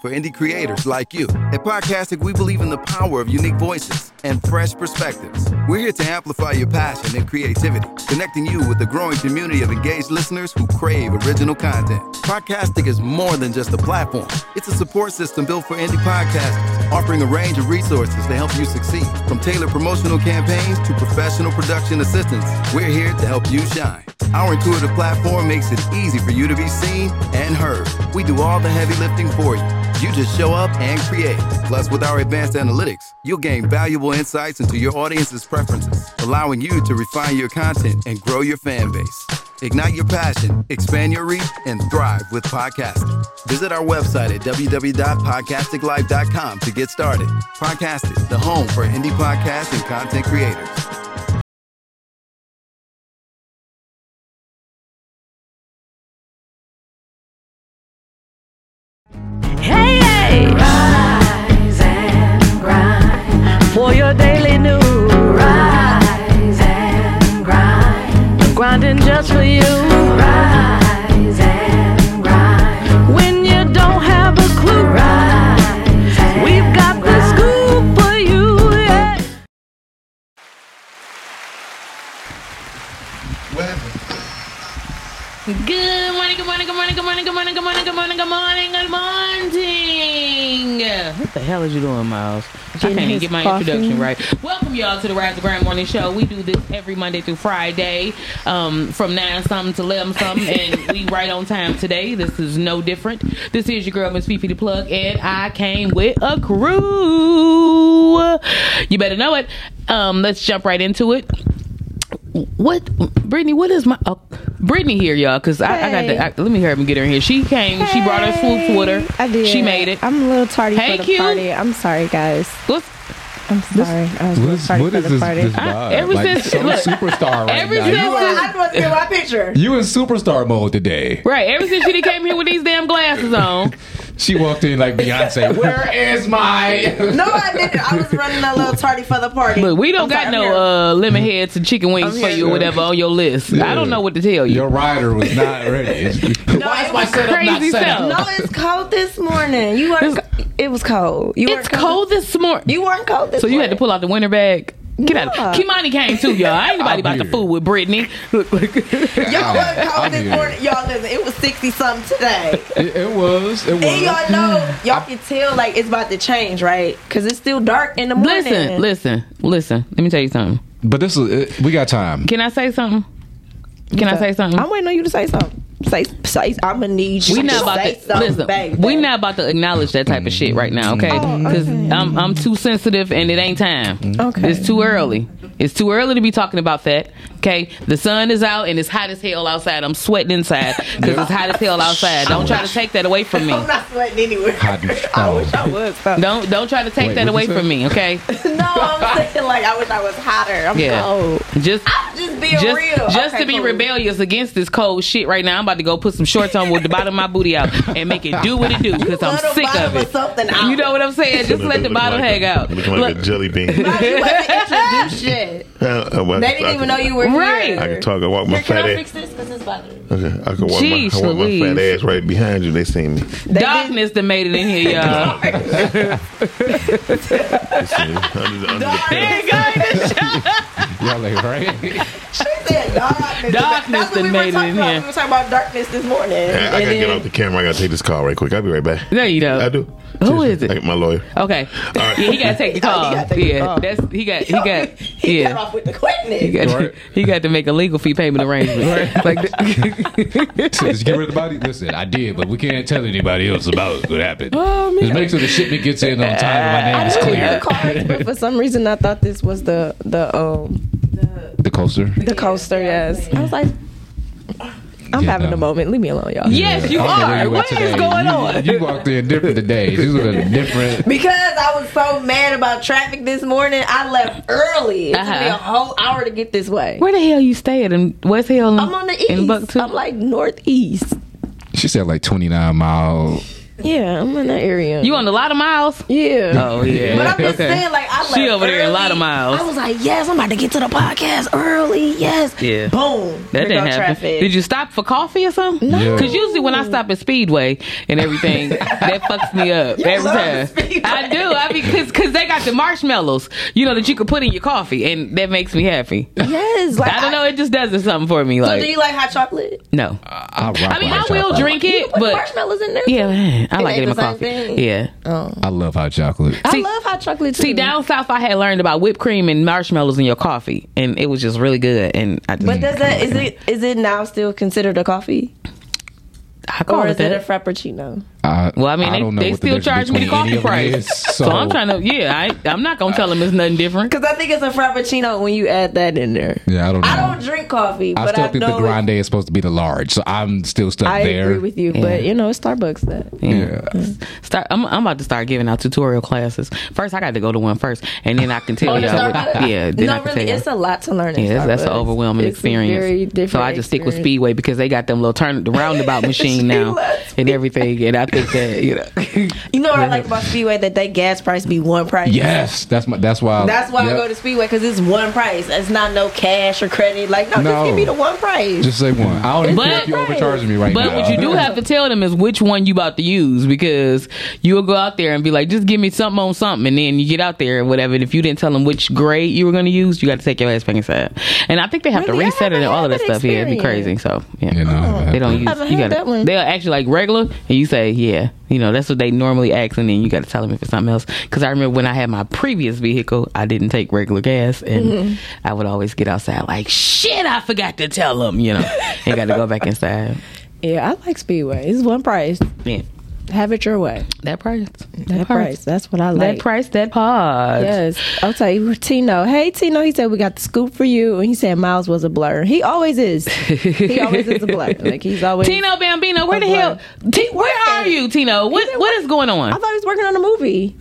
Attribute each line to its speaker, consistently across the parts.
Speaker 1: for indie creators like you. At Podcastic, we believe in the power of unique voices and fresh perspectives. We're here to amplify your passion and creativity, connecting you with a growing community of engaged listeners who crave original content. Podcastic is more than just a platform, it's a support system built for indie podcasters, offering a range of resources to help you succeed. From tailored promotional campaigns to professional production assistance, we're here to help you shine. Our intuitive platform makes it easy for you to be seen and heard. We do all the heavy lifting for you. You just show up and create. Plus, with our advanced analytics, you'll gain valuable insights into your audience's preferences, allowing you to refine your content and grow your fan base. Ignite your passion, expand your reach, and thrive with podcasting. Visit our website at www.podcasticlife.com to get started. Podcastic, the home for indie podcasts and content creators.
Speaker 2: Hey, hey!
Speaker 3: Rise and grind.
Speaker 2: For your daily news.
Speaker 3: Rise and grind.
Speaker 2: Grinding just for you.
Speaker 3: Rise and grind.
Speaker 2: When you don't have a clue.
Speaker 3: Rise and
Speaker 2: We've got the scoop for you. Yeah.
Speaker 4: Good morning, good morning, good morning, good morning, good morning, good morning, good morning, good morning, good morning.
Speaker 2: What the hell is you doing, Miles?
Speaker 4: I can't even get my introduction right. Welcome y'all to the Rise of Brand Morning Show. We do this every Monday through Friday, um, from nine something to eleven something, and we right on time today. This is no different. This is your girl Miss Fifi the Plug, and I came with a crew. You better know it. Um, let's jump right into it. What, Brittany? What is my oh, Brittany here, y'all? Because I, I got the. I, let me help him get her in here. She came. She brought her food with her.
Speaker 5: I did.
Speaker 4: She made it.
Speaker 5: I'm a little tardy
Speaker 4: Hey,
Speaker 5: for the
Speaker 4: Q.
Speaker 5: party. I'm sorry, guys.
Speaker 4: What's-
Speaker 5: I'm sorry. Uh, I was a
Speaker 6: What
Speaker 5: little
Speaker 6: is,
Speaker 5: tardy
Speaker 6: what
Speaker 5: for
Speaker 6: is
Speaker 5: the
Speaker 6: this,
Speaker 5: party.
Speaker 6: this
Speaker 4: I-
Speaker 6: vibe?
Speaker 4: ever
Speaker 6: like
Speaker 4: since-
Speaker 6: some
Speaker 4: look,
Speaker 6: superstar right
Speaker 4: ever
Speaker 6: now.
Speaker 4: since-
Speaker 6: you,
Speaker 5: I don't want to get my picture.
Speaker 6: you in superstar mode today.
Speaker 4: Right. Ever since she came here with these damn glasses on,
Speaker 6: She walked in like Beyonce. Where is my?
Speaker 5: No, I didn't. I was running a little tardy for the party.
Speaker 4: look, we don't
Speaker 5: I'm
Speaker 4: got
Speaker 5: sorry,
Speaker 4: no
Speaker 5: I'm here.
Speaker 4: uh, lemon heads and chicken wings
Speaker 5: I'm
Speaker 4: for
Speaker 5: here.
Speaker 4: you or whatever on your list. I don't know what to tell you.
Speaker 6: Your rider was not ready.
Speaker 5: No,
Speaker 6: Why is
Speaker 5: it
Speaker 6: my
Speaker 5: was
Speaker 6: setup not
Speaker 4: crazy
Speaker 6: set
Speaker 4: self.
Speaker 6: up?
Speaker 5: No, it's cold this morning. You weren't. co- It was cold. You
Speaker 4: it's
Speaker 5: weren't
Speaker 4: cold this morning.
Speaker 5: You weren't cold this
Speaker 4: So you had to pull out the winter bag. Get out.
Speaker 5: Yeah.
Speaker 4: of Kimani came too, y'all. I ain't nobody about to
Speaker 6: here.
Speaker 4: fool with Brittany. Look, look.
Speaker 5: Y'all
Speaker 6: I'm
Speaker 5: wasn't cold this
Speaker 6: here.
Speaker 5: morning. Y'all listen. It was sixty something today.
Speaker 6: It, it was. It
Speaker 5: And
Speaker 6: was.
Speaker 5: y'all know, y'all can tell like it's about to change, right? Because it's still dark in the morning.
Speaker 4: listen, listen, listen. Let me tell you something.
Speaker 6: But this is. It, we got time.
Speaker 4: Can I say something? Can I say something?
Speaker 5: I'm waiting on you to say something. Say, say. I'm gonna need you.
Speaker 4: we
Speaker 5: to
Speaker 4: not about
Speaker 5: say
Speaker 4: to
Speaker 5: something,
Speaker 4: listen.
Speaker 5: baby. Mm-hmm. Oh,
Speaker 4: We not about to acknowledge that type of shit right now, okay? Because I'm I'm too sensitive and it ain't time.
Speaker 5: Okay.
Speaker 4: it's too early. It's too early to be talking about that. Okay, the sun is out and it's hot as hell outside. I'm sweating inside because it's hot as hell outside. Don't try to take that away from me.
Speaker 5: I'm not sweating anywhere.
Speaker 6: Hot and
Speaker 5: I wish I
Speaker 6: cold.
Speaker 5: was. though.
Speaker 4: Don't don't try to take
Speaker 6: Wait,
Speaker 4: that away
Speaker 6: what'd you
Speaker 4: from
Speaker 6: say?
Speaker 4: me. Okay,
Speaker 5: No, I'm saying like I wish I was hotter. I'm
Speaker 4: Yeah.
Speaker 5: cold.
Speaker 4: just.
Speaker 5: I'm just being
Speaker 4: Just,
Speaker 5: real.
Speaker 4: just
Speaker 5: Okay,
Speaker 4: to be
Speaker 5: cool.
Speaker 4: rebellious against this cold shit right now, I'm about to go put some shorts on with the bottom of my booty out and make it do what it do because I'm
Speaker 5: Little
Speaker 4: sick of
Speaker 5: bottom
Speaker 4: it.
Speaker 5: something out.
Speaker 4: You know what I'm saying? Just let the bottle
Speaker 7: like
Speaker 4: hang
Speaker 7: a,
Speaker 4: out.
Speaker 7: Looking like a jelly bean.
Speaker 5: Why you had to introduce shit.
Speaker 7: Uh, well,
Speaker 5: They
Speaker 7: I
Speaker 5: didn't even
Speaker 7: can-
Speaker 5: know you were
Speaker 4: Right.
Speaker 5: here.
Speaker 7: I can talk. I walk my
Speaker 5: Here, can
Speaker 7: fat
Speaker 5: I
Speaker 7: ass.
Speaker 5: fix this? Because it's bothering me.
Speaker 7: Okay, I can walk,
Speaker 4: Jeez,
Speaker 7: my, I walk my fat
Speaker 4: Louise.
Speaker 7: ass right behind you. They see me.
Speaker 5: They did-
Speaker 4: Darkness that made it in here, y'all.
Speaker 7: They see me. Under the, under
Speaker 5: Darkness.
Speaker 7: the pillow.
Speaker 6: Y'all like right?
Speaker 5: She said
Speaker 4: Darkness
Speaker 5: darkness. That's
Speaker 4: that
Speaker 5: what we
Speaker 4: made it
Speaker 5: were talking
Speaker 4: in
Speaker 5: about.
Speaker 4: here.
Speaker 5: We were talking about darkness this morning.
Speaker 7: I, I
Speaker 5: And
Speaker 7: gotta get
Speaker 5: then-
Speaker 7: off the camera. I gotta take this call right quick. I'll be right back.
Speaker 4: There you go.
Speaker 7: I do.
Speaker 4: Who is
Speaker 7: I
Speaker 4: it?
Speaker 7: my lawyer. Uh,
Speaker 4: Okay.
Speaker 7: right.
Speaker 4: Yeah, he got to take the call.
Speaker 5: gotta take the
Speaker 4: Oh, yeah,
Speaker 5: call.
Speaker 4: that's he got. He got.
Speaker 5: He cut
Speaker 4: Yeah.
Speaker 5: off with the quickness.
Speaker 4: He got,
Speaker 6: Right.
Speaker 4: he got to make a legal fee payment arrangement. Like, th-
Speaker 6: Did you get rid of the body? Listen, I did, but we can't tell anybody else about what happened.
Speaker 4: Oh,
Speaker 6: Just make sure the shipment gets in on time. and My name is
Speaker 5: I knew you were
Speaker 6: clear.
Speaker 5: cards, but for some reason I thought this was the the um
Speaker 6: The coaster.
Speaker 5: the coaster. Yes, I was like, I'm
Speaker 6: Yeah,
Speaker 5: having
Speaker 6: no.
Speaker 5: a moment. Leave me alone, y'all.
Speaker 4: yes, you
Speaker 6: I don't know where
Speaker 4: are.
Speaker 6: you at
Speaker 4: What is
Speaker 6: today.
Speaker 4: going
Speaker 6: You-
Speaker 4: on?
Speaker 6: You walked in different today. This was a different.
Speaker 5: Because I was so mad about traffic this morning, I left early. It took me a
Speaker 4: Uh-huh.
Speaker 5: whole hour to get this way.
Speaker 4: Where the hell you stay at in West Hill? and-
Speaker 5: I'm on the east.
Speaker 4: In Bucktoon.
Speaker 5: I'm like northeast.
Speaker 6: She said like 29 mile
Speaker 8: Yeah, I'm in that area.
Speaker 4: You on a lot of miles?
Speaker 8: Yeah.
Speaker 2: Oh yeah.
Speaker 5: But I'm just saying, like, I left
Speaker 4: She over there in
Speaker 5: early.
Speaker 4: Lotta Miles.
Speaker 5: I was like, yes, I'm about to get to the podcast early. Yes.
Speaker 4: Yeah.
Speaker 5: Boom.
Speaker 4: That
Speaker 5: Big
Speaker 4: didn't
Speaker 5: old
Speaker 4: happen.
Speaker 5: Traffic.
Speaker 4: Did you stop for coffee or something?
Speaker 6: Yeah.
Speaker 4: Because usually when I stop at Speedway and everything, that fucks me up every
Speaker 5: love
Speaker 4: time.
Speaker 5: Speedway.
Speaker 4: I do. I mean, because they got the marshmallows, you know, that you could put in your coffee, and that makes me happy.
Speaker 8: Yes. Like
Speaker 4: I don't know. It just does it something for me.
Speaker 5: so
Speaker 4: Like
Speaker 5: do you like hot chocolate?
Speaker 4: no.
Speaker 6: I, rock
Speaker 4: I mean,
Speaker 6: with
Speaker 4: I
Speaker 6: hot
Speaker 4: will
Speaker 6: chocolate.
Speaker 4: drink it,
Speaker 5: Put
Speaker 4: but
Speaker 5: marshmallows in there.
Speaker 4: yeah, man, I like it in my
Speaker 5: ain't the
Speaker 4: coffee.
Speaker 5: same thing.
Speaker 4: Yeah.
Speaker 6: I love hot chocolate.
Speaker 8: I
Speaker 4: See-
Speaker 8: love hot chocolate too.
Speaker 4: See, down south, I had learned about whipped cream and marshmallows in your coffee, and it was just really good. And I just,
Speaker 8: But
Speaker 5: Does that is it is it now still considered a coffee
Speaker 4: I call
Speaker 8: or
Speaker 4: it
Speaker 8: is it a
Speaker 4: that.
Speaker 8: frappuccino?
Speaker 6: I,
Speaker 4: Well, I mean, they-
Speaker 6: don't know
Speaker 4: they
Speaker 6: what the
Speaker 4: still
Speaker 6: difference
Speaker 4: charge me the
Speaker 6: between
Speaker 4: coffee
Speaker 6: any of them
Speaker 4: price.
Speaker 6: is, so,
Speaker 4: So I'm trying to, yeah, I, I'm not gonna tell them it's nothing different.
Speaker 5: because I think it's a frappuccino when you add that in there.
Speaker 6: Yeah, I don't know.
Speaker 5: I don't drink coffee,
Speaker 6: I
Speaker 5: but
Speaker 6: still
Speaker 5: I
Speaker 6: think
Speaker 5: know
Speaker 6: the grande is supposed to be the large, so I'm still stuck
Speaker 8: I
Speaker 6: there.
Speaker 8: agree with you, but you know, it's Starbucks that.
Speaker 6: yeah.
Speaker 4: Start. I'm, I'm about to start giving out tutorial classes. First, I got to go to one first, and then I can tell
Speaker 5: On the
Speaker 4: y'all.
Speaker 5: Oh, Starbucks?
Speaker 4: yeah, then I
Speaker 5: No,
Speaker 4: can
Speaker 5: really,
Speaker 4: tell.
Speaker 5: it's a lot to learn. at
Speaker 4: yeah, that's, that's an
Speaker 5: Starbucks.
Speaker 4: overwhelming
Speaker 8: It's a very
Speaker 4: experience. so
Speaker 8: different
Speaker 4: I just stick with
Speaker 8: experience.
Speaker 4: Speedway because they got them little turn the roundabout machine now
Speaker 5: left
Speaker 4: and everything, and I think that you know.
Speaker 5: You know what I like about Speedway that they gas price be one price.
Speaker 6: Yes, that's my. That's why.
Speaker 5: That's why
Speaker 6: yep.
Speaker 5: I go to Speedway because it's one price. It's not no cash or credit. Like no,
Speaker 6: No.
Speaker 5: just give me the one price.
Speaker 6: Just say one. I don't even care if you're
Speaker 4: But-
Speaker 6: overcharging me right
Speaker 4: But
Speaker 6: now.
Speaker 4: what you do have to tell them is which one you about to use because you'll go out there and be like, just give me something on something, and then you get out there and whatever. And if you didn't tell them which grade you were going to use, you got to take your ass back inside. And I think they have
Speaker 8: Really?
Speaker 4: to
Speaker 8: I
Speaker 4: reset it and
Speaker 8: haven't
Speaker 4: all of that
Speaker 8: had that
Speaker 4: stuff here. It'd be crazy. So yeah,
Speaker 6: You know,
Speaker 4: they don't use.
Speaker 8: haven't
Speaker 4: You
Speaker 8: had that
Speaker 4: gotta.
Speaker 8: one.
Speaker 4: They'll act you like regular, and you say yeah. You know that's what they normally ask, and then you got to tell them if it's something else. Because I remember when I had my previous vehicle, I didn't take regular gas, and
Speaker 8: Mm-hmm.
Speaker 4: I would always get outside like shit. I forgot to tell them. You know, and got to go back inside.
Speaker 8: Yeah, I like Speedway. It's one price.
Speaker 4: Yeah.
Speaker 8: Have it your way.
Speaker 4: That price. That,
Speaker 8: That price. That's what I
Speaker 4: That
Speaker 8: like.
Speaker 4: price, that pod.
Speaker 8: Yes. I'll tell you, Tino. Hey, Tino. He said we got the scoop for you, and he said Miles was a blur. He always is. he always is a blur. Like he's always.
Speaker 4: Tino Bambino, where the hell? T- where are you, Tino? What what is going
Speaker 8: I
Speaker 4: on?
Speaker 8: thought he was working on a movie.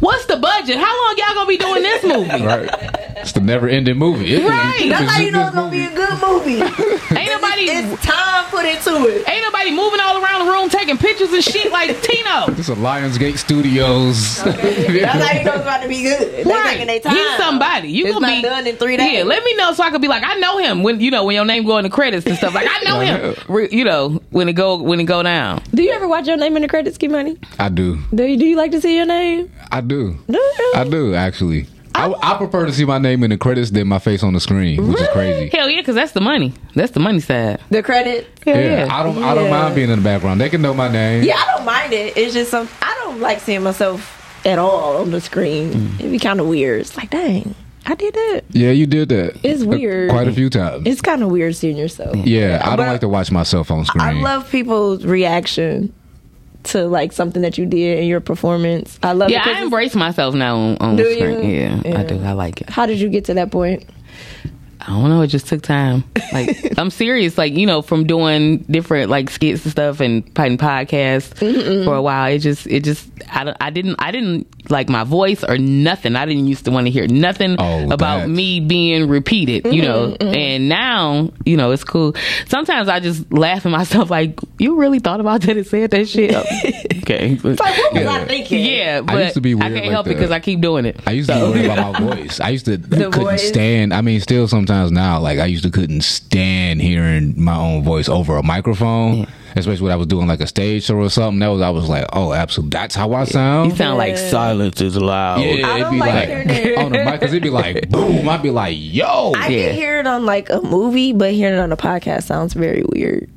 Speaker 4: What's the budget? How long y'all gonna be doing this movie?
Speaker 6: Right. It's the never-ending movie. It-
Speaker 4: Right.
Speaker 6: it-
Speaker 5: That's how you
Speaker 6: this
Speaker 5: know it's gonna
Speaker 6: movie-
Speaker 5: be a good movie.
Speaker 4: Ain't nobody
Speaker 5: it's time put into it.
Speaker 4: ain't nobody moving all around the room taking pictures and shit like Tino.
Speaker 6: This is Lionsgate Studios.
Speaker 5: That's how you know it's about to be good. They taking their time.
Speaker 4: He's somebody. You
Speaker 5: It's
Speaker 4: gonna
Speaker 5: not
Speaker 4: be
Speaker 5: done in three days.
Speaker 4: Yeah, let me know so I could be like, I know him when you know when your name go in the credits and stuff. Like I know him. Re- you know when it go when it go down.
Speaker 8: Do you ever watch your name in the credits, Key Money?
Speaker 6: I do.
Speaker 8: Do you, do you like to see your name?
Speaker 6: I do.
Speaker 8: Do you?
Speaker 6: I do actually. I, I prefer to see my name in the credits than my face on the screen, which is crazy.
Speaker 4: Hell yeah, because that's the money. That's the money side.
Speaker 5: The credit.
Speaker 4: Hell
Speaker 6: Yeah, I don't. I don't
Speaker 8: Yeah.
Speaker 6: mind being in the background. They can know my name.
Speaker 5: Yeah, I don't mind it. It's just some. I don't like seeing myself at all on the screen.
Speaker 6: Mm.
Speaker 5: It'd be kind of weird. It's like, dang, I did that.
Speaker 6: Yeah, you did that.
Speaker 8: It's weird.
Speaker 6: Quite a few times.
Speaker 8: It's kind of weird seeing yourself.
Speaker 6: yeah, I don't
Speaker 5: But
Speaker 6: like to watch myself on screen.
Speaker 5: I love people's reaction to like something that you did in your performance. I love.
Speaker 4: Yeah,
Speaker 5: it 'cause
Speaker 4: I
Speaker 5: it's-
Speaker 4: embrace myself now on, on
Speaker 5: Do
Speaker 4: screen.
Speaker 5: you?
Speaker 4: Yeah, I
Speaker 8: Yeah.
Speaker 4: do. I like it.
Speaker 8: How did you get to that point?
Speaker 4: I don't know. It just took time. Like I'm serious. Like you know, from doing different like skits and stuff and putting podcasts for a while, it just it just I, don't- I didn't I didn't like my voice or nothing. I didn't used to want to hear nothing
Speaker 6: Oh,
Speaker 4: about
Speaker 6: that.
Speaker 4: me being repeated. You know,
Speaker 5: Mm-hmm,
Speaker 4: and now you know it's cool. Sometimes I just laugh at myself. Like you really thought about that and said that shit. okay.
Speaker 5: Like, what was I
Speaker 6: Yeah.
Speaker 5: thinking?
Speaker 4: Yeah, but I,
Speaker 6: used to be weird
Speaker 4: can't
Speaker 6: like
Speaker 4: help it
Speaker 6: that.
Speaker 4: because I keep doing it.
Speaker 6: I used to be worried about my voice. I used to couldn't
Speaker 5: voice.
Speaker 6: stand. I mean, still sometimes now, like I used to couldn't stand hearing my own voice over a microphone, especially when I was doing like a stage show or something. That was I was like, oh, absolutely, that's how I sound.
Speaker 4: You sound like silence is loud.
Speaker 5: I
Speaker 6: yeah, it'd
Speaker 5: don't
Speaker 6: be
Speaker 5: like
Speaker 6: like,
Speaker 5: hearing it.
Speaker 6: on the mic because it'd be like boom. I'd be like, yo,
Speaker 5: I
Speaker 4: Yeah.
Speaker 5: can hear it on like a movie, but hearing it on a podcast sounds very weird.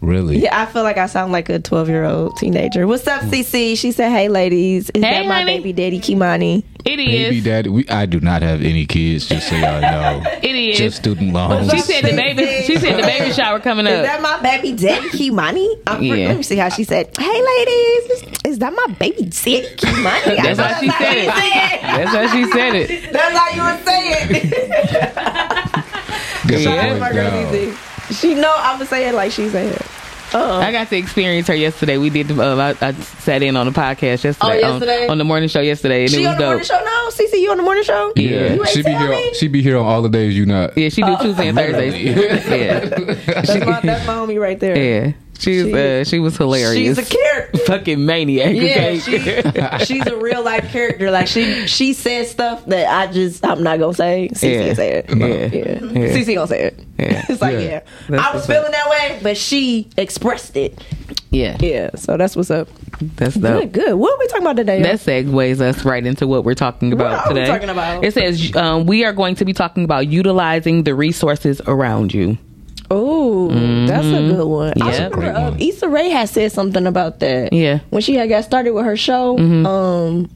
Speaker 6: really? Mm.
Speaker 5: Yeah, I feel like I sound like a twelve year old teenager. What's up, CC? She said, "Hey, ladies, is
Speaker 4: Hey,
Speaker 5: that my
Speaker 4: honey.
Speaker 5: baby daddy Kimani?"
Speaker 4: It is.
Speaker 6: Baby daddy, we, I do not have any kids. Just so y'all know,
Speaker 4: It is.
Speaker 6: just student loans.
Speaker 4: she said the baby. She said the baby shower coming
Speaker 5: Is
Speaker 4: up.
Speaker 5: that my baby daddy Kimani? I'm fr-
Speaker 4: Yeah.
Speaker 5: Uh, Let me see how she said. Hey, ladies, is that my baby daddy Kimani?
Speaker 4: That's how she said it. That's how she said it.
Speaker 5: That's how you would say it.
Speaker 6: Get the
Speaker 4: Yeah.
Speaker 6: boy
Speaker 5: My girl,
Speaker 6: down.
Speaker 5: CC. She know I'm gonna say it like she said. it.
Speaker 4: I got to experience her yesterday. We did. Um, I, I sat in on the podcast yesterday.
Speaker 5: Oh,
Speaker 4: on-
Speaker 5: yesterday?
Speaker 4: On, the morning show yesterday, and
Speaker 5: She
Speaker 4: it
Speaker 5: on
Speaker 4: was
Speaker 5: the morning
Speaker 4: dope.
Speaker 5: show now? CC, you on the morning show?
Speaker 4: Yeah.
Speaker 6: Yeah,
Speaker 5: ain't
Speaker 6: she be
Speaker 5: tell me.
Speaker 6: here. She be here on all the days you not.
Speaker 4: Yeah, she do Tuesday and Thursdays. Yeah,
Speaker 5: That's my, that's my homie right there.
Speaker 4: yeah. She's uh, she was hilarious.
Speaker 5: She's a character.
Speaker 4: fucking maniac.
Speaker 5: Yeah,
Speaker 4: okay?
Speaker 5: she, she's a real life character. Like she she said stuff that I just I'm not gonna say. Cece
Speaker 4: Yeah.
Speaker 5: gonna say it.
Speaker 4: No.
Speaker 5: Yeah.
Speaker 4: Yeah.
Speaker 5: Cece gonna say it.
Speaker 4: Yeah.
Speaker 5: It's like
Speaker 6: Yeah.
Speaker 5: yeah.
Speaker 4: That's
Speaker 5: I was
Speaker 4: what's up.
Speaker 5: feeling that way, but she expressed it.
Speaker 4: yeah,
Speaker 5: Yeah. So that's what's up.
Speaker 4: that's dope.
Speaker 5: Good, good. What are we talking about today?
Speaker 4: That segues us right into what we're talking about
Speaker 5: are we
Speaker 4: today.
Speaker 5: talking about?
Speaker 4: It says um, we are going to be talking about utilizing the resources around you. Mm-hmm.
Speaker 5: Oh, that's a good one. I
Speaker 4: Yeah.
Speaker 5: remember
Speaker 6: Great
Speaker 5: uh,
Speaker 6: one.
Speaker 5: Issa Rae had said something about that.
Speaker 4: Yeah. Mm-hmm.
Speaker 5: When she had got started with her show, um,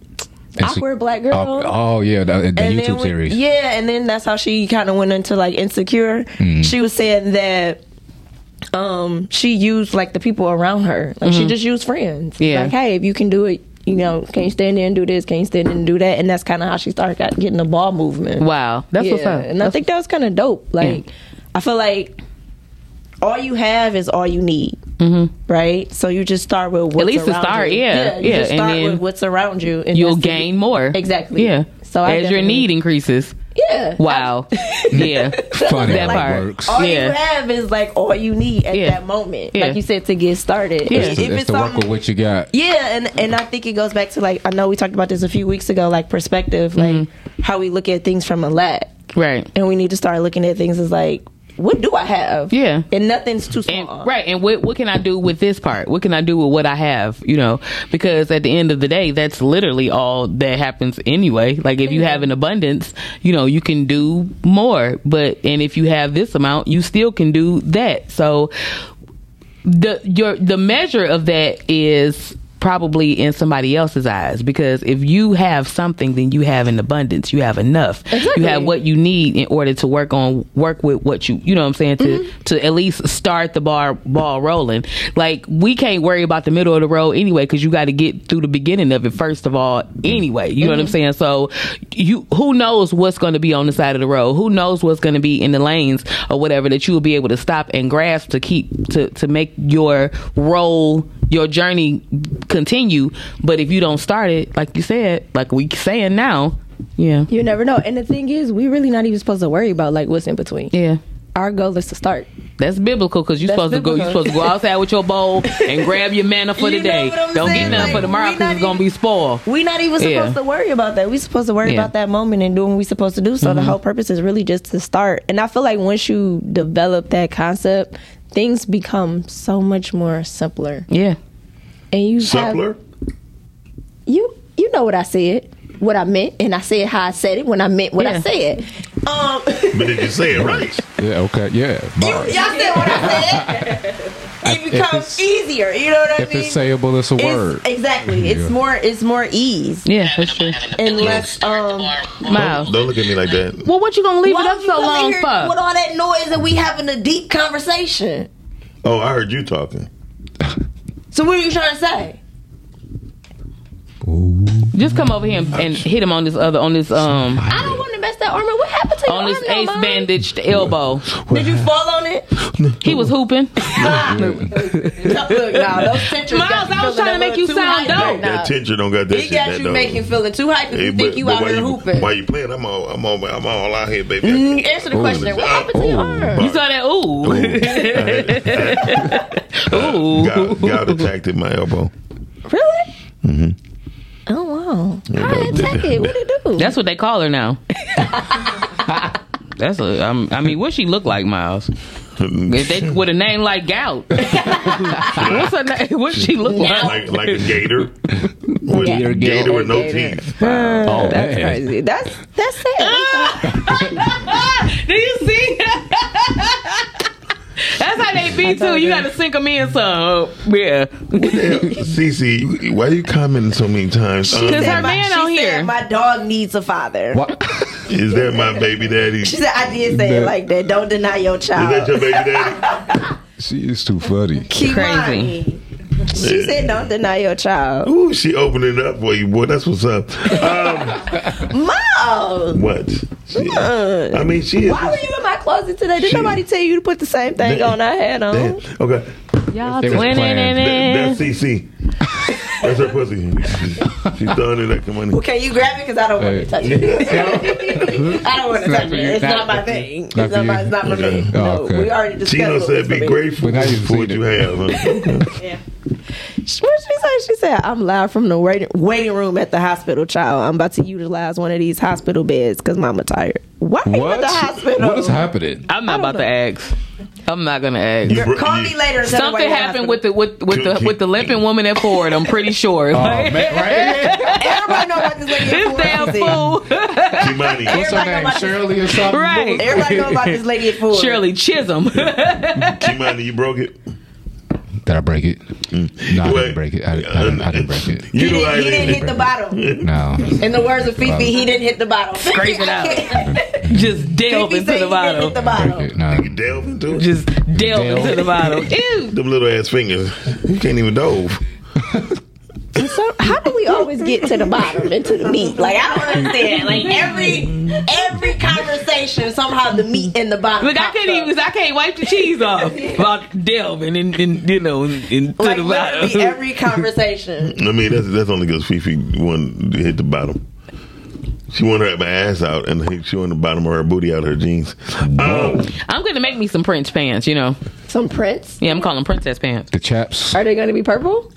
Speaker 5: awkward black girl.
Speaker 6: Oh, oh, yeah, the, the
Speaker 5: And then
Speaker 6: YouTube
Speaker 5: when-
Speaker 6: series.
Speaker 5: Yeah, and then that's how she kind of went into like insecure.
Speaker 4: Mm-hmm.
Speaker 5: She was saying that um she used like the people around her. Like she just used friends.
Speaker 4: Mm-hmm. Yeah.
Speaker 5: Like, hey, if you can do it, you know, can you stand there and do this? Can you stand there and do that? And that's kind of how she started got, getting the ball movement.
Speaker 4: Wow, that's what's
Speaker 5: Yeah,
Speaker 4: up.
Speaker 5: And I think that was kind of dope. Like, I feel like all you have is all you need, right? So you just start with what's
Speaker 4: Mm-hmm. least to
Speaker 5: around
Speaker 4: start,
Speaker 5: you.
Speaker 4: yeah,
Speaker 5: you
Speaker 4: yeah,
Speaker 5: just
Speaker 4: and
Speaker 5: start
Speaker 4: then
Speaker 5: with what's around you, and
Speaker 4: You'll
Speaker 5: that's the-
Speaker 4: gain more
Speaker 5: Exactly.
Speaker 4: Yeah.
Speaker 5: So
Speaker 4: So
Speaker 5: I
Speaker 4: as your
Speaker 5: definitely-
Speaker 4: need increases.
Speaker 5: Yeah.
Speaker 4: Wow. yeah.
Speaker 6: Funny
Speaker 4: That
Speaker 6: how
Speaker 4: part.
Speaker 6: it works.
Speaker 5: All you
Speaker 4: Yeah.
Speaker 5: have is like all you need at
Speaker 4: Yeah.
Speaker 5: that moment,
Speaker 4: Yeah.
Speaker 5: like you said, to get started.
Speaker 4: Yeah.
Speaker 5: If,
Speaker 6: It's,
Speaker 5: if
Speaker 6: it's
Speaker 5: it's
Speaker 6: to work
Speaker 5: something
Speaker 6: with what you got.
Speaker 5: Yeah, and and I think it goes back to like I know we talked about this a few weeks ago, like perspective, like how we look at things from a lack,
Speaker 4: Mm-hmm. Right.
Speaker 5: and we need to start looking at things as like, what do I have?
Speaker 4: Yeah.
Speaker 5: and nothing's too
Speaker 4: And,
Speaker 5: small.
Speaker 4: right, and what what can I do with this part? What can I do with what I have? You know, because at the end of the day, that's literally all that happens anyway. Like
Speaker 5: Mm-hmm.
Speaker 4: if you have an abundance, you know, you can do more. But and if you have this amount, you still can do that. So the your the measure of that is probably in somebody else's eyes because if you have something then you have an abundance you have enough
Speaker 5: Exactly.
Speaker 4: you have what you need in order to work on work with what you you know what i'm saying to to at least start the bar ball rolling like we can't worry about the middle of the road anyway because you got to get through the beginning of it first of all anyway you know what i'm saying so you who knows what's going to be on the side of the road who knows what's going to be in the lanes or whatever that you will be able to stop and grasp to keep to to make your role your journey continue but if you don't start it like you said like we saying now yeah
Speaker 5: You never know. And the thing is, we really not even supposed to worry about like what's in between.
Speaker 4: yeah
Speaker 5: Our goal is to start.
Speaker 4: That's biblical because you're
Speaker 5: That's
Speaker 4: supposed to go. You're
Speaker 5: biblical.
Speaker 4: supposed to go outside with your bowl and grab your manna for the
Speaker 5: You know
Speaker 4: day.
Speaker 5: what I'm
Speaker 4: Don't get
Speaker 5: saying?
Speaker 4: nothing
Speaker 5: Like,
Speaker 4: for tomorrow
Speaker 5: we not
Speaker 4: because it's gonna
Speaker 5: even-
Speaker 4: be spoiled.
Speaker 5: We not even supposed
Speaker 4: Yeah.
Speaker 5: to worry about that. We supposed to worry
Speaker 4: Yeah. Mm-hmm.
Speaker 5: about that moment and doing what we supposed to do. So the whole purpose is really just to start. And I feel like once you develop that concept, things become so much more simpler.
Speaker 4: Yeah,
Speaker 5: And you have
Speaker 7: Simpler.
Speaker 5: you you know what I said, what I meant, and I said how I said it when I meant what I
Speaker 4: Yeah.
Speaker 5: said. Um,
Speaker 7: But did you say it right?
Speaker 6: Yeah, okay, yeah. Bars.
Speaker 5: y'all said what I said.
Speaker 6: If
Speaker 5: It becomes
Speaker 6: it's-
Speaker 5: easier. You know what I
Speaker 6: If
Speaker 5: mean?
Speaker 6: it's sayable, it's a
Speaker 5: It's-
Speaker 6: word.
Speaker 5: exactly.
Speaker 6: Yeah.
Speaker 5: It's more. It's more ease.
Speaker 4: yeah, that's true.
Speaker 5: And less. Um,
Speaker 4: Miles.
Speaker 7: Don't look at me like that.
Speaker 4: Well, what you gonna leave it
Speaker 5: why
Speaker 4: up
Speaker 5: you
Speaker 4: so
Speaker 5: come in
Speaker 4: long
Speaker 5: here
Speaker 4: for?
Speaker 5: With all that noise, and we having a deep conversation.
Speaker 7: Oh, I heard you talking.
Speaker 5: So what are you trying to say?
Speaker 4: Just come over here and, and hit him on this other on this um
Speaker 5: I don't want to mess that armor. What happened to your
Speaker 4: on this
Speaker 5: arm,
Speaker 4: ace
Speaker 5: Mom?
Speaker 4: bandaged elbow.
Speaker 5: Did you fall on it?
Speaker 4: He was hooping.
Speaker 5: No, look, nah, those centers
Speaker 4: Miles,
Speaker 5: got you
Speaker 4: I was trying
Speaker 5: feeling
Speaker 4: to
Speaker 5: a
Speaker 4: make
Speaker 5: little
Speaker 4: you
Speaker 5: too
Speaker 4: sound
Speaker 5: hype
Speaker 4: dope.
Speaker 5: right now.
Speaker 7: That tension don't got that
Speaker 5: It
Speaker 7: shit.
Speaker 5: got
Speaker 7: that
Speaker 5: you
Speaker 7: don't.
Speaker 5: making feeling too hype because
Speaker 7: Hey,
Speaker 5: you think you out
Speaker 7: why
Speaker 5: here
Speaker 7: you,
Speaker 5: hooping.
Speaker 7: Why you playing? I'm all, I'm all, I'm all out here, baby.
Speaker 5: Mm, answer the question. What happened to your arm?
Speaker 4: You saw that?
Speaker 7: Ooh.
Speaker 4: Ooh, ooh.
Speaker 7: God, God attacked at my elbow.
Speaker 5: Really? Mm-hmm. Oh wow! I didn't take it. What did it do?
Speaker 4: That's what they call her now. That's a. I'm, I mean, what she look like, Miles? If they with a name like Gout, what's her name? What she look like?
Speaker 7: like like a gator. With
Speaker 6: Gator,
Speaker 7: gator,
Speaker 6: gator.
Speaker 7: with no
Speaker 5: Gator.
Speaker 7: teeth.
Speaker 6: oh,
Speaker 5: That's
Speaker 6: man.
Speaker 5: crazy. That's that's sad.
Speaker 4: Ah! Do you see? That's how they be too. You gotta sink them in some. Yeah,
Speaker 7: Cece, why you commenting so many times?
Speaker 4: because
Speaker 7: Um,
Speaker 4: her man on
Speaker 5: she
Speaker 4: here.
Speaker 5: said my dog needs a father.
Speaker 6: What?
Speaker 7: is that my baby daddy?
Speaker 5: She
Speaker 7: Is
Speaker 5: said I did say it
Speaker 6: That-
Speaker 5: like that. Don't deny your
Speaker 7: that
Speaker 5: child.
Speaker 7: your baby daddy?
Speaker 6: She is too funny.
Speaker 4: Crazy.
Speaker 5: Kimani. She said don't deny your child.
Speaker 7: Ooh, she opening it up for you, boy. That's what's up. Um,
Speaker 5: Mom,
Speaker 7: what? She- I mean, she is.
Speaker 5: why were you in my closet today? Did
Speaker 7: She-
Speaker 5: nobody tell you to put the same thing
Speaker 7: That-
Speaker 5: on I had on?
Speaker 7: Damn. Okay,
Speaker 4: Y'all
Speaker 6: They was
Speaker 4: twinning
Speaker 6: playing.
Speaker 4: in
Speaker 7: That-
Speaker 4: it.
Speaker 7: that's CC. That's her pussy. She's throwing it at money.
Speaker 5: Well, can you grab it? Because I don't want
Speaker 6: Hey.
Speaker 5: to touch it. I don't want to
Speaker 6: Not
Speaker 5: touch
Speaker 6: for
Speaker 5: it.
Speaker 6: you.
Speaker 5: It's
Speaker 6: Not
Speaker 5: not, my
Speaker 6: for you.
Speaker 5: thing. It's
Speaker 6: Not
Speaker 5: not
Speaker 6: for
Speaker 5: my.
Speaker 6: you.
Speaker 5: It's not my
Speaker 7: Okay.
Speaker 5: thing. No,
Speaker 6: Oh, okay.
Speaker 5: we already discussed.
Speaker 7: Gino
Speaker 5: what was
Speaker 7: said,
Speaker 5: for
Speaker 7: "Be
Speaker 5: me."
Speaker 7: grateful
Speaker 6: But now you've
Speaker 7: for what
Speaker 6: seen
Speaker 7: you
Speaker 6: it.
Speaker 7: have." huh?
Speaker 5: What she said? She said, "I'm loud from the waiting, waiting room at the hospital, child. I'm about to utilize one of these hospital beds because mama tired. Why are you
Speaker 6: What?
Speaker 5: at the hospital?
Speaker 6: What is happening?
Speaker 4: I'm not about to ask. I'm not gonna ask.
Speaker 7: You br-
Speaker 5: Call
Speaker 7: you-
Speaker 5: me later. and tell me why
Speaker 4: Something
Speaker 5: you're at
Speaker 4: happened
Speaker 5: hospital.
Speaker 4: with the with with the with the limping woman at Ford. I'm pretty sure.
Speaker 6: Oh,
Speaker 4: Like,
Speaker 6: man, right?
Speaker 5: Everybody know about this lady. at
Speaker 4: this
Speaker 5: Ford.
Speaker 4: damn
Speaker 5: She's
Speaker 4: fool,
Speaker 7: Kimani.
Speaker 5: Everybody
Speaker 6: What's her name?
Speaker 5: know about
Speaker 6: Shirley or something?
Speaker 5: sick.
Speaker 4: right?
Speaker 5: Everybody know about this lady at Ford.
Speaker 4: Shirley Chisholm.
Speaker 7: Kimani, you broke it.
Speaker 6: Did I break it? No, I
Speaker 7: Mm. Wait.
Speaker 6: didn't break it. I, I, didn't, I didn't break it.
Speaker 5: He
Speaker 7: You know
Speaker 5: didn't,
Speaker 7: I
Speaker 5: he didn't hit the bottom.
Speaker 6: No.
Speaker 5: In the words of Fifi, he didn't hit the bottom.
Speaker 4: Scrape it out.
Speaker 5: Fifi
Speaker 4: Just delve
Speaker 5: said
Speaker 4: into
Speaker 5: he
Speaker 4: the
Speaker 5: didn't hit the
Speaker 4: bottom.
Speaker 5: bottom.
Speaker 6: Break it. No.
Speaker 7: Delve into it.
Speaker 4: Just delve into the bottom. Ew.
Speaker 7: Them little ass fingers. You can't even dove.
Speaker 5: So how do we always get to the bottom and to the meat? Like I don't understand. Like every every conversation, somehow the meat and the bottom.
Speaker 4: Look, I
Speaker 5: pops
Speaker 4: can't
Speaker 5: up.
Speaker 4: even. I can't wipe the cheese off about delving and, and you know and, and to
Speaker 5: Like
Speaker 4: the
Speaker 5: literally
Speaker 4: bottom.
Speaker 5: every conversation.
Speaker 7: I mean, that's that's only because Fifi won hit the bottom. She wanted her ass out, and he- she wanted the bottom of her booty out of her jeans. Um,
Speaker 4: I'm gonna make me some Prince pants. You know.
Speaker 5: Some prints.
Speaker 4: Yeah, I'm calling princess pants. Hmm.
Speaker 6: The chaps.
Speaker 5: Are they going to be purple?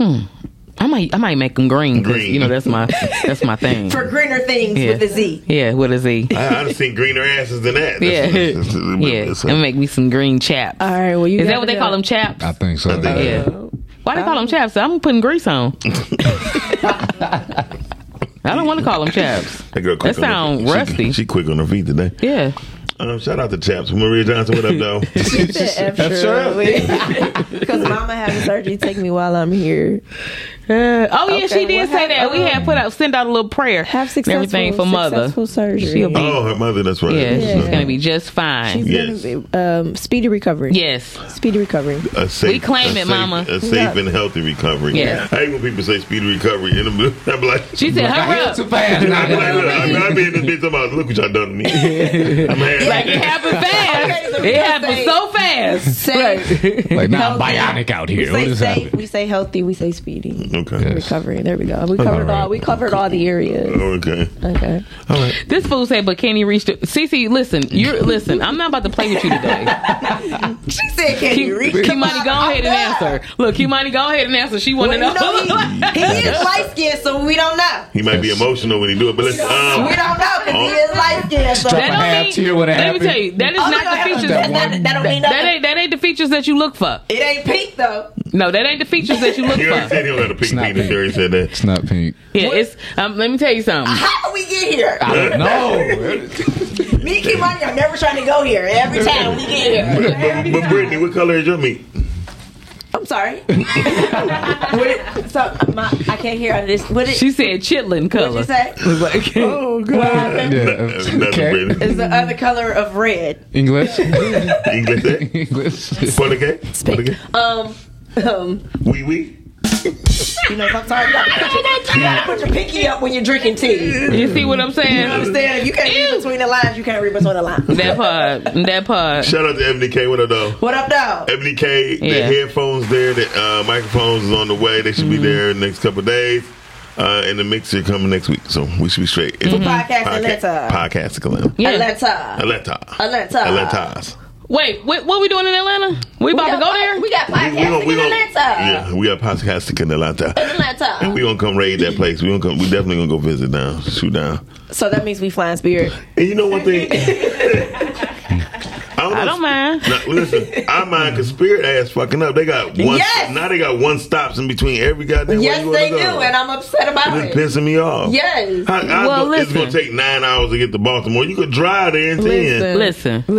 Speaker 4: I might. I might make them green. 'cause,
Speaker 7: Green.
Speaker 4: You know, that's my. That's my thing.
Speaker 5: For greener things
Speaker 4: Yeah.
Speaker 5: with a Z.
Speaker 4: Yeah. What is he?
Speaker 7: I, I've seen greener asses than that.
Speaker 4: Yeah.
Speaker 7: That's- that's-
Speaker 4: Yeah,
Speaker 7: that's-
Speaker 4: I'm gonna make me some green chaps.
Speaker 5: All right. Well, you
Speaker 4: Is that what they call them chaps?
Speaker 6: I think so.
Speaker 7: I think-
Speaker 4: Yeah.
Speaker 6: yeah.
Speaker 4: Why they call them chaps? I'm putting grease on. I don't want to call them chaps.
Speaker 7: that girl quick
Speaker 4: That sound
Speaker 7: on her feet. She-
Speaker 4: rusty.
Speaker 7: She, quick on her feet today.
Speaker 4: Yeah.
Speaker 7: Um, shout out to Chaps. Maria Johnson, what up, though?
Speaker 5: Because mama having surgery. Take me while I'm here.
Speaker 4: oh yeah,
Speaker 5: Okay,
Speaker 4: she did
Speaker 5: what
Speaker 4: say that. we had put out, send out a little prayer.
Speaker 5: Have successful,
Speaker 4: and everything for mother.
Speaker 5: successful surgery.
Speaker 4: She'll be-
Speaker 7: oh, her mother, that's right.
Speaker 4: Yeah, she's
Speaker 7: So,
Speaker 4: gonna be just fine.
Speaker 7: Yes.
Speaker 5: Um, speedy recovery.
Speaker 4: yes.
Speaker 5: Speedy recovery.
Speaker 7: a safe,
Speaker 4: We claim
Speaker 7: a
Speaker 4: it,
Speaker 7: safe-
Speaker 4: mama.
Speaker 7: A safe
Speaker 5: Yeah.
Speaker 7: and healthy recovery.
Speaker 4: Yeah.
Speaker 7: I hate when people say speedy recovery in the middle. I'm like,
Speaker 4: She said, "Hurry
Speaker 6: Hit
Speaker 4: up."
Speaker 6: too fast. Nah,
Speaker 7: I'm like,
Speaker 6: nah,
Speaker 7: look,
Speaker 6: nah.
Speaker 7: I'm, I'm in this bitch. I'm like, look what y'all done to me. I'm happy.
Speaker 4: Like it happened fast. It happened so fast.
Speaker 5: Safe.
Speaker 6: Like, nah, I'm bionic out here.
Speaker 5: We
Speaker 6: What
Speaker 5: say
Speaker 6: is
Speaker 5: safe.
Speaker 6: happening?
Speaker 5: We say healthy. We say speedy.
Speaker 7: Okay.
Speaker 5: Recovery. There we go. We covered
Speaker 6: right.
Speaker 5: all. We covered all the areas.
Speaker 7: Okay.
Speaker 5: Okay.
Speaker 7: All right.
Speaker 4: This fool said, "But can he reach?" The- Cece, listen. You're listen. I'm not about to play with you today.
Speaker 5: She said, "Can you reach?" the
Speaker 4: Kimani, go
Speaker 5: bottom?"
Speaker 4: ahead and answer. Look, Kimani, go ahead and answer. She want to
Speaker 5: Well, you
Speaker 4: know.
Speaker 5: know he, he is light skinned, so we don't know.
Speaker 7: He might be
Speaker 6: Yes.
Speaker 7: emotional when he do it, but let's. Um,
Speaker 5: We don't know because he is light skinned. So
Speaker 6: Strap
Speaker 4: That
Speaker 6: a
Speaker 4: don't
Speaker 6: half
Speaker 4: mean-
Speaker 6: tear when it
Speaker 4: Let me
Speaker 6: happened.
Speaker 4: tell you, that is
Speaker 5: Oh,
Speaker 4: not
Speaker 5: no,
Speaker 4: the
Speaker 5: that-
Speaker 4: features.
Speaker 5: That,
Speaker 4: That,
Speaker 5: that, that don't mean nothing.
Speaker 4: ain't that ain't the features that you look for.
Speaker 5: it ain't peak though.
Speaker 4: No, that ain't the features that you look
Speaker 7: he already
Speaker 4: for.
Speaker 7: said he don't got a pink
Speaker 6: not
Speaker 7: penis.
Speaker 6: pink.
Speaker 7: He already said that.
Speaker 6: It's not pink.
Speaker 4: Yeah, it's. Um, let me tell you something.
Speaker 5: How do we get here?
Speaker 6: No.
Speaker 5: Me and Kimani are never trying to go here. Every time we get here.
Speaker 7: But, but, but Brittany, what color is your meat?
Speaker 5: I'm sorry. What- so my, I can't hear this. What did
Speaker 4: She said chitlin
Speaker 5: what you
Speaker 4: color.
Speaker 5: say?
Speaker 6: Oh, God.
Speaker 7: That's nothing,
Speaker 6: Okay.
Speaker 7: Brittany.
Speaker 5: Is the other color of red?
Speaker 6: English?
Speaker 7: English that?
Speaker 6: English?
Speaker 7: For the gay? For the gay?
Speaker 5: Um. Um,
Speaker 7: Wee wee?
Speaker 5: you know, sometimes you gotta, put your, you gotta put your pinky up when you're drinking tea.
Speaker 4: You see what I'm saying?
Speaker 5: Understand? If you can't read between the lines, you can't read between the lines.
Speaker 4: That part. That part.
Speaker 7: Shout out to Ebony K. What up, though?
Speaker 5: What up, dog?
Speaker 7: Ebony K, the
Speaker 4: Yeah. Mm-hmm.
Speaker 7: headphones there, the uh, microphones is on the way. They should be there in the next couple of days. Uh, and the mixer coming next week, so we should be straight. If-
Speaker 5: Podcast Atlanta.
Speaker 7: Podcast Atlanta.
Speaker 4: Mm-hmm. Yeah.
Speaker 5: Atlanta.
Speaker 7: Atlanta.
Speaker 5: Atlanta.
Speaker 7: Atlanta.
Speaker 4: Wait, what, what we doing in Atlanta? We about to go there?
Speaker 5: We got podcasting in Atlanta.
Speaker 7: yeah, we are podcasting in Atlanta. And
Speaker 5: Atlanta.
Speaker 7: we gonna come raid that place. We gonna come. We definitely gonna go visit down, shoot down.
Speaker 5: So that means we flying spirit.
Speaker 7: And you know one thing? I don't,
Speaker 4: I don't mind.
Speaker 7: Now, listen, I mind because Spirit ass fucking up. They got one.
Speaker 5: Yes!
Speaker 7: Now they got one stops in between every goddamn. way
Speaker 5: Yes,
Speaker 7: you wanna
Speaker 5: they do,
Speaker 7: go.
Speaker 5: and I'm upset about
Speaker 7: It's
Speaker 5: it.
Speaker 7: pissing me off.
Speaker 5: Yes.
Speaker 7: I, I
Speaker 4: Well,
Speaker 7: go- it's gonna
Speaker 4: listen.
Speaker 7: take nine hours to get to Baltimore. You could drive there in ten.
Speaker 4: Listen.
Speaker 5: Listen.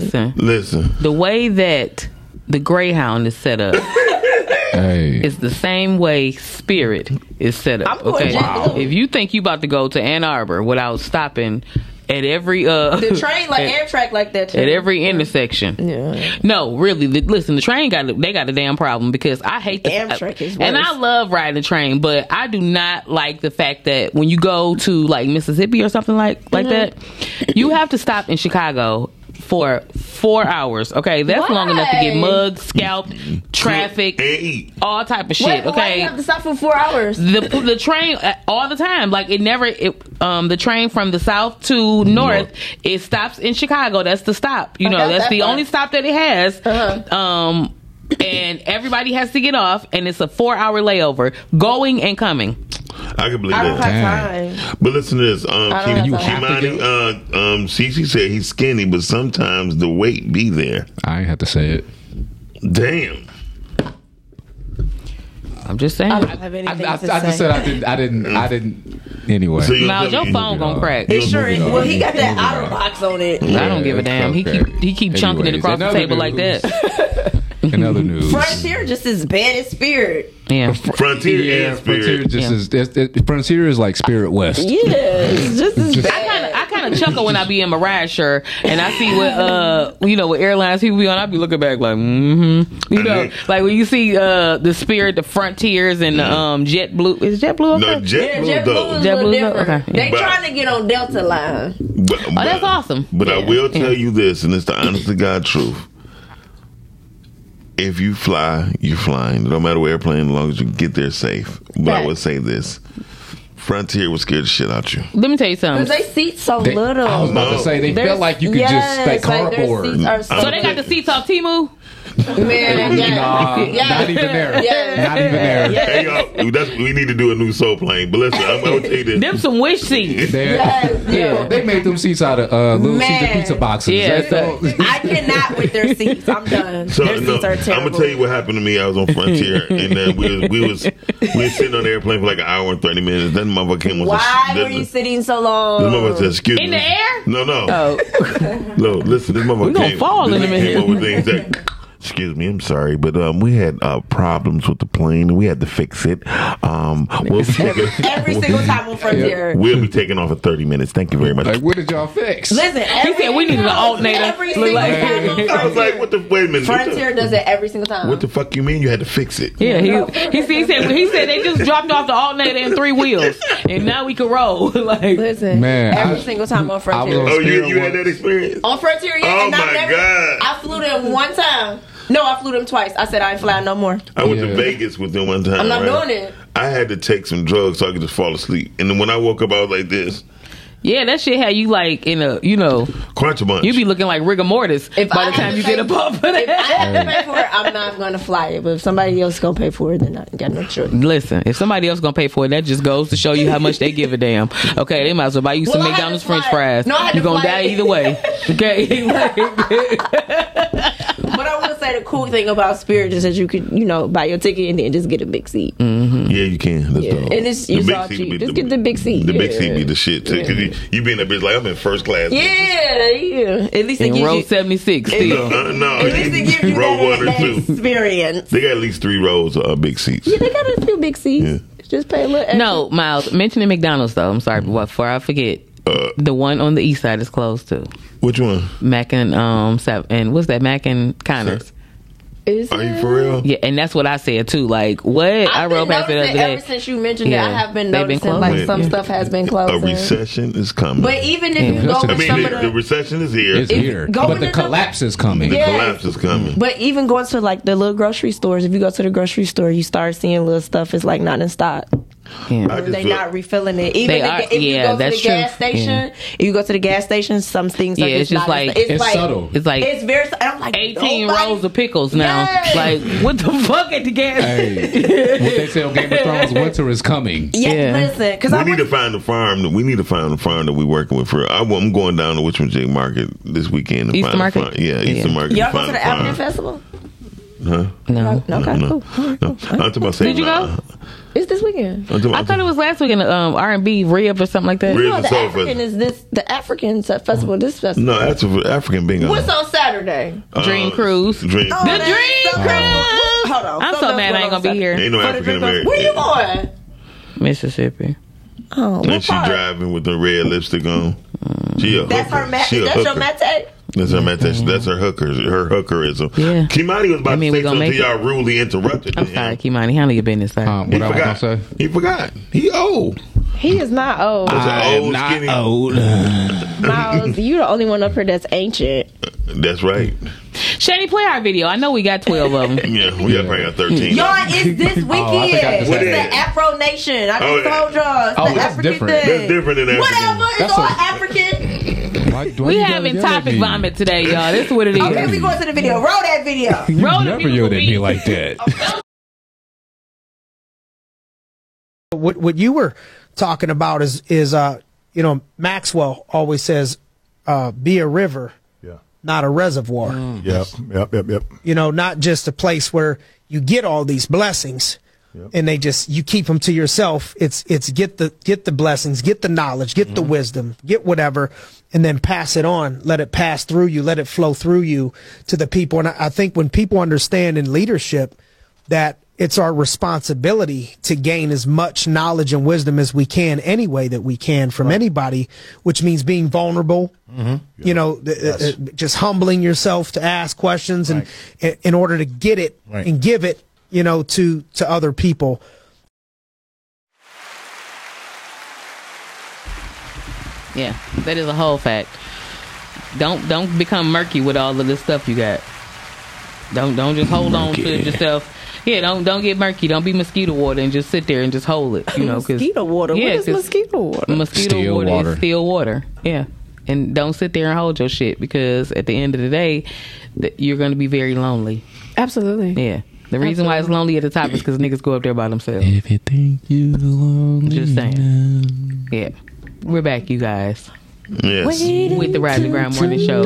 Speaker 4: Listen.
Speaker 7: Listen,
Speaker 4: The way that the Greyhound is set up.
Speaker 6: Hey.
Speaker 4: It's the same way spirit is set up.
Speaker 5: I'm going
Speaker 4: okay,
Speaker 5: to Wow.
Speaker 4: if you think you about to go to Ann Arbor without stopping at every uh
Speaker 5: The train like
Speaker 4: at,
Speaker 5: Amtrak like that. Too.
Speaker 4: at every intersection.
Speaker 5: Yeah.
Speaker 4: No, really. The, listen, the train got a, they got a damn problem because I hate the
Speaker 5: Amtrak is
Speaker 4: and
Speaker 5: worse.
Speaker 4: I love riding the train, but I do not like the fact that when you
Speaker 5: Mm-hmm.
Speaker 4: go to like Mississippi or something like like that, you have to stop in Chicago.
Speaker 9: for
Speaker 4: Four hours. Okay, that's long enough to get
Speaker 5: Why?
Speaker 4: mugged, scalped, traffic,
Speaker 7: And eat.
Speaker 4: all type of shit.
Speaker 5: Wait, but why
Speaker 4: okay.
Speaker 5: you have to stop for four hours?
Speaker 4: the the train uh, all the time. Like it never. It, um, the train from the south to north, it stops in Chicago. That's the stop. You know,
Speaker 5: Okay,
Speaker 4: that's
Speaker 5: that
Speaker 4: the
Speaker 5: far.
Speaker 4: only stop that it has.
Speaker 5: Uh-huh.
Speaker 4: Um, and everybody has to get off, and it's a four hour layover, going and coming.
Speaker 7: I can believe
Speaker 5: I don't
Speaker 7: that.
Speaker 5: have time.
Speaker 7: But listen to this. Um,
Speaker 5: I don't
Speaker 7: Kim-
Speaker 5: know if I
Speaker 7: Kimani, uh, um, Cece said he's skinny, but sometimes the weight be there.
Speaker 6: I ain't have to say it.
Speaker 7: Damn.
Speaker 4: I'm just saying.
Speaker 5: I don't have
Speaker 6: I,
Speaker 5: anything
Speaker 6: I, I
Speaker 5: to
Speaker 6: just
Speaker 5: say.
Speaker 6: said I didn't. I didn't. I didn't. Anyway,
Speaker 7: So you-
Speaker 4: Miles, your phone gonna crack.
Speaker 5: It sure is. Well, he got that
Speaker 6: Moving
Speaker 5: outer
Speaker 6: on.
Speaker 5: box on it.
Speaker 4: I don't give a damn. He
Speaker 6: Okay.
Speaker 4: keep he keep chunking it
Speaker 6: Anyways,
Speaker 4: across the
Speaker 6: another
Speaker 4: table like
Speaker 6: news.
Speaker 4: that.
Speaker 6: another news.
Speaker 5: Frontier just as bad as Spirit.
Speaker 4: Yeah.
Speaker 7: Frontier and Spirit.
Speaker 6: Frontier just
Speaker 4: Yeah.
Speaker 6: is. It's, it, Frontier is like Spirit West.
Speaker 5: Yeah, it's just as
Speaker 6: Just-
Speaker 4: I kind of I kind of chuckle when I be in my ride shirt and I see what uh you know what airlines people be on. I be looking back like mm-hmm. you know like when you see uh the Spirit, the Frontiers, and the
Speaker 6: Mm-hmm.
Speaker 4: um JetBlue is JetBlue okay?
Speaker 7: No, JetBlue,
Speaker 5: Yeah,
Speaker 7: though.
Speaker 5: JetBlue is a little
Speaker 4: JetBlue's
Speaker 5: different.
Speaker 4: okay,
Speaker 5: They
Speaker 7: But-
Speaker 5: trying to get on Delta line.
Speaker 7: But, but-
Speaker 4: Oh, that's awesome.
Speaker 7: But I will tell you this, and it's the honest to God truth. If you fly, you're flying. No matter what airplane, as long as you get there safe. But I
Speaker 5: Right.
Speaker 7: would say this. Frontier would scare the shit out you.
Speaker 4: Let me tell you
Speaker 5: Cause
Speaker 4: something.
Speaker 5: they seat so
Speaker 6: They-
Speaker 5: little.
Speaker 6: I was about to
Speaker 7: No.
Speaker 6: say they
Speaker 5: Their-
Speaker 6: felt like you could
Speaker 5: yes,
Speaker 6: just like
Speaker 5: their
Speaker 6: cardboard.
Speaker 5: seats are so,
Speaker 4: So they got the seats off Timu.
Speaker 5: man. yeah.
Speaker 6: Nah,
Speaker 5: Yeah.
Speaker 6: not even there.
Speaker 5: Yeah.
Speaker 6: Not even there.
Speaker 7: Hey, y'all, that's, we need to do a new soul plane. But listen, I'm going to tell you
Speaker 4: Them
Speaker 7: this.
Speaker 4: some wish seats.
Speaker 6: They're-
Speaker 5: Yes,
Speaker 6: Yeah, they made them seats out of uh, little
Speaker 5: Man.
Speaker 6: Caesar pizza boxes.
Speaker 4: Yeah,
Speaker 6: That's
Speaker 4: so-
Speaker 6: all-
Speaker 5: I cannot with their seats. I'm done.
Speaker 7: So,
Speaker 5: their
Speaker 7: no,
Speaker 5: seats are terrible.
Speaker 7: I'm gonna tell you what happened to me. I was on Frontier, and then we was, we was we was sitting on the airplane for like an hour and thirty minutes. Then motherfucker came. and was
Speaker 5: Why
Speaker 7: a, then,
Speaker 5: were you sitting so
Speaker 7: This
Speaker 5: long?
Speaker 7: motherfucker said, "Excuse
Speaker 4: In
Speaker 7: me."
Speaker 4: the air?
Speaker 7: No, no.
Speaker 4: Oh,
Speaker 7: No, listen, this motherfucker
Speaker 4: We gonna
Speaker 7: came,
Speaker 4: fall in
Speaker 7: this
Speaker 4: a
Speaker 7: nigga
Speaker 4: minute.
Speaker 7: Came up with things that, excuse me, I'm sorry, but um, we had uh, problems with the plane, and we had to fix it. Um, we'll be taking,
Speaker 5: Every single time on Frontier.
Speaker 7: we'll be taking off in 30 minutes. Thank you very much.
Speaker 6: Like, what did y'all fix?
Speaker 5: Listen, every,
Speaker 4: he said we needed an alternator.
Speaker 5: every
Speaker 4: Look
Speaker 5: single
Speaker 4: like-
Speaker 5: time on
Speaker 7: I was
Speaker 5: Frontier.
Speaker 7: like, what the? Wait a minute. what the-
Speaker 5: Frontier does it every single time.
Speaker 7: What the fuck you mean? You had to fix it?
Speaker 4: Yeah, he, he, said- he said he said they just dropped off the alternator and three wheels, and now we can roll. like
Speaker 5: Listen,
Speaker 6: Man,
Speaker 5: every
Speaker 6: I-
Speaker 5: single time on
Speaker 6: I was
Speaker 5: Frontier.
Speaker 6: on-
Speaker 7: Oh, you,
Speaker 6: Spirit
Speaker 7: you had
Speaker 6: was-
Speaker 7: that experience?
Speaker 5: on Frontier, yeah,
Speaker 7: Oh
Speaker 5: and
Speaker 7: my
Speaker 5: I never.
Speaker 7: God.
Speaker 5: I flew them one time. No, I flew them twice. I said I ain't flying no more.
Speaker 7: I went
Speaker 6: Yeah.
Speaker 7: to Vegas with them one time.
Speaker 5: I'm not
Speaker 7: right?
Speaker 5: doing it.
Speaker 7: I had to take some drugs so I could just fall asleep. And then when I woke up, I was like this.
Speaker 4: yeah, that shit had you like in a you know
Speaker 7: Crunch a bunch.
Speaker 4: you be looking like rigor mortis
Speaker 5: If
Speaker 4: by
Speaker 5: I
Speaker 4: the time
Speaker 5: had
Speaker 4: you
Speaker 5: to
Speaker 4: get
Speaker 5: pay-
Speaker 4: above for
Speaker 5: If I
Speaker 4: that.
Speaker 5: have to pay for it, I'm not going to fly it. But if somebody else going to pay for it, then I ain't got no choice.
Speaker 4: Listen, if somebody else gonna pay for it, that just goes to show you how much they give a damn. Okay, they might as well buy you some
Speaker 5: Well, I had
Speaker 4: McDonald's
Speaker 5: to fly-
Speaker 4: French fries.
Speaker 5: No, I had
Speaker 4: you
Speaker 5: to
Speaker 4: gonna
Speaker 5: fly-
Speaker 4: die either way. Okay,
Speaker 5: But I will say the cool thing about Spirit is that you could, you know, buy your ticket and then just get a big seat.
Speaker 7: Yeah, you can. That's
Speaker 5: Mm-hmm. Yeah.
Speaker 7: dope.
Speaker 5: And it's- it's all
Speaker 7: seat
Speaker 5: cheap.
Speaker 7: be
Speaker 5: Just get the big seat.
Speaker 7: The big
Speaker 5: Yeah.
Speaker 7: seat be the shit too. Cause you, you be in that bitch like I'm in first class.
Speaker 5: Yeah, yeah. At least it
Speaker 4: in row
Speaker 5: gives you,
Speaker 4: seventy six
Speaker 7: No,
Speaker 4: still.
Speaker 7: uh, no.
Speaker 5: at least it gives you
Speaker 7: row
Speaker 5: that,
Speaker 7: one or
Speaker 5: that
Speaker 7: two.
Speaker 5: experience.
Speaker 7: They got at least three rows of uh, big seats.
Speaker 5: Yeah, they got a few big seats.
Speaker 7: Yeah.
Speaker 5: Just pay a little. Extra.
Speaker 4: No, Miles, mentioning McDonald's though. I'm sorry, but before I forget,
Speaker 7: Uh,
Speaker 4: the one on the east side is closed too.
Speaker 7: which one?
Speaker 4: Mac and um Sav- and what's that? Mac and Connors.
Speaker 5: Is
Speaker 7: Are
Speaker 5: it?
Speaker 7: you for real?
Speaker 4: Yeah, and that's what I said too. Like what I
Speaker 5: I've been
Speaker 4: rode past it the other
Speaker 5: noticing
Speaker 4: day.
Speaker 5: ever since you mentioned it.
Speaker 4: Yeah.
Speaker 5: I have been
Speaker 4: They've been closing.
Speaker 5: noticing like some
Speaker 7: Yeah.
Speaker 5: stuff has been
Speaker 7: A
Speaker 5: closing.
Speaker 7: recession is coming.
Speaker 5: But even if
Speaker 4: Yeah,
Speaker 5: you go
Speaker 6: that's
Speaker 7: I
Speaker 6: a-
Speaker 5: with
Speaker 7: mean,
Speaker 5: some
Speaker 7: the,
Speaker 5: of
Speaker 7: the
Speaker 5: the,
Speaker 7: recession is here.
Speaker 6: It's
Speaker 7: the
Speaker 6: here,
Speaker 5: going
Speaker 6: but the
Speaker 5: into the-
Speaker 6: collapse is coming.
Speaker 5: Yeah.
Speaker 7: collapse is coming.
Speaker 5: but even going to like the little grocery stores, if you go to the grocery store, you start seeing little stuff is like not in stock.
Speaker 7: I just
Speaker 5: They're
Speaker 7: feel-
Speaker 5: not refilling it. Even
Speaker 4: They
Speaker 5: the,
Speaker 4: are-
Speaker 5: if you
Speaker 4: yeah,
Speaker 5: go to
Speaker 4: that's
Speaker 5: the gas
Speaker 4: true.
Speaker 5: station,
Speaker 4: Yeah.
Speaker 5: if you go to the gas station, some things are
Speaker 4: Yeah, it's just
Speaker 5: just, not in
Speaker 4: like-
Speaker 5: stock.
Speaker 6: It's subtle.
Speaker 4: it's like
Speaker 5: it's very. And I'm like
Speaker 4: 18
Speaker 5: nobody-
Speaker 4: rolls of pickles now.
Speaker 5: Yes.
Speaker 4: Like, what the fuck at the gas?
Speaker 6: Hey, what they say on Game of Thrones, winter is coming.
Speaker 5: Yeah,
Speaker 4: Yeah.
Speaker 5: listen, because I
Speaker 7: We need to
Speaker 5: went-
Speaker 7: find a farm. That, we need to find a farm that we working with. For I, am going down to Richmond Jig Market this weekend. To
Speaker 4: Eastern
Speaker 7: find
Speaker 4: Market?
Speaker 7: A farm. Yeah,
Speaker 4: Yeah.
Speaker 7: Eastern Market.
Speaker 5: y'all
Speaker 7: to
Speaker 5: go
Speaker 7: find
Speaker 5: to the
Speaker 7: a farm.
Speaker 5: Avenue Festival.
Speaker 7: Huh?
Speaker 4: No.
Speaker 5: Okay,
Speaker 7: No.
Speaker 5: cool. All right,
Speaker 7: No, I'm
Speaker 5: cool.
Speaker 7: talking about saying.
Speaker 4: Did you
Speaker 7: nah.
Speaker 4: go?
Speaker 5: It's this weekend.
Speaker 7: I'm talking
Speaker 4: I
Speaker 7: about-
Speaker 4: thought it was last week in the um, R&B rib or something like that.
Speaker 7: Rib.
Speaker 5: No,
Speaker 7: It's
Speaker 5: the
Speaker 7: over.
Speaker 5: African is this. The African festival. This festival.
Speaker 7: No, that's a- African bingo.
Speaker 5: What's on Saturday?
Speaker 7: Uh,
Speaker 4: Dream Cruise.
Speaker 7: Dream.
Speaker 5: Oh,
Speaker 4: The
Speaker 5: that's
Speaker 4: dream
Speaker 5: so-
Speaker 4: cruise.
Speaker 5: Hold on.
Speaker 4: I'm so
Speaker 5: Something
Speaker 4: mad I
Speaker 5: else
Speaker 4: ain't
Speaker 5: going
Speaker 4: gonna be
Speaker 5: on
Speaker 4: here.
Speaker 7: Ain't no
Speaker 5: Saturday. For the
Speaker 7: African
Speaker 5: drink cruise.
Speaker 7: American.
Speaker 5: Where you going?
Speaker 4: Mississippi.
Speaker 5: Oh, what
Speaker 7: And she
Speaker 5: part?
Speaker 7: driving with the red lipstick on. She a
Speaker 5: That's
Speaker 7: hooker.
Speaker 5: her. Ma-
Speaker 7: She a
Speaker 5: that's your
Speaker 7: hooker.
Speaker 5: mate.
Speaker 7: That's her mate. That's, that's her hooker. Her hookerism.
Speaker 4: Mm-hmm. Yeah.
Speaker 7: Kimani was about
Speaker 4: I mean, we
Speaker 7: to say
Speaker 4: gonna
Speaker 7: something
Speaker 4: make
Speaker 7: to y'all rudely interrupted.
Speaker 4: I'm
Speaker 7: him.
Speaker 4: sorry, Kimani. Handle your business, sir.
Speaker 6: Um,
Speaker 7: He
Speaker 6: what I was
Speaker 7: forgot.
Speaker 6: gonna say?
Speaker 7: He forgot. He old.
Speaker 8: He is not old.
Speaker 7: That's
Speaker 6: I
Speaker 7: an
Speaker 6: am
Speaker 7: old
Speaker 6: not
Speaker 7: skinny.
Speaker 6: old.
Speaker 8: Miles, you the only one up here that's ancient.
Speaker 7: That's right.
Speaker 4: Shani, play our video. I know we got twelve of them.
Speaker 7: Yeah, we got probably got thirteen.
Speaker 5: Y'all, it's this weekend.
Speaker 4: Oh,
Speaker 6: think I
Speaker 5: it's
Speaker 6: just had
Speaker 7: that.
Speaker 5: the Afro Nation. I
Speaker 7: Oh,
Speaker 5: just
Speaker 7: yeah.
Speaker 5: told y'all. It's
Speaker 6: Oh,
Speaker 5: the
Speaker 6: that's
Speaker 5: African
Speaker 6: different.
Speaker 5: thing.
Speaker 7: That's different than African.
Speaker 5: Whatever.
Speaker 6: That's
Speaker 5: It's all
Speaker 6: a-
Speaker 5: African.
Speaker 6: Why- why
Speaker 4: We
Speaker 6: you gotta
Speaker 4: having
Speaker 6: yell at
Speaker 4: topic
Speaker 6: me?
Speaker 4: vomit today, y'all. This is what it is.
Speaker 5: Okay, we going to the video. Roll that video.
Speaker 6: You
Speaker 4: Roll the
Speaker 6: never
Speaker 4: music
Speaker 6: yelled at me
Speaker 4: beat.
Speaker 6: like that.
Speaker 10: what what you were talking about is is uh you know Maxwell always says uh be a river
Speaker 11: Yeah.
Speaker 10: not a reservoir
Speaker 11: Yep. Yep. Yep. Yep.
Speaker 10: you know not just a place where you get all these blessings and they just you keep them to yourself it's it's get the get the blessings get the knowledge get the wisdom get whatever and then pass it on let it pass through you let it flow through you to the people and I, I think when people understand in leadership that it's our responsibility to gain as much knowledge and wisdom as we can any way that we can from anybody which means being vulnerable you know th- uh, uh, just humbling yourself to ask questions and i- in order to get it
Speaker 11: Right.
Speaker 10: and give it you know to to other people
Speaker 4: Yeah, that is a whole fact. Don't don't become murky with all of this stuff you got. Don't don't just hold on to it yourself. Yeah, don't don't get murky. Don't be mosquito water and just sit there and just hold it. You know, 'cause-
Speaker 5: Mosquito water.
Speaker 4: Yeah,
Speaker 5: what is
Speaker 4: 'cause
Speaker 5: mosquito water?
Speaker 4: mosquito
Speaker 6: Still
Speaker 4: water,
Speaker 6: water.
Speaker 4: is still water. Yeah. And don't sit there and hold your shit because at the end of the day, th- you're going to be very lonely.
Speaker 5: Absolutely.
Speaker 4: Yeah. The reason why it's lonely at the top is because niggas go up there by themselves.
Speaker 6: If you think you belong,
Speaker 4: Just saying. Yeah. We're back, you guys,
Speaker 7: Yes.
Speaker 4: with the Rise and Grind Morning Show.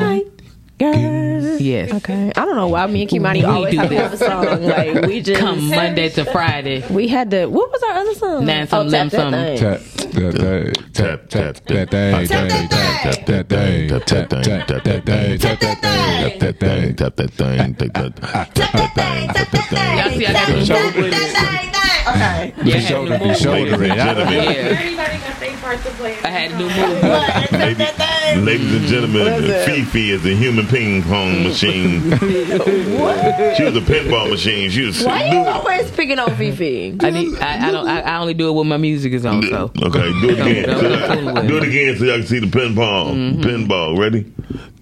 Speaker 4: Yes.
Speaker 8: Okay. I don't know why me and Kimani
Speaker 4: We
Speaker 8: always
Speaker 4: do
Speaker 8: have to have a song. Like we just
Speaker 4: Come Monday to Friday.
Speaker 8: we had to. What was our other song?
Speaker 4: Nah,
Speaker 5: Oh,
Speaker 4: some,
Speaker 8: tap
Speaker 4: lim, some.
Speaker 8: thing.
Speaker 6: Tap that tap tap that day tap tap that day tap tap that day tap that day tap that day tap
Speaker 7: Tap that thing. Tap that.
Speaker 4: Y'all see, I got the shoulder.
Speaker 5: Okay.
Speaker 4: Yeah, I
Speaker 6: that
Speaker 4: had to
Speaker 6: shoulder
Speaker 4: do
Speaker 6: be
Speaker 4: moves.
Speaker 6: shoulder it. I-
Speaker 4: Yeah. I had to do moves.
Speaker 7: Ladies and gentlemen, Fifi is a human ping pong machine. She was a pinball machine. She was.
Speaker 5: Why you always picking on Fifi?
Speaker 4: I, need, I, I don't. I, I only do it when my music is on. So
Speaker 7: Okay, do it again.
Speaker 4: Don't- don't fool with Mm-hmm.
Speaker 7: do it again so y'all can see the pinball. Pinball, ready?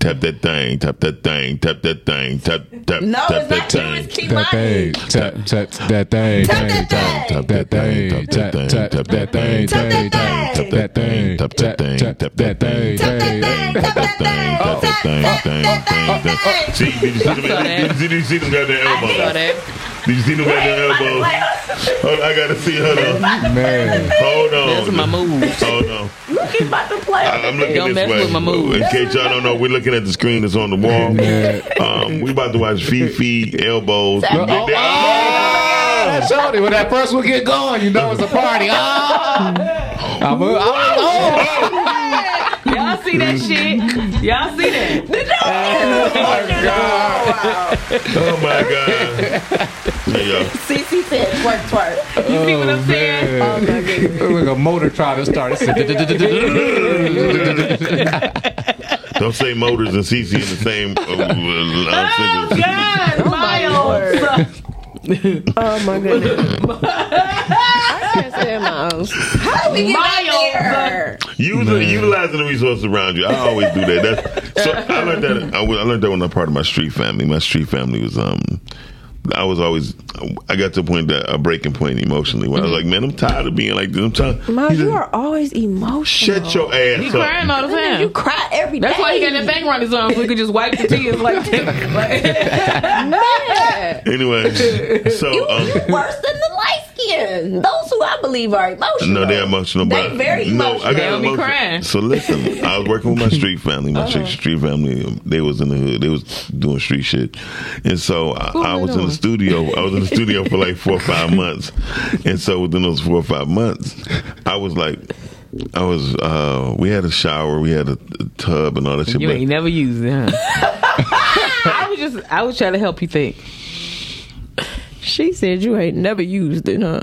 Speaker 7: Tap that thing, tap that thing, tap that thing, tap tap
Speaker 5: No,
Speaker 7: tap that
Speaker 5: it's not you.
Speaker 7: thing.
Speaker 5: It's
Speaker 6: that day
Speaker 5: Kimani.
Speaker 6: tap tap that day
Speaker 5: Tap that thing.
Speaker 6: tap that day tap tap that day
Speaker 5: Tap that
Speaker 6: tap that day tap that day tap that day
Speaker 5: Tap that thing. Tap that thing. Tap
Speaker 7: Tap that thing,
Speaker 5: that
Speaker 7: thing,
Speaker 5: thing.
Speaker 7: thing,
Speaker 5: Tap
Speaker 7: thing. See, did you see
Speaker 4: saw that.
Speaker 7: them? Did you- did you see them goddamn
Speaker 4: Saw
Speaker 7: elbows?
Speaker 4: that.
Speaker 7: Did you see them goddamn elbows? Hold on, I gotta see her. though.
Speaker 6: man
Speaker 7: Hold on.
Speaker 4: That's my moves.
Speaker 7: Hold on.
Speaker 5: Look, he's about to play.
Speaker 7: I- I'm looking
Speaker 4: Don't
Speaker 7: this
Speaker 4: mess
Speaker 7: way.
Speaker 4: with my moves.
Speaker 7: In case y'all don't know, we're looking at the screen that's on the wall. um, we about to watch Fifi elbows.
Speaker 6: Oh, oh, that shoulder when that first one get going you know it's a party ah
Speaker 7: Oh,
Speaker 6: I'm a- I'm a- oh
Speaker 4: Y'all see that shit? Y'all see that?
Speaker 7: Oh my god. Yeah,
Speaker 5: CC said twerk twerk.
Speaker 4: You see what I'm saying?
Speaker 6: Oh,
Speaker 5: Oh,
Speaker 6: man. Like a motor trying to start. It's a-
Speaker 7: don't say motors and CC in the same. Uh,
Speaker 6: Oh,
Speaker 7: uh, sentence.
Speaker 4: God, Miles.
Speaker 8: Oh my goodness. I can't say it, Miles.
Speaker 5: um. How do we get out there?
Speaker 7: Use utilizing the resources around you. I always do that. That's so I learned that. I, wa- I learned that when I'm part of my street family. My street family was um. I was always, I got to a point that a breaking point emotionally. When I was like, man, I'm tired of being like this. I'm tired.
Speaker 8: Miles,
Speaker 7: He
Speaker 8: you
Speaker 7: said,
Speaker 8: are always emotional.
Speaker 7: Shut your ass
Speaker 4: He's
Speaker 7: up.
Speaker 4: crying all the
Speaker 5: You
Speaker 4: time.
Speaker 5: cry every day.
Speaker 4: That's why he got that bank runners on so he could just wipe the tears like
Speaker 7: Anyway, so um,
Speaker 5: Worse than the light skin. Those who I believe are emotional.
Speaker 7: no, they're emotional.
Speaker 5: They
Speaker 7: but
Speaker 5: very
Speaker 7: no,
Speaker 5: emotional.
Speaker 7: I
Speaker 4: They'll
Speaker 7: got
Speaker 4: be
Speaker 7: emotional.
Speaker 4: crying.
Speaker 7: So listen, I was working with my street family. My street- street family, um, they was in the hood. They was doing street shit, and so I, I was in the studio. I was in the studio for like four or five months, and so within those four or five months, I was like. I was. uh We had a shower. We had a, a tub and all that shit.
Speaker 4: You
Speaker 7: but-
Speaker 4: ain't never used it, huh? I was just, I was trying to help you think.
Speaker 8: She said you ain't never used it, huh?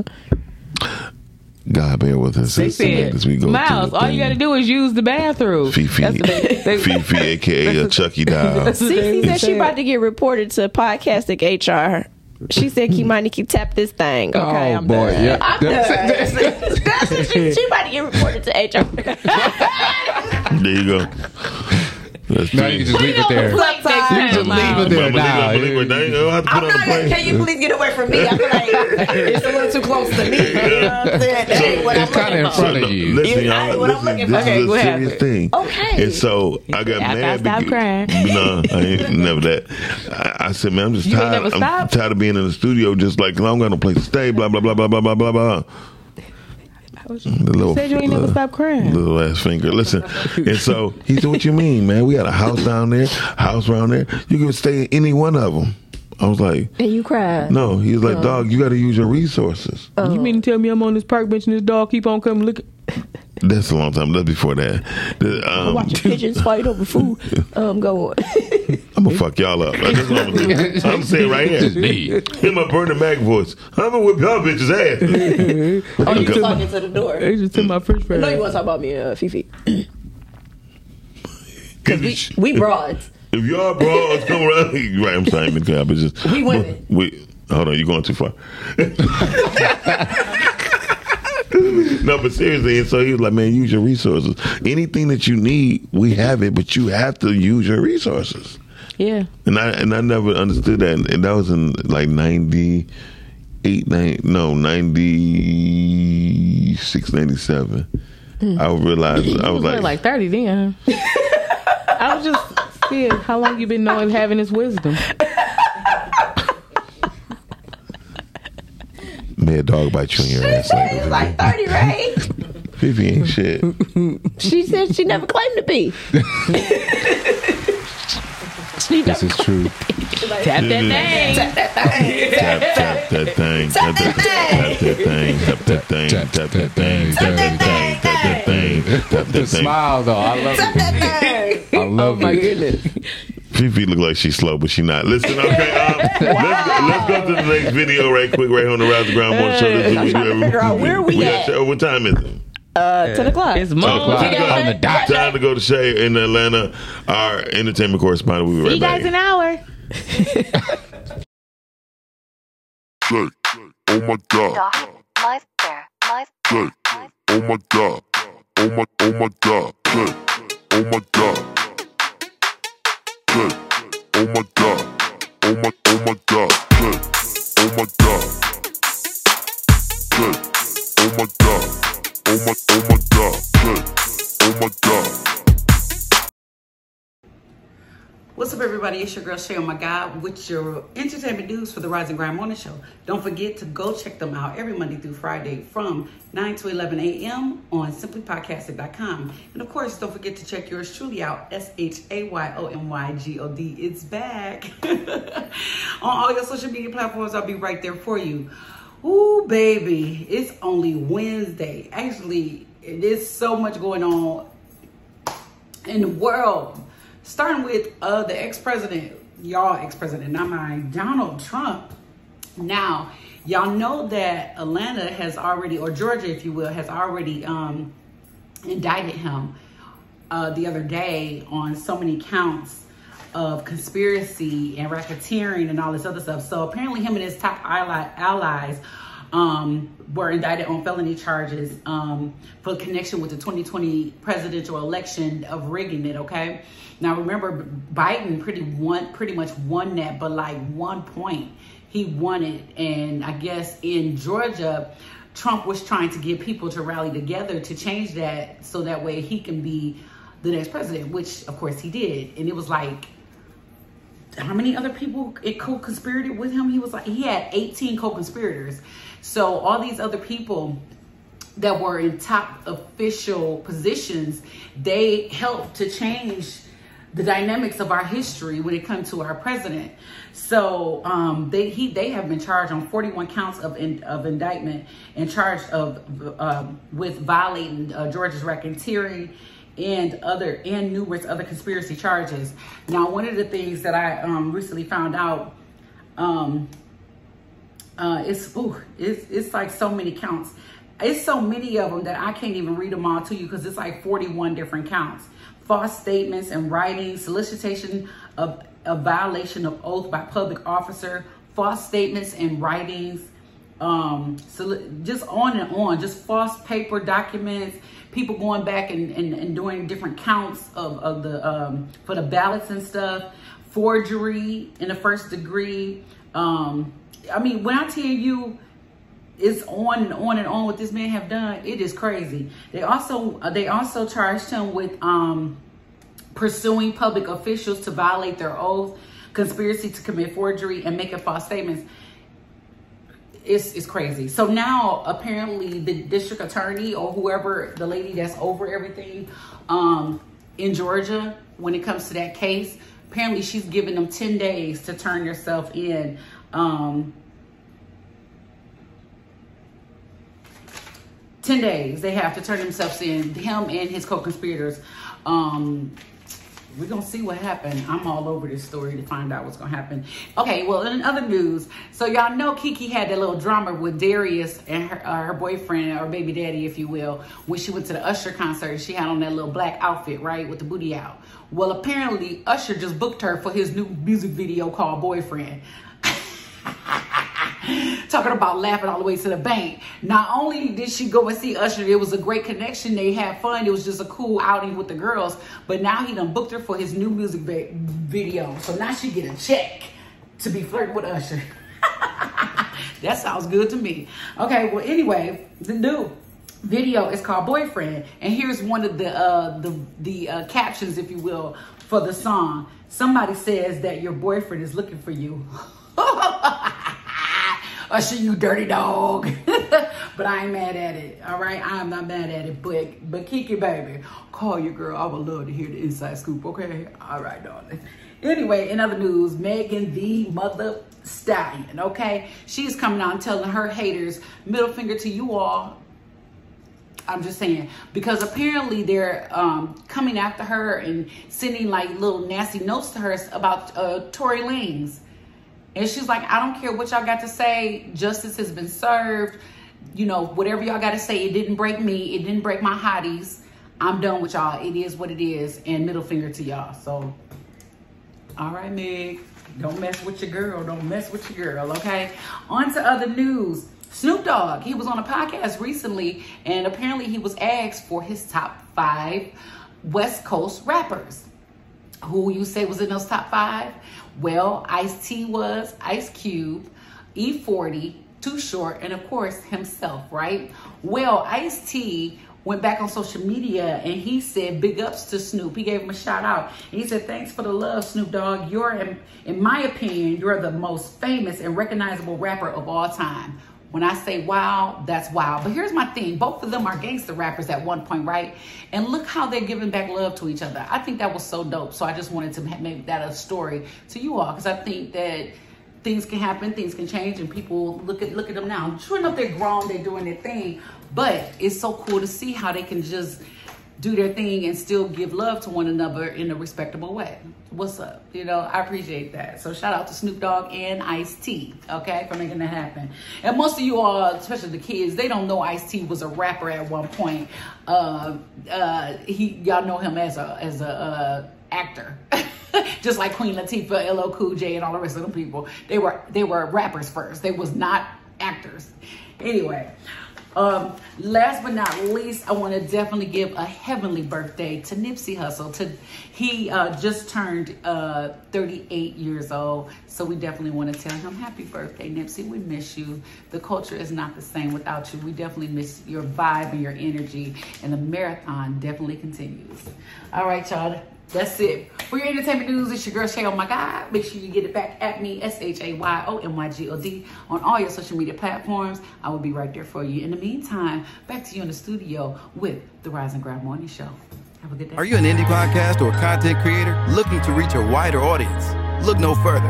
Speaker 7: God bear with us.
Speaker 4: They said, Miles, all you got to do is use the bathroom.
Speaker 7: Fifi,
Speaker 4: That's what they-
Speaker 7: Fifi, aka a Chucky doll.
Speaker 8: Cece said she about to get reported to podcastic HR.
Speaker 5: She said, "Keep money, keep tap this thing." Okay,
Speaker 6: oh
Speaker 5: I'm
Speaker 6: boy,
Speaker 5: done.
Speaker 6: yeah.
Speaker 5: I'm done. That's what she, she about to get reported to HR.
Speaker 7: There you go. That's
Speaker 6: Now you can just leave it there. You
Speaker 5: Flip side.
Speaker 6: just leave it there
Speaker 7: Mama, you
Speaker 6: now.
Speaker 7: gotta believe it. Now you don't have to put
Speaker 5: I'm
Speaker 7: on the
Speaker 5: not gonna.
Speaker 7: plane.
Speaker 5: Can you please get away from me? I feel like it's a little too close to me. You know what I'm saying? That ain't what
Speaker 6: It's
Speaker 5: I'm
Speaker 6: kind of
Speaker 5: looking
Speaker 6: in
Speaker 5: for.
Speaker 6: front of you.
Speaker 7: Listen,
Speaker 5: Yeah,
Speaker 7: y'all.
Speaker 5: I- what I'm
Speaker 7: Listen,
Speaker 5: looking
Speaker 7: this
Speaker 5: for. Okay,
Speaker 7: is a
Speaker 5: what
Speaker 7: serious thing.
Speaker 5: Okay.
Speaker 7: And so I got
Speaker 4: I
Speaker 7: mad.
Speaker 4: gotta stop crying.
Speaker 7: Nah, I ain't never that. I, I said, man, I'm just
Speaker 4: You ain't
Speaker 7: tired.
Speaker 4: never
Speaker 7: I'm
Speaker 4: stopped?
Speaker 7: tired of being in the studio. Just like 'cause I don't got no place to stay. Blah blah blah blah blah blah blah blah. The little,
Speaker 4: said you ain't never stopped crying.
Speaker 7: Little ass finger. Listen, and so he said, "What you mean, man? We got a house down there, house around there. You can stay in any one of them." I was like,
Speaker 5: And you cried.
Speaker 7: "No." He was
Speaker 5: uh,
Speaker 7: like, "Dog, you got to use your resources."
Speaker 4: You mean to tell me I'm on this park bench and this dog keep on coming looking?
Speaker 7: That's a long time. That's before that. The, um,
Speaker 5: Watching pigeons fight over food. Um, go on.
Speaker 7: I'm gonna fuck y'all up. That's what I'm, gonna do. I'm saying right
Speaker 6: Just
Speaker 7: here.
Speaker 6: leave.
Speaker 7: In my Bernie Mac voice, I'm gonna whip y'all bitches ass.
Speaker 5: Oh, you
Speaker 7: Okay.
Speaker 5: just talking to the door.
Speaker 4: They just took my French fries.
Speaker 5: No, you want to talk about me and uh, Fifi? Cause we we broads.
Speaker 7: If y'all broads come around, right? I'm sorry, I'm gonna- but just
Speaker 5: We women.
Speaker 7: We hold on, you're going too far. no, but seriously, and so he was like, "Man, use your resources. Anything that you need, we have it, but you have to use your resources."
Speaker 4: Yeah.
Speaker 7: And I and I never understood that. And that was in like ninety eight, nine no, ninety six, ninety seven. I realized I was
Speaker 4: Like,
Speaker 7: like,
Speaker 4: like 30 then. I was just scared. How long you been knowing having this wisdom?
Speaker 7: May a dog bite you in your ass like
Speaker 5: It's like thirty, right?
Speaker 7: Fifi ain't shit.
Speaker 5: She said she never claimed to be.
Speaker 6: This is true.
Speaker 4: Tap that thing.
Speaker 7: Tap tap that thing. Tap that tap that thing. Tap that thing.
Speaker 6: Tap
Speaker 7: Tap that thing.
Speaker 6: tap that
Speaker 7: Tap that thing. Tap that thing. Tap
Speaker 6: The
Speaker 7: that thing.
Speaker 6: smile though, I love it. I love
Speaker 4: My
Speaker 6: it.
Speaker 4: goodness.
Speaker 7: Fifi look like she's slow, but she not. Listen, okay, um, let's, go, let's go to the next video right quick, right here on the Rise the Ground One Show. This is what we do every
Speaker 5: figure out where we
Speaker 7: got
Speaker 5: at.
Speaker 7: show. What time is it?
Speaker 5: Uh, Ten o'clock.
Speaker 4: It's moon.
Speaker 7: Time to go-
Speaker 6: on the dot.
Speaker 7: Time to go to Shay in Atlanta, our entertainment correspondent. We'll be right
Speaker 4: You
Speaker 7: back.
Speaker 4: guys an hour.
Speaker 11: Shake. Oh my god. Shake. Oh my god. Oh my oh my god. Shake. Oh my god. Shake. Oh my god. Oh my oh my god. Shake. Oh my god. Shake. Oh my god. Oh my oh my god. Shake. Oh my god.
Speaker 12: What's up, everybody? It's your girl Shay, oh my God, with your entertainment news for the Rise and Grind Morning Show. Don't forget to go check them out every Monday through Friday from 9 to 11 a.m. on simplypodcasting.com. And of course, don't forget to check yours truly out, S H A Y O N Y G O D. It's back. on all your social media platforms, I'll be right there for you. Ooh, baby, it's only Wednesday. Actually, there's so much going on in the world, starting with uh, the ex-president, y'all ex-president, not mine, Donald Trump. Now, y'all know that Atlanta has already, or Georgia, if you will, has already um, indicted him uh, the other day on so many counts of conspiracy and racketeering and all this other stuff. So apparently, him and his top ally, allies um, were indicted on felony charges um, for connection with the 2020 presidential election of rigging it. Okay, now remember, Biden pretty won, pretty much won that, but like one point he won it, and I guess in Georgia. Trump was trying to get people to rally together to change that so that way he can be the next president, which of course he did. And it was like, how many other people it co-conspirated with him? He was like, he had 18 co-conspirators. So all these other people that were in top official positions, they helped to change the dynamics of our history when it comes to our president. So um, they he they have been charged on 41 counts of in, of indictment and charged of um with violating uh, Georgia's racketeering and other and numerous other conspiracy charges. Now, one of the things that I um, recently found out. Um, uh, it's ooh, it's it's like so many counts. It's so many of them that I can't even read them all to you because it's like 41 different counts. False statements and writing, solicitation of a violation of oath by public officer, false statements and writings, um, so just on and on, just false paper documents, people going back and, and, and doing different counts of, of the um, for the ballots and stuff, forgery in the first degree. Um, I mean, when I tell you it's on and on and on what this man have done, it is crazy. They also uh, they also charged him with um, pursuing public officials to violate their oath, conspiracy to commit forgery, and making false statements it's, it's crazy. So now apparently the district attorney or whoever the lady that's over everything um, in Georgia, when it comes to that case, apparently she's giving them ten days to turn yourself in. Um, ten days they have to turn themselves in. Him and his co-conspirators. Um, we're gonna see what happened. I'm all over this story to find out what's gonna happen. Okay, well, in other news, so y'all know Kiki had that little drama with Darius and her, uh, her boyfriend or baby daddy, if you will, when she went to the Usher concert. She had on that little black outfit, right, with the booty out. Well, apparently Usher just booked her for his new music video called Boyfriend. Talking about laughing all the way to the bank. Not only did she go and see Usher, it was a great connection. They had fun. It was just a cool outing with the girls. But now he done booked her for his new music va- video. So now she get a check to be flirting with Usher. that sounds good to me. Okay, well anyway, the new video is called Boyfriend, and here's one of the uh, the the uh, captions, if you will, for the song. Somebody says that your boyfriend is looking for you. Usher, you dirty dog. but I ain't mad at it. All right, I'm not mad at it. But but Kiki, baby, call your girl. I would love to hear the inside scoop. Okay, all right, darling. Anyway, in other news, Megan the mother stallion. Okay, she's coming out and telling her haters, middle finger to you all. I'm just saying because apparently they're um, coming after her and sending like little nasty notes to her about uh, Tory Lanez. And she's like, I don't care what y'all got to say. Justice has been served. You know, whatever y'all got to say, it didn't break me. It didn't break my hotties. I'm done with y'all. It is what it is. And middle finger to y'all. So, all right, Meg. Don't mess with your girl. Don't mess with your girl. Okay. On to other news. Snoop Dogg, he was on a podcast recently, and apparently he was asked for his top five West Coast rappers who you say was in those top five? Well, Ice T was, Ice Cube, E40, Too Short, and of course himself, right? Well, Ice T went back on social media and he said big ups to Snoop. He gave him a shout out. And he said, Thanks for the love, Snoop Dogg. You're, in, in my opinion, you're the most famous and recognizable rapper of all time. When I say wow, that's wow. But here's my thing both of them are gangster rappers at one point, right? And look how they're giving back love to each other. I think that was so dope. So I just wanted to make that a story to you all because I think that things can happen, things can change, and people look at look at them now. Sure enough, they're grown, they're doing their thing, but it's so cool to see how they can just do their thing and still give love to one another in a respectable way. What's up? You know, I appreciate that. So shout out to Snoop Dogg and Ice T, okay, for making that happen. And most of you all, especially the kids, they don't know Ice T was a rapper at one point. Uh, uh, he, y'all know him as a as a uh, actor. Just like Queen Latifah, LL Cool J, and all the rest of the people, they were they were rappers first. They was not actors. Anyway, um, last but not least, I want to definitely give a heavenly birthday to Nipsey Hussle. To he uh, just turned uh, 38 years old, so we definitely want to tell him happy birthday, Nipsey. We miss you. The culture is not the same without you. We definitely miss your vibe and your energy, and the marathon definitely continues. All right, y'all. That's it. For your entertainment news, it's your girl Shay. Oh my God. Make sure you get it back at me, S H A Y O M Y G O D, on all your social media platforms. I will be right there for you. In the meantime, back to you in the studio with the Rise and Grind Morning Show. Have a good day.
Speaker 1: Are you an indie podcast or content creator looking to reach a wider audience? Look no further.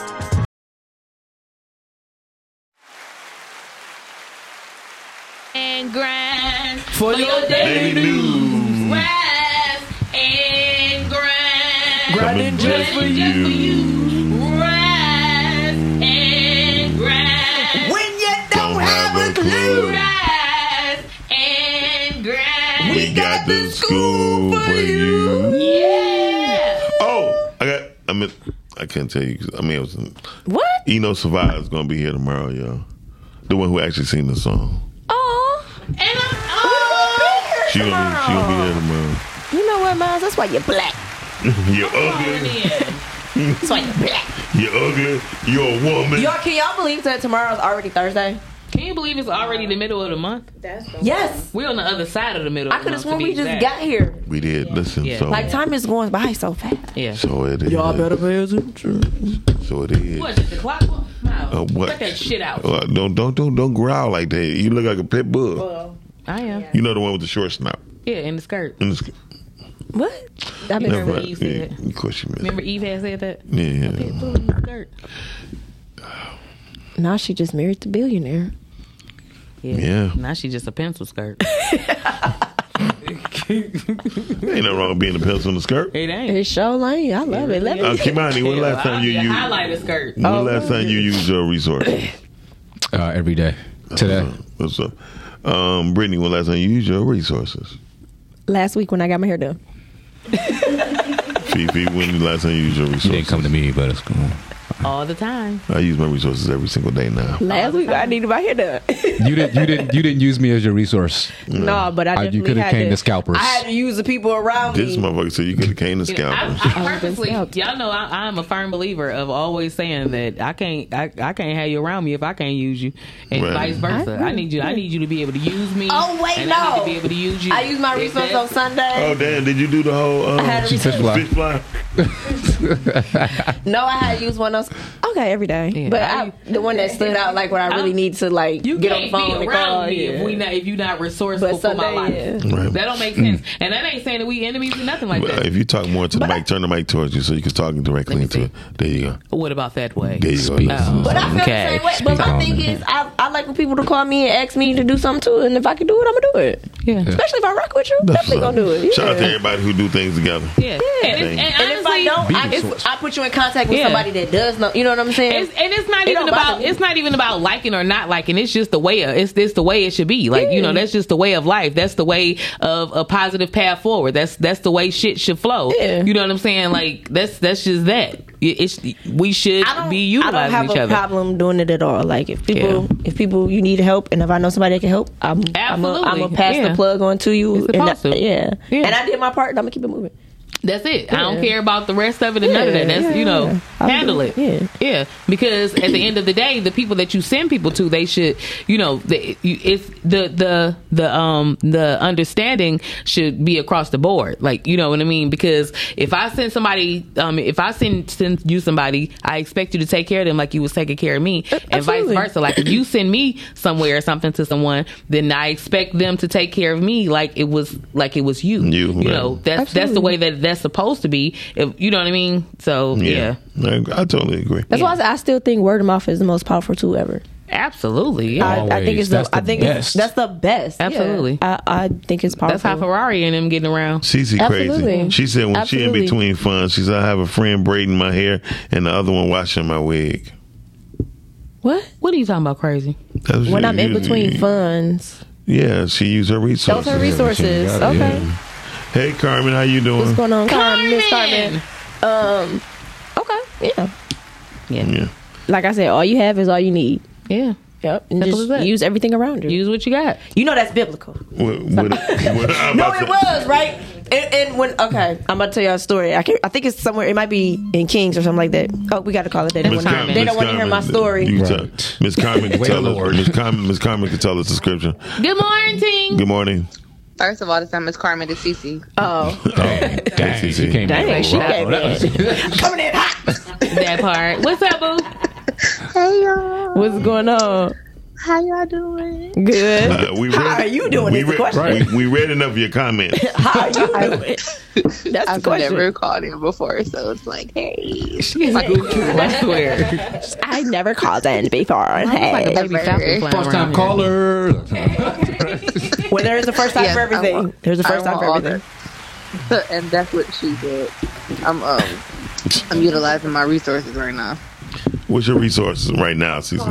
Speaker 4: and grind
Speaker 13: For your daily
Speaker 4: news. Rise and grind.
Speaker 7: Coming just for you.
Speaker 4: Rise and grind.
Speaker 7: When you don't have a clue.
Speaker 4: Rise and grind.
Speaker 7: We got the school for you.
Speaker 4: Yeah.
Speaker 7: Oh, I got. I mean, I can't tell you. 'cause, I mean, it was.
Speaker 5: What?
Speaker 7: Eno Survive is gonna be here tomorrow, yo. The one who actually sing the song.
Speaker 5: Oh,
Speaker 4: And I'm oh,
Speaker 7: She gonna be, she gonna be here tomorrow.
Speaker 5: you know what, Miles? That's why you're black.
Speaker 7: You're ugly.
Speaker 4: man.
Speaker 5: That's why you're black.
Speaker 7: You're ugly. You're a woman.
Speaker 5: Y'all, can y'all believe that tomorrow's already Thursday?
Speaker 4: Can you believe it's already the middle of the month?
Speaker 5: Yes.
Speaker 4: We're on the other side of the middle.
Speaker 5: I
Speaker 4: of the
Speaker 5: could have
Speaker 4: month, to be
Speaker 5: sworn we just
Speaker 4: exact.
Speaker 5: got here.
Speaker 7: we did. Listen,
Speaker 4: Yeah.
Speaker 7: so
Speaker 5: Like time is going by so fast.
Speaker 4: Yeah.
Speaker 7: so it is.
Speaker 13: pay attention.
Speaker 7: So it is.
Speaker 4: What is it? The clock? Miles,
Speaker 7: Uh, what?
Speaker 4: Cut that shit out.
Speaker 7: Uh, don't don't don't don't growl like that. You look like a pit bull.
Speaker 4: I am.
Speaker 7: You know the one with the short snout.
Speaker 4: Yeah, in the skirt.
Speaker 7: And it's,
Speaker 5: What? I mean,
Speaker 7: never
Speaker 4: you
Speaker 7: mind.
Speaker 4: said
Speaker 7: Yeah,
Speaker 4: it.
Speaker 7: of course you meant.
Speaker 4: Remember Eve had said that?
Speaker 7: Yeah.
Speaker 4: Pitbull in the skirt.
Speaker 5: now she just married the billionaire.
Speaker 4: Yeah.
Speaker 7: Yeah.
Speaker 4: Now she's just a pencil skirt.
Speaker 7: Ain't no wrong with being a pencil in the skirt.
Speaker 4: It ain't.
Speaker 5: It's show lane. I love it. Let
Speaker 7: Uh,
Speaker 5: me.
Speaker 7: Kimani, when last time you
Speaker 4: Yeah,
Speaker 7: used
Speaker 4: highlighter skirt.
Speaker 7: when last time you used your resource?
Speaker 6: Oh, Uh, every day. Today.
Speaker 7: What's up? Um, Brittany, when last time you used your resources?
Speaker 5: Last week when I got my hair done.
Speaker 7: Fifi, when the last time you used your
Speaker 6: You didn't
Speaker 7: resources?
Speaker 6: come to me, but it's cool.
Speaker 4: All the time.
Speaker 7: I use my resources every single day now.
Speaker 5: Last week I needed my hair done.
Speaker 6: You didn't. You didn't. You didn't use me as your resource.
Speaker 5: no, but I
Speaker 6: Uh, you
Speaker 5: definitely
Speaker 6: coulda
Speaker 5: had
Speaker 6: came
Speaker 5: to,
Speaker 6: to scalpers.
Speaker 5: I had to use the people around
Speaker 7: This
Speaker 5: me.
Speaker 7: motherfucker said you could have came to
Speaker 5: Oh,
Speaker 4: I,
Speaker 7: scalpers.
Speaker 4: I purposely,
Speaker 5: scalped.
Speaker 4: y'all know, I, I'm a firm believer of always saying that I can't, I, I can't have you around me if I can't use you, and
Speaker 7: Right.
Speaker 4: vice versa. I, need you, I need you to be able to use me.
Speaker 5: Oh, wait,
Speaker 4: and I need
Speaker 5: no.
Speaker 4: to be able to use you.
Speaker 5: I used my
Speaker 4: If
Speaker 5: resource on
Speaker 4: that's-
Speaker 5: Sunday.
Speaker 7: Oh damn! Did you do the whole um,
Speaker 5: I had to
Speaker 6: She fish
Speaker 7: fish
Speaker 6: fly.
Speaker 7: fly?
Speaker 5: No, I had to use one else. Okay, every day.
Speaker 4: Yeah.
Speaker 5: But
Speaker 4: I-
Speaker 5: I, the one that stood out, like when I really
Speaker 4: I'm-
Speaker 5: need to, like
Speaker 4: You
Speaker 5: get on the
Speaker 4: can't
Speaker 5: phone
Speaker 4: be
Speaker 5: and
Speaker 4: around
Speaker 5: call.
Speaker 4: me
Speaker 5: yeah.
Speaker 4: if we not, if you not resourceful
Speaker 5: but
Speaker 4: for my life.
Speaker 5: Sunday, yeah.
Speaker 7: Right. Mm.
Speaker 4: That don't make sense. And that ain't saying that we enemies or nothing like
Speaker 7: Well,
Speaker 4: that.
Speaker 7: if you talk more into the mic, turn the mic towards you so you can talk directly into it. There you go.
Speaker 4: What about that way?
Speaker 7: There you go.
Speaker 6: Speak.
Speaker 4: Oh.
Speaker 5: But I feel
Speaker 4: Okay.
Speaker 5: the same way. But
Speaker 6: Speak
Speaker 5: my
Speaker 6: on
Speaker 5: thing
Speaker 6: it.
Speaker 5: is, I, I like for people to call me and ask me to do something too, and if I can do it, I'm gonna do it.
Speaker 4: Yeah.
Speaker 5: Especially if I rock with you, definitely
Speaker 7: Shout
Speaker 5: gonna do it.
Speaker 7: out to
Speaker 5: Yeah.
Speaker 7: everybody who do things together.
Speaker 4: Yeah.
Speaker 5: Yeah.
Speaker 4: And, it's, and,
Speaker 5: And if I
Speaker 4: honestly,
Speaker 5: don't, I,
Speaker 6: the
Speaker 5: if
Speaker 6: source.
Speaker 5: I put you in contact with
Speaker 4: Yeah.
Speaker 5: somebody that does know. You know what I'm saying?
Speaker 4: It's, and it's not
Speaker 5: It
Speaker 4: even
Speaker 5: don't bother
Speaker 4: about
Speaker 5: me.
Speaker 4: it's not even about liking or not liking. It's just the way of, it's this the way it should be. Like you know, that's just the way of life. That's the way of a positive path forward. That's that's the way shit should flow.
Speaker 5: Yeah.
Speaker 4: You know what I'm saying? Like that's that's just that. It- It's we should
Speaker 5: I don't
Speaker 4: be
Speaker 5: I don't
Speaker 4: utilizing
Speaker 5: have
Speaker 4: each
Speaker 5: a
Speaker 4: other.
Speaker 5: problem doing it at all. Like if people, if people, you need help, and if I know somebody that can help, I'm I'm a, I'm a
Speaker 4: Absolutely.
Speaker 5: pass
Speaker 4: Yeah.
Speaker 5: the plug on to you.
Speaker 4: It's
Speaker 5: and I-
Speaker 4: supposed to.
Speaker 5: yeah.
Speaker 4: Yeah.
Speaker 5: and I did my part. and I'm gonna keep it moving.
Speaker 4: That's it. I don't
Speaker 5: Yeah.
Speaker 4: care about the rest of it and none of that.
Speaker 5: Yeah,
Speaker 4: That's you know,
Speaker 5: yeah. I'll
Speaker 4: handle
Speaker 5: do
Speaker 4: it.
Speaker 5: it. Yeah.
Speaker 4: yeah. Because at the end of the day, the people that you send people to, they should, you know, the, you- it's the the the um the understanding should be across the board. Like you know what I mean? Because if I send somebody, um, if I send send you somebody, I expect you to take care of them like you was taking care of me, and vice
Speaker 5: absolutely.
Speaker 4: versa. Like if you send me somewhere or something to someone, then I expect them to take care of me like it was like it was you.
Speaker 7: You,
Speaker 4: you
Speaker 7: right.
Speaker 4: know that's that's the way that that's supposed to be. If you know what I mean. So yeah,
Speaker 7: I, I totally agree.
Speaker 5: That's why I, say I still think word of mouth is the most powerful tool ever.
Speaker 4: absolutely.
Speaker 5: I,
Speaker 4: Yeah.
Speaker 5: I think
Speaker 6: Always.
Speaker 5: it's the,
Speaker 6: That's the
Speaker 5: I think
Speaker 6: best.
Speaker 5: It's, that's the best. Yeah.
Speaker 4: Absolutely.
Speaker 5: I, I think it's powerful.
Speaker 4: that's how Ferrari and them getting around.
Speaker 7: Cece crazy.
Speaker 5: Absolutely.
Speaker 7: She said when she in
Speaker 5: Absolutely.
Speaker 7: between funds, she said I have a friend braiding my hair and the other one washing my wig.
Speaker 5: what
Speaker 4: What are you talking about? Crazy.
Speaker 7: That's what
Speaker 5: when
Speaker 7: she
Speaker 5: I'm in
Speaker 7: used-
Speaker 5: between funds,
Speaker 7: Yeah, she used her resources.
Speaker 5: those are resources.
Speaker 6: Yeah, yeah.
Speaker 5: okay,
Speaker 7: Hey Carmen, how you doing?
Speaker 5: what's going on, Carmen? Miss
Speaker 4: Carmen!
Speaker 5: Carmen. Um, okay, yeah.
Speaker 7: Yeah.
Speaker 5: Like I said, all you have is all you need.
Speaker 4: Yeah.
Speaker 5: Yep. And
Speaker 4: Simple as
Speaker 5: just
Speaker 4: that.
Speaker 5: use everything around you.
Speaker 4: Use what you got.
Speaker 5: You know that's biblical.
Speaker 7: What, what, what, I'm
Speaker 5: No,
Speaker 7: about
Speaker 5: it
Speaker 7: to-
Speaker 5: was right. And, and when okay, I'm about to tell y'all a story. I can I think it's somewhere. It might be in Kings or something like that. Oh, we got to call it that. They
Speaker 7: Miss
Speaker 5: don't wanna-
Speaker 7: Carmen,
Speaker 5: They
Speaker 7: Miss
Speaker 5: don't want to hear my
Speaker 7: Carmen,
Speaker 5: story.
Speaker 7: you tell- Miss Carmen can
Speaker 6: Wait,
Speaker 7: tell
Speaker 6: Lord.
Speaker 7: us. Miss Carmen, Miss Carmen can tell us the scripture.
Speaker 4: Good morning, team.
Speaker 7: Good morning.
Speaker 14: First of all, this time it's Carmen to Cece.
Speaker 5: Oh,
Speaker 6: Dang, dang, she came
Speaker 5: Dang,
Speaker 6: back
Speaker 5: she
Speaker 6: raw.
Speaker 5: came coming in hot.
Speaker 4: That part. What's up, boo?
Speaker 14: Hey y'all,
Speaker 5: What's going on?
Speaker 14: how y'all doing?
Speaker 5: Good.
Speaker 7: Uh, we read,
Speaker 5: How are you doing
Speaker 7: We
Speaker 5: is the
Speaker 7: read,
Speaker 5: question.
Speaker 7: we, we read enough of your comments.
Speaker 5: How you doing? That's the
Speaker 14: I've
Speaker 5: question.
Speaker 14: never called in before, so it's like, hey,
Speaker 4: She's Gucci, I swear.
Speaker 5: I never called in before. Hey.
Speaker 4: Baby, stop
Speaker 14: Never.
Speaker 4: playing
Speaker 6: First
Speaker 4: around
Speaker 6: time
Speaker 4: here.
Speaker 6: caller.
Speaker 5: Well, there is a first time
Speaker 14: Yes,
Speaker 5: for everything.
Speaker 14: I want-
Speaker 5: There's a first
Speaker 14: I
Speaker 5: time for
Speaker 14: want
Speaker 5: everything.
Speaker 14: all that. and that's what she did. I'm um, I'm utilizing my resources right now.
Speaker 7: What's your resources right now,
Speaker 5: Oh.
Speaker 7: CC?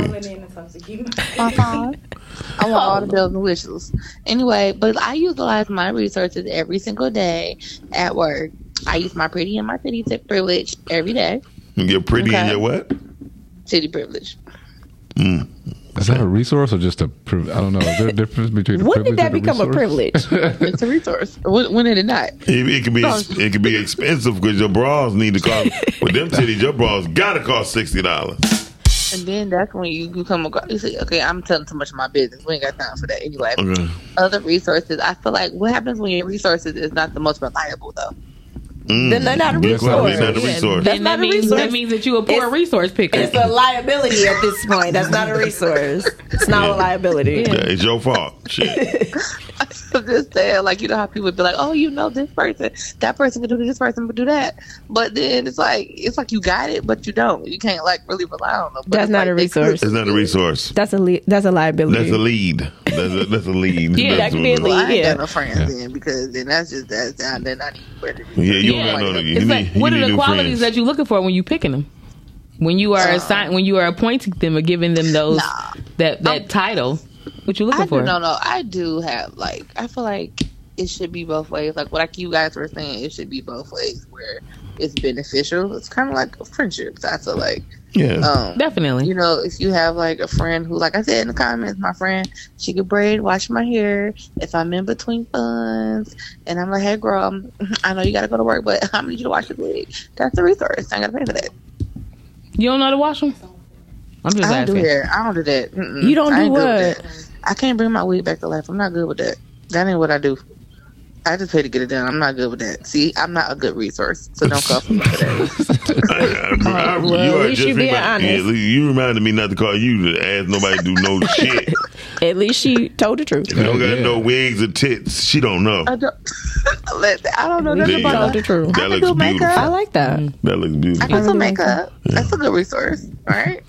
Speaker 14: Uh-huh. I want all the bells and whistles. Anyway, but I utilize my resources every single day at work. I use my pretty and my titty tip privilege every day.
Speaker 7: You're pretty
Speaker 14: Okay.
Speaker 7: and you're what?
Speaker 14: Titty privilege.
Speaker 6: Mm. Is that a resource or just a privilege? I don't know. Is there a difference between a
Speaker 5: When
Speaker 6: privilege
Speaker 5: did that
Speaker 6: and a
Speaker 5: become a
Speaker 6: resource?
Speaker 5: privilege?
Speaker 14: It's a resource. When, when did it not?
Speaker 7: It, it can be
Speaker 5: Oh.
Speaker 7: ex- it can be expensive because your bras need to cost. with them titties, your bras gotta cost sixty dollars.
Speaker 14: And then that's when you become a. You say, okay, I'm telling too much of my business. We ain't got time for that.
Speaker 6: Oh,
Speaker 14: Anyway,
Speaker 7: Okay.
Speaker 14: other resources. I feel like what happens when your resources is not the most reliable though.
Speaker 5: Then they're not a
Speaker 7: Good question.
Speaker 5: resource.
Speaker 7: They're not a resource.
Speaker 5: That's
Speaker 4: And
Speaker 5: not
Speaker 4: that
Speaker 5: a
Speaker 4: means
Speaker 5: resource.
Speaker 4: that means that you a poor
Speaker 5: It's-
Speaker 4: resource picker.
Speaker 5: It's a liability at this point. That's not a resource. It's not a liability.
Speaker 7: Yeah, it's your fault. Shit.
Speaker 14: I'm just saying, like you know how people would be like, oh, you know this person, that person would do this, this person would do that, but then it's like it's like you got it, but you don't. You can't like really rely on them. But
Speaker 5: That's
Speaker 14: it's
Speaker 5: not
Speaker 14: like
Speaker 5: a
Speaker 14: they
Speaker 5: resource.
Speaker 14: could-
Speaker 7: It's not a resource.
Speaker 5: That's a li- that's a liability.
Speaker 7: That's a lead. That's a, that's a lead.
Speaker 4: Yeah,
Speaker 7: That's
Speaker 5: that could be a
Speaker 7: what-
Speaker 14: Well, I ain't
Speaker 5: Yeah.
Speaker 14: got no friends then because then that's just that's down then I need where to
Speaker 7: Yeah, you don't got no. You
Speaker 4: It's
Speaker 7: need,
Speaker 4: like,
Speaker 7: you
Speaker 4: what
Speaker 7: need
Speaker 4: are the
Speaker 7: new
Speaker 4: qualities
Speaker 7: friends.
Speaker 4: that you're looking for when you picking them? When you are assign, when you are appointing them or giving them those
Speaker 14: Uh-uh. Nah.
Speaker 4: that that title, what you looking
Speaker 14: I
Speaker 4: for?
Speaker 14: do no no. I do have like I feel like it should be both ways. Like what like you guys were saying, it should be both ways where it's beneficial. It's kind of like friendships. I feel like
Speaker 7: yeah.
Speaker 14: um,
Speaker 4: Definitely.
Speaker 14: you know, if you have like a friend who, like I said in the comments, my friend, she could braid, wash my hair. If I'm in between funds and I'm like, hey, girl, I'm- I know you got to go to work, but I need you to wash your wig. That's a resource. I got to pay for that.
Speaker 4: You don't know how to wash them. I'm just
Speaker 14: I don't do
Speaker 4: asking.
Speaker 14: hair. I don't do that. Mm-mm.
Speaker 5: You don't
Speaker 14: I
Speaker 5: do
Speaker 14: ain't good
Speaker 5: what?
Speaker 14: with that. I can't bring my wig back to life. I'm not good with that. That ain't what I do. I just pay to get it done. I'm not good with that. See, I'm not a good resource, so don't call for me for that.
Speaker 7: I- I- I-
Speaker 5: Oh, well,
Speaker 7: you
Speaker 5: at
Speaker 7: are
Speaker 5: least
Speaker 7: just
Speaker 5: you being
Speaker 7: remi- yeah,
Speaker 5: honest.
Speaker 7: you reminded me not to call you to ask nobody to do no shit.
Speaker 5: At least she told the truth.
Speaker 7: If you don't got
Speaker 6: Yeah.
Speaker 7: no uh, wigs or tits, she don't know.
Speaker 14: I don't. Let that- I don't know
Speaker 7: There
Speaker 14: nothing
Speaker 7: you go.
Speaker 14: about
Speaker 5: Told the truth.
Speaker 14: I
Speaker 7: That
Speaker 14: can
Speaker 7: looks
Speaker 14: do makeup.
Speaker 5: I
Speaker 7: beautiful.
Speaker 5: like that.
Speaker 4: Mm.
Speaker 7: That looks
Speaker 14: I
Speaker 7: beautiful.
Speaker 14: do some makeup. That's a good resource, right?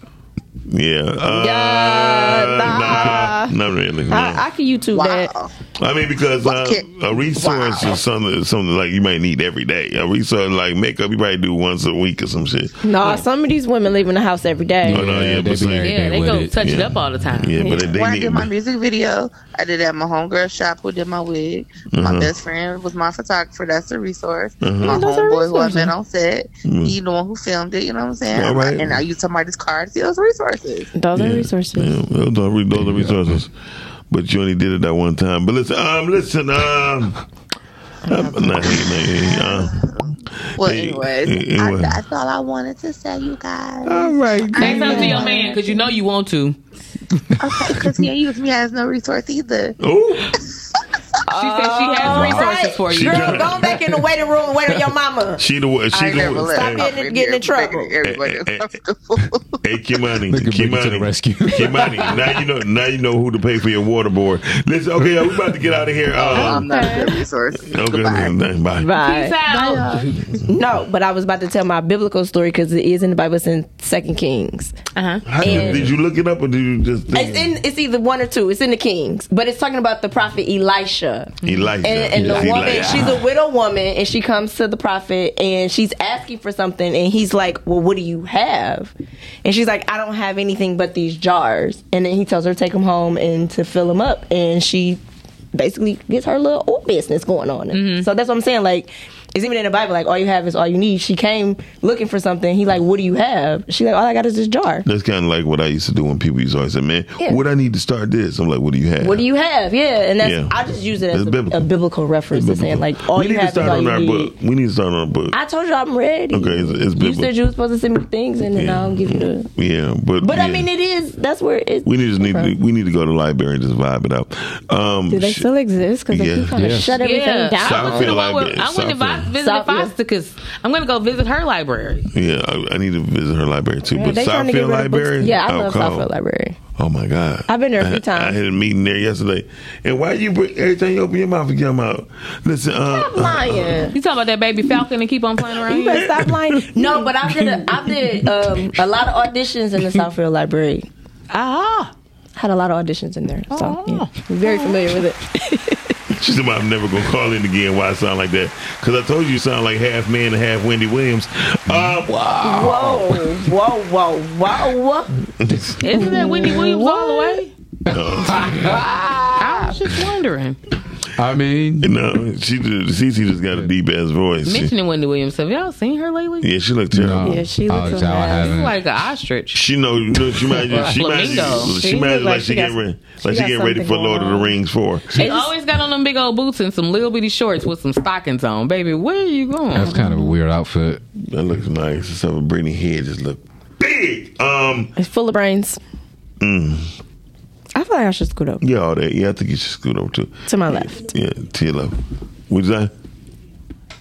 Speaker 7: Yeah. Uh,
Speaker 5: Yeah,
Speaker 7: nah, not really. no.
Speaker 5: I, I can YouTube that.
Speaker 14: Wow.
Speaker 7: I mean, because uh,
Speaker 14: Fuck it.
Speaker 7: a resource
Speaker 14: Wow.
Speaker 7: is something something like you might need every day. A resource like makeup, you probably do once a week or some shit.
Speaker 5: Nah, some of these women leaving the house every day.
Speaker 7: Oh, no, yeah,
Speaker 6: they
Speaker 7: but
Speaker 6: be
Speaker 7: see-
Speaker 6: every
Speaker 4: Yeah,
Speaker 6: day
Speaker 4: they
Speaker 6: with
Speaker 4: go
Speaker 6: it.
Speaker 4: touch it
Speaker 7: Yeah.
Speaker 4: up all the time.
Speaker 7: Yeah, but they
Speaker 14: When I
Speaker 7: need.
Speaker 14: did my music video, I did it at my homegirl shop who did my wig.
Speaker 7: Mm-hmm.
Speaker 14: My best friend was my photographer. That's a resource. My
Speaker 5: Those are
Speaker 14: homeboy who I
Speaker 5: resources.
Speaker 14: met on set,
Speaker 7: Mhm.
Speaker 14: he the one who filmed it. You know what I'm saying?
Speaker 7: All right.
Speaker 14: And I used somebody's car to see those resources.
Speaker 5: Those
Speaker 7: Yeah,
Speaker 5: are resources.
Speaker 7: yeah, those are, re- those are resources. But you only did it that one time. But listen, um, listen, um, I'm not hating, uh,
Speaker 14: Well,
Speaker 7: Hey,
Speaker 14: anyways,
Speaker 7: hey,
Speaker 14: I,
Speaker 7: anyway.
Speaker 14: that's all I wanted to say, you guys.
Speaker 4: Say something to your man because you know you want to.
Speaker 14: Okay, because he ain't use me as no resource either.
Speaker 7: Oh,
Speaker 4: She said she has resources
Speaker 5: Oh, right.
Speaker 4: for you.
Speaker 7: She-
Speaker 5: Girl, go back in the waiting room and wait on your mama.
Speaker 7: she the one. She
Speaker 14: I ain't
Speaker 7: the
Speaker 14: never
Speaker 7: one.
Speaker 14: left.
Speaker 5: Stop
Speaker 14: I'm
Speaker 5: getting-
Speaker 14: over
Speaker 5: getting in
Speaker 14: here
Speaker 5: trouble.
Speaker 14: making Everybody
Speaker 7: Eh, eh, eh.
Speaker 14: uncomfortable.
Speaker 7: Hey, Kimani,
Speaker 6: Look at Ricky to the
Speaker 7: Kimani,
Speaker 6: rescue.
Speaker 7: Kimani. Now you know. Now you know who to pay for your water board. Listen, okay, we about to get out of here.
Speaker 14: I'm
Speaker 7: Um,
Speaker 14: not a good resource.
Speaker 7: okay,
Speaker 14: Goodbye.
Speaker 7: then, bye.
Speaker 5: Bye.
Speaker 4: Peace out.
Speaker 5: No, but I was about to tell my biblical story because it is in the Bible. It's in Second Kings.
Speaker 7: How did, did you look it up or did you just think
Speaker 5: It's in. It's either one or two. It's in the Kings, but it's talking about the prophet Elisha.
Speaker 7: Elijah?
Speaker 5: And, and
Speaker 7: Yes,
Speaker 5: the woman,
Speaker 7: Elijah.
Speaker 5: she's a widow woman, and she comes to the prophet and she's asking for something, and he's like, "Well, what do you have?" And she's like, "I don't have anything but these jars." And then he tells her to take them home and to fill them up, and she basically gets her little old business going on. So that's what I'm saying. Like, It's even in the Bible, like all you have is all you need. She came looking for something. He like, what do you have? She like, all I got is this jar.
Speaker 7: That's kind of like what I used to do when people used to always say, "Man,
Speaker 5: Yeah.
Speaker 7: what I need to start this." I'm like, "What do you have?"
Speaker 5: What do you have? Yeah, and that's
Speaker 7: Yeah.
Speaker 5: I just use it as
Speaker 7: It's
Speaker 5: a,
Speaker 7: biblical.
Speaker 5: a biblical reference to saying like all
Speaker 7: we
Speaker 5: you
Speaker 7: need to
Speaker 5: have is
Speaker 7: start
Speaker 5: all
Speaker 7: on
Speaker 5: you
Speaker 7: our
Speaker 5: need.
Speaker 7: book. We need to start on our book.
Speaker 5: I told you I'm ready.
Speaker 7: okay, it's, it's
Speaker 5: You
Speaker 7: biblical.
Speaker 5: said you were supposed to send me things, and then I'll give you the.
Speaker 7: yeah, but
Speaker 5: But I
Speaker 7: yeah.
Speaker 5: mean, it is. That's where it.
Speaker 7: we need just need
Speaker 5: Okay.
Speaker 7: to, we need to go to the library and just vibe it out. Um,
Speaker 8: Do they still exist? Because
Speaker 7: Yeah.
Speaker 8: they keep trying
Speaker 7: Yeah.
Speaker 8: to shut everything
Speaker 4: Yeah.
Speaker 8: down.
Speaker 4: I went to the
Speaker 7: Southfield
Speaker 4: one
Speaker 7: Library.
Speaker 4: where- I went to vi-
Speaker 7: Southfield.
Speaker 4: visit Foster because I'm going to go visit her library.
Speaker 7: yeah, I, I need to visit her library too.
Speaker 4: Yeah,
Speaker 7: but
Speaker 4: they trying to get
Speaker 7: Southfield
Speaker 4: rid of books.
Speaker 7: Library,
Speaker 4: Yeah, I love
Speaker 7: Alcoa.
Speaker 4: Southfield
Speaker 5: Library.
Speaker 7: Oh my god,
Speaker 8: I've been there a few
Speaker 7: I-
Speaker 8: times.
Speaker 7: I had a meeting there yesterday, and why you bring every time you open your mouth, you come out. Listen, uh, uh,
Speaker 4: You talking about that baby falcon and keep on playing around?
Speaker 5: You better stop lying. No, but I did. A, I did um, a lot of auditions in the Southfield Library.
Speaker 4: Ah.
Speaker 5: Had a lot of auditions in there, so yeah, I'm very familiar with it.
Speaker 7: She said, I'm never going to call in again. Why I sound like that? Because I told you you sound like half man and half Wendy Williams. Uh, wow.
Speaker 5: Whoa, whoa, whoa, whoa, whoa!
Speaker 4: Isn't that Wendy Williams all the way? I was just wondering.
Speaker 7: I mean, no, she just, Cece just got a deep ass voice. She-
Speaker 4: Mentioning Wendy Williams, have y'all seen her lately?
Speaker 7: yeah, she looked terrible.
Speaker 4: No. Yeah, she looks Oh, so so I bad. haven't. She's like an ostrich.
Speaker 7: She know, you know she might just, she might
Speaker 4: Flamingo.
Speaker 7: just, she,
Speaker 4: She look
Speaker 7: might just like,
Speaker 4: like
Speaker 7: she
Speaker 4: she
Speaker 7: getting
Speaker 4: got-
Speaker 7: ready,
Speaker 4: she
Speaker 7: like she
Speaker 4: got
Speaker 7: getting ready for
Speaker 4: something
Speaker 7: Lord of the Rings four.
Speaker 4: She always got on them big old boots and some little bitty shorts with some stockings on. Baby, where are you going?
Speaker 6: That's kind of a weird outfit.
Speaker 7: That looks nice. It's a Brittany head just look big. Um,
Speaker 8: It's full of brains.
Speaker 7: mm,
Speaker 8: I feel like I should scoot over
Speaker 7: yeah, all that. Yeah, I think you should scoot over too.
Speaker 8: to my left.
Speaker 7: Yeah, to your left. What'd you say?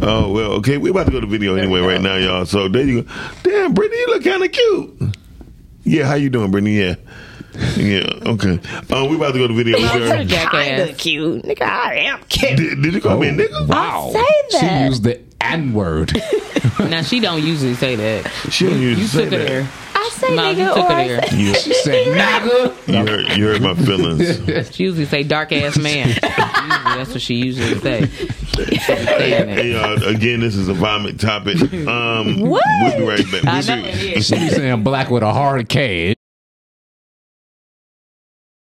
Speaker 7: Oh well, okay. We're about to go to video anyway right now, y'all. So there you go. Damn, Brittany, you look kind of cute. Yeah, how you doing, Brittany? Yeah, yeah. Okay. Um, we about to go to video. We're-
Speaker 8: Kinda cute, nigga. I am cute.
Speaker 7: Did, did you call me a
Speaker 5: Oh.
Speaker 7: nigga?
Speaker 6: Wow.
Speaker 8: Say that.
Speaker 6: the N word.
Speaker 4: now she don't usually say that.
Speaker 7: She don't usually
Speaker 4: you
Speaker 7: say
Speaker 4: took
Speaker 7: that.
Speaker 4: It there.
Speaker 8: I say
Speaker 4: No, you
Speaker 8: nigga
Speaker 4: took
Speaker 8: or
Speaker 4: it
Speaker 8: I
Speaker 4: there.
Speaker 8: say
Speaker 7: You
Speaker 6: said nigga.
Speaker 7: You heard, you heard my feelings.
Speaker 4: She usually say dark ass man. Usually, that's what she usually say.
Speaker 7: Hey, y'all, again, this is a vomit topic. Um,
Speaker 4: What?
Speaker 7: We'll be right back.
Speaker 4: I
Speaker 7: We'll
Speaker 4: know
Speaker 7: see-
Speaker 4: it
Speaker 6: She be saying black with a hard K.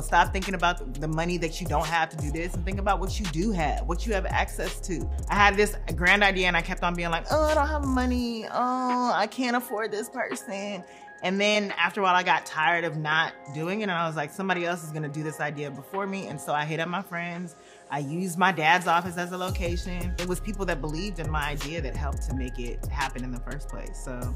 Speaker 15: Stop thinking about the money that you don't have to do this and think about what you do have, what you have access to. I had this grand idea and I kept on being like, oh, I don't have money. Oh, I can't afford this person. And then after a while, I got tired of not doing it. And I was like, somebody else is going to do this idea before me. And so I hit up my friends. I used my dad's office as a location. It was people that believed in my idea that helped to make it happen in the first place. So.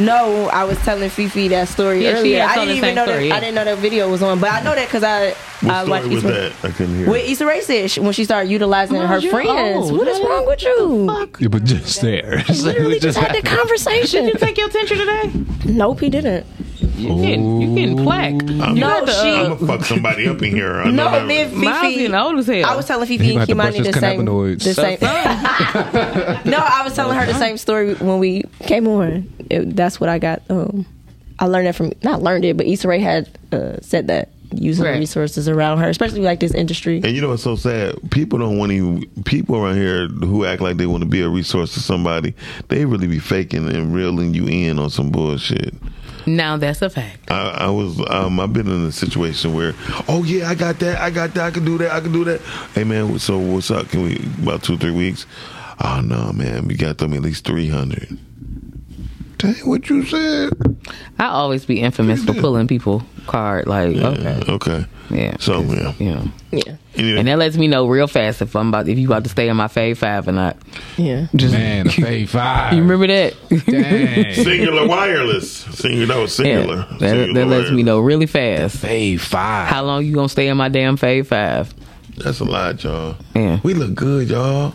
Speaker 5: No, I was telling Fifi that story
Speaker 4: Yeah, she
Speaker 5: earlier.
Speaker 4: had
Speaker 5: I
Speaker 4: told
Speaker 5: didn't
Speaker 4: the
Speaker 5: even
Speaker 4: same
Speaker 5: know
Speaker 4: story,
Speaker 5: that.
Speaker 4: yeah.
Speaker 5: I didn't know that video was on, but I know that because I
Speaker 7: What
Speaker 5: I
Speaker 7: story
Speaker 5: watched
Speaker 7: was
Speaker 5: Issa-
Speaker 7: that? I couldn't hear.
Speaker 5: What Issa Rae said she- when she started utilizing
Speaker 8: Mom,
Speaker 5: her
Speaker 8: you're
Speaker 5: friends.
Speaker 8: old.
Speaker 5: What is wrong with you?
Speaker 6: Yeah, but just there.
Speaker 5: Literally just had the conversation.
Speaker 4: Did you take your tincture today?
Speaker 5: Nope, he didn't.
Speaker 4: You getting, you getting plaque.
Speaker 5: Mm.
Speaker 7: I'm,
Speaker 4: you
Speaker 7: no,
Speaker 4: got the, uh,
Speaker 7: I'm gonna fuck somebody up in here. I know
Speaker 5: No,
Speaker 7: that-
Speaker 5: me and Fifi.
Speaker 4: Miles getting old as hell.
Speaker 5: I was telling Fifi
Speaker 6: He
Speaker 5: and
Speaker 6: gonna have to
Speaker 5: Kimani the
Speaker 6: brush his
Speaker 5: same.
Speaker 6: cannabinoids.
Speaker 5: The same. no, I was telling her the same story when we came on. It, that's what I got. Um, I learned that from not learned it, but Issa Rae had uh, said that using the
Speaker 7: Right.
Speaker 5: resources around her, especially like this industry.
Speaker 7: And you know what's so sad? People don't want to. People around here who act like they want to be a resource to somebody, they really be faking and reeling you in on some bullshit.
Speaker 4: now that's a fact.
Speaker 7: I, I was. Um, I've been in a situation where, oh yeah, I got that. I got that. I can do that. I can do that. Hey man, so what's up? Can we about two three weeks? Oh no, man, we got them at least three hundred. Dang, what you said?
Speaker 4: I always be infamous for pulling people card. Like okay,
Speaker 7: okay,
Speaker 4: yeah.
Speaker 7: So yeah,
Speaker 4: yeah.
Speaker 5: Yeah.
Speaker 4: And that lets me know real fast if I'm about if you about to stay in my fave five or not.
Speaker 5: Yeah.
Speaker 6: Man, the fave five.
Speaker 4: You remember that?
Speaker 7: Singular wireless. Singular. That was singular.
Speaker 4: Yeah, that, that lets me know really fast.
Speaker 6: Fave five.
Speaker 4: How long you gonna stay in my damn fave five?
Speaker 7: That's a lot, y'all.
Speaker 4: Yeah.
Speaker 7: We look good, y'all.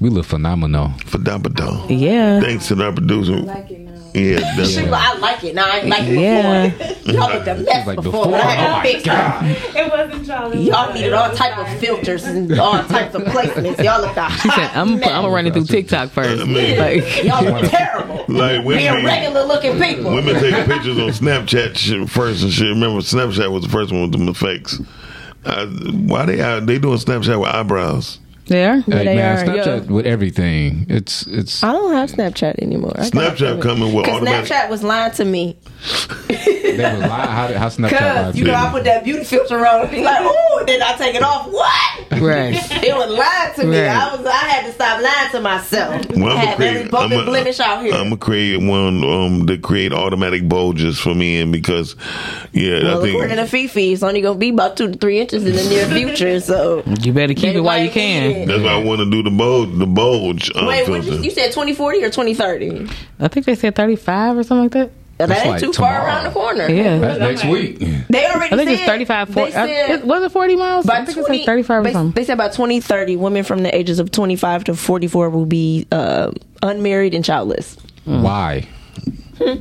Speaker 6: We look phenomenal.
Speaker 7: Phenomenal.
Speaker 4: Yeah.
Speaker 7: Thanks to our producer. like it now. Yeah, that's
Speaker 5: She was like, I like it. Now I ain't like it
Speaker 7: Yeah.
Speaker 5: before. Y'all looked a mess
Speaker 7: Like
Speaker 5: before.
Speaker 7: before?
Speaker 5: but I
Speaker 7: Oh
Speaker 5: had
Speaker 7: my
Speaker 5: fixed it. It wasn't y'all. Y'all needed all type of filters and all types of placements. Y'all looked a
Speaker 4: She said, "I'm I'm gonna run it through TikTok first. Like,
Speaker 5: Y'all look terrible.
Speaker 7: Uh, Like
Speaker 5: Being
Speaker 7: women,
Speaker 5: regular looking people.
Speaker 7: women taking pictures on Snapchat shit first and shit. Remember, Snapchat was the first one with the effects. Uh, why they out? They doing Snapchat with eyebrows?
Speaker 4: They are.
Speaker 6: Like,
Speaker 16: they
Speaker 6: man,
Speaker 16: are,
Speaker 6: Snapchat with everything. It's it's.
Speaker 16: I don't have Snapchat anymore. I got-
Speaker 6: Snapchat coming with
Speaker 16: 'Cause
Speaker 6: automatic-
Speaker 16: Snapchat was lying to me.
Speaker 6: They were lying. How, how Snapchat lied
Speaker 5: Cause
Speaker 6: to
Speaker 5: you know I
Speaker 6: you?
Speaker 5: put that beauty filter on and be like, ooh, then I take it off. What?
Speaker 4: Right.
Speaker 5: It was lying to me.
Speaker 7: Right.
Speaker 5: I was I had to stop lying to myself.
Speaker 7: Well,
Speaker 5: I
Speaker 7: I'm
Speaker 5: had every
Speaker 7: create,
Speaker 5: bump and blemish out here.
Speaker 7: I'm gonna create one um to create automatic bulges for me, and because yeah,
Speaker 5: well,
Speaker 7: I think
Speaker 5: according to Fifi, it's only gonna be about two to three inches in the near future. So
Speaker 4: You better keep it while you can.
Speaker 7: That's why I want to do the bulge. The bulge. Um,
Speaker 5: wait, what
Speaker 7: filter.
Speaker 5: you, you said twenty forty or twenty thirty?
Speaker 4: I think they said 35 or something like that.
Speaker 5: That That's ain't like too far tomorrow. around the corner.
Speaker 4: Yeah.
Speaker 5: That's next
Speaker 6: week.
Speaker 5: They already
Speaker 4: I think it's
Speaker 5: said-
Speaker 4: 35,
Speaker 5: they
Speaker 4: 40. I-
Speaker 5: said-
Speaker 4: it- uh, was it 40 miles? I think it's like 35 or
Speaker 5: they,
Speaker 4: something.
Speaker 5: they said by 2030, women from the ages of 25 to 44 will be uh, unmarried and childless.
Speaker 4: Hmm.
Speaker 6: Why?
Speaker 7: Because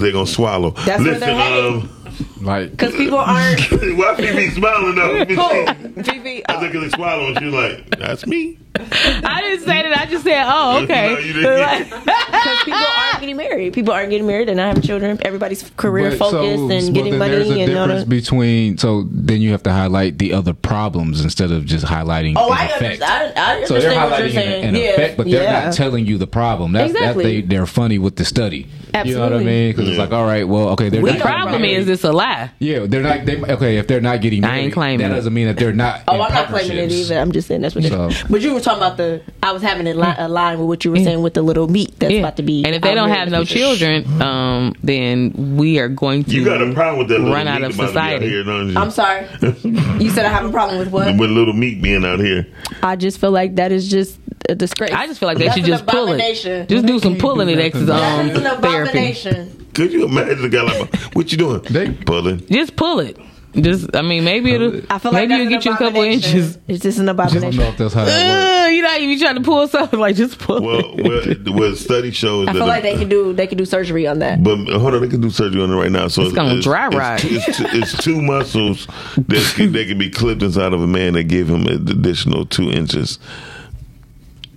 Speaker 7: they're Hmm? gonna swallow. um,
Speaker 5: That's where they're headed.
Speaker 6: like
Speaker 5: because people aren't.
Speaker 7: why Phoebe smiling though?
Speaker 5: Phoebe,
Speaker 7: I think they swallowing. She's like, that's me.
Speaker 4: I didn't say that. I just said, oh,
Speaker 7: No, you didn't.
Speaker 4: okay.
Speaker 5: Because people aren't getting married. People aren't getting married and not having children. Everybody's career
Speaker 6: But
Speaker 5: focused and
Speaker 6: but
Speaker 5: getting
Speaker 6: then There's a
Speaker 5: money and all
Speaker 6: difference
Speaker 5: that.
Speaker 6: between so then you have to highlight the other problems instead of just highlighting.
Speaker 5: Oh,
Speaker 6: an
Speaker 5: I
Speaker 6: effect.
Speaker 5: understand. I, I understand
Speaker 6: So they're
Speaker 5: what you're
Speaker 6: highlighting
Speaker 5: saying.
Speaker 6: an, an
Speaker 5: yeah.
Speaker 6: effect, but they're
Speaker 5: yeah.
Speaker 6: not telling you the problem. That's,
Speaker 5: Exactly.
Speaker 6: that's they, they're funny with the study. You know what I
Speaker 4: Absolutely.
Speaker 6: mean? Because it's like, all right, well, okay, they're
Speaker 4: the
Speaker 6: not
Speaker 4: problem
Speaker 6: getting
Speaker 4: is it's a lie.
Speaker 6: married. yeah, they're not. They, okay, if they're not getting married, that doesn't mean that they're not.
Speaker 5: Oh, I'm not claiming it either. I'm just saying that's what.
Speaker 6: So-
Speaker 5: So. But you were talking about the. I was having a, li- a line with what you were saying with the little meat that's about to be.
Speaker 4: And if they don't have no children, um, then we are going to
Speaker 7: You got a problem with that little
Speaker 4: run out
Speaker 7: meat
Speaker 4: of
Speaker 7: about to be out
Speaker 4: society.
Speaker 7: here, don't you?
Speaker 5: I'm sorry. You said I have a problem with what?
Speaker 7: With little meat being out here.
Speaker 5: I just feel like that is just a disgrace.
Speaker 4: I just feel like they
Speaker 5: That's
Speaker 4: should
Speaker 5: an
Speaker 4: just pull
Speaker 5: abomination.
Speaker 4: it. Just do some pulling it
Speaker 7: nothing.
Speaker 4: exes on
Speaker 5: That is an
Speaker 4: therapy.
Speaker 5: abomination.
Speaker 7: Could you imagine a guy like, what you doing? They pulling.
Speaker 4: Just pull it. Just, I mean, maybe it'll.
Speaker 5: I feel
Speaker 4: maybe
Speaker 5: like that's
Speaker 4: you'll
Speaker 5: an
Speaker 4: get you a couple
Speaker 5: abomination.
Speaker 4: inches.
Speaker 5: It's just an abomination.
Speaker 6: know if that's how that
Speaker 4: Ugh, you're not even trying to pull something. Like just pull
Speaker 7: Well, well, well study shows
Speaker 5: I
Speaker 7: that.
Speaker 5: feel like they can do they can do surgery on that.
Speaker 7: but hold on, they can do surgery on it right now. So
Speaker 5: It's gonna dry rot.
Speaker 7: It's, two- it's, two- it's two muscles that can, that can be clipped inside of a man that gave him an additional two inches.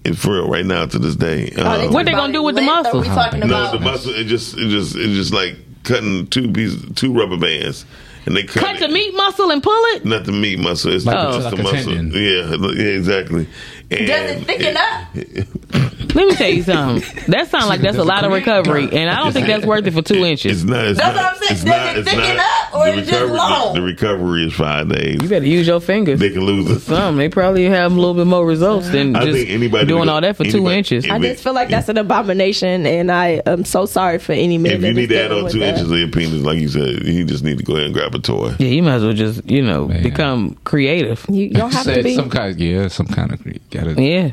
Speaker 7: And for real, right now to this day,
Speaker 5: Oh,
Speaker 7: um,
Speaker 4: what they gonna do with the muscle?
Speaker 7: No, the muscle. It just, it just, it just like cutting two pieces, two rubber bands, and they cut,
Speaker 4: Cut
Speaker 7: it.
Speaker 4: the meat muscle and pull it.
Speaker 7: Not the meat muscle. It's
Speaker 4: Like
Speaker 7: the,
Speaker 4: a-
Speaker 7: it's
Speaker 4: like
Speaker 7: the
Speaker 4: a
Speaker 7: muscle. Yeah, look, yeah, exactly. And
Speaker 5: Does it thicken up?
Speaker 4: Let me tell you something. That sounds like that's a lot of recovery, and I don't think that's worth it for two inches.
Speaker 7: It's not. It's
Speaker 5: That's
Speaker 7: not,
Speaker 5: what I'm saying.
Speaker 7: It's
Speaker 5: Does
Speaker 7: not,
Speaker 5: it
Speaker 7: it's
Speaker 5: thicken
Speaker 7: not,
Speaker 5: up or
Speaker 7: the
Speaker 5: is it just
Speaker 7: recovery-
Speaker 5: long?
Speaker 7: The recovery is five days. You
Speaker 4: better use your fingers.
Speaker 7: They can lose it.
Speaker 4: Some they probably have a little bit more results than
Speaker 7: I
Speaker 4: just
Speaker 7: think anybody
Speaker 4: doing
Speaker 7: that-
Speaker 4: all that for two
Speaker 7: anybody-
Speaker 4: inches.
Speaker 5: I just feel like that's an abomination, and I am so sorry for any man.
Speaker 7: If you
Speaker 5: that is
Speaker 7: need to add
Speaker 5: dealing
Speaker 7: on
Speaker 5: with
Speaker 7: two
Speaker 5: that.
Speaker 7: inches of your penis, like you said, you just need to go ahead and grab a toy.
Speaker 4: Yeah, you might as well just you know become creative.
Speaker 5: You don't
Speaker 6: Said some kind. yeah, some kind of. Got it.
Speaker 4: Yeah.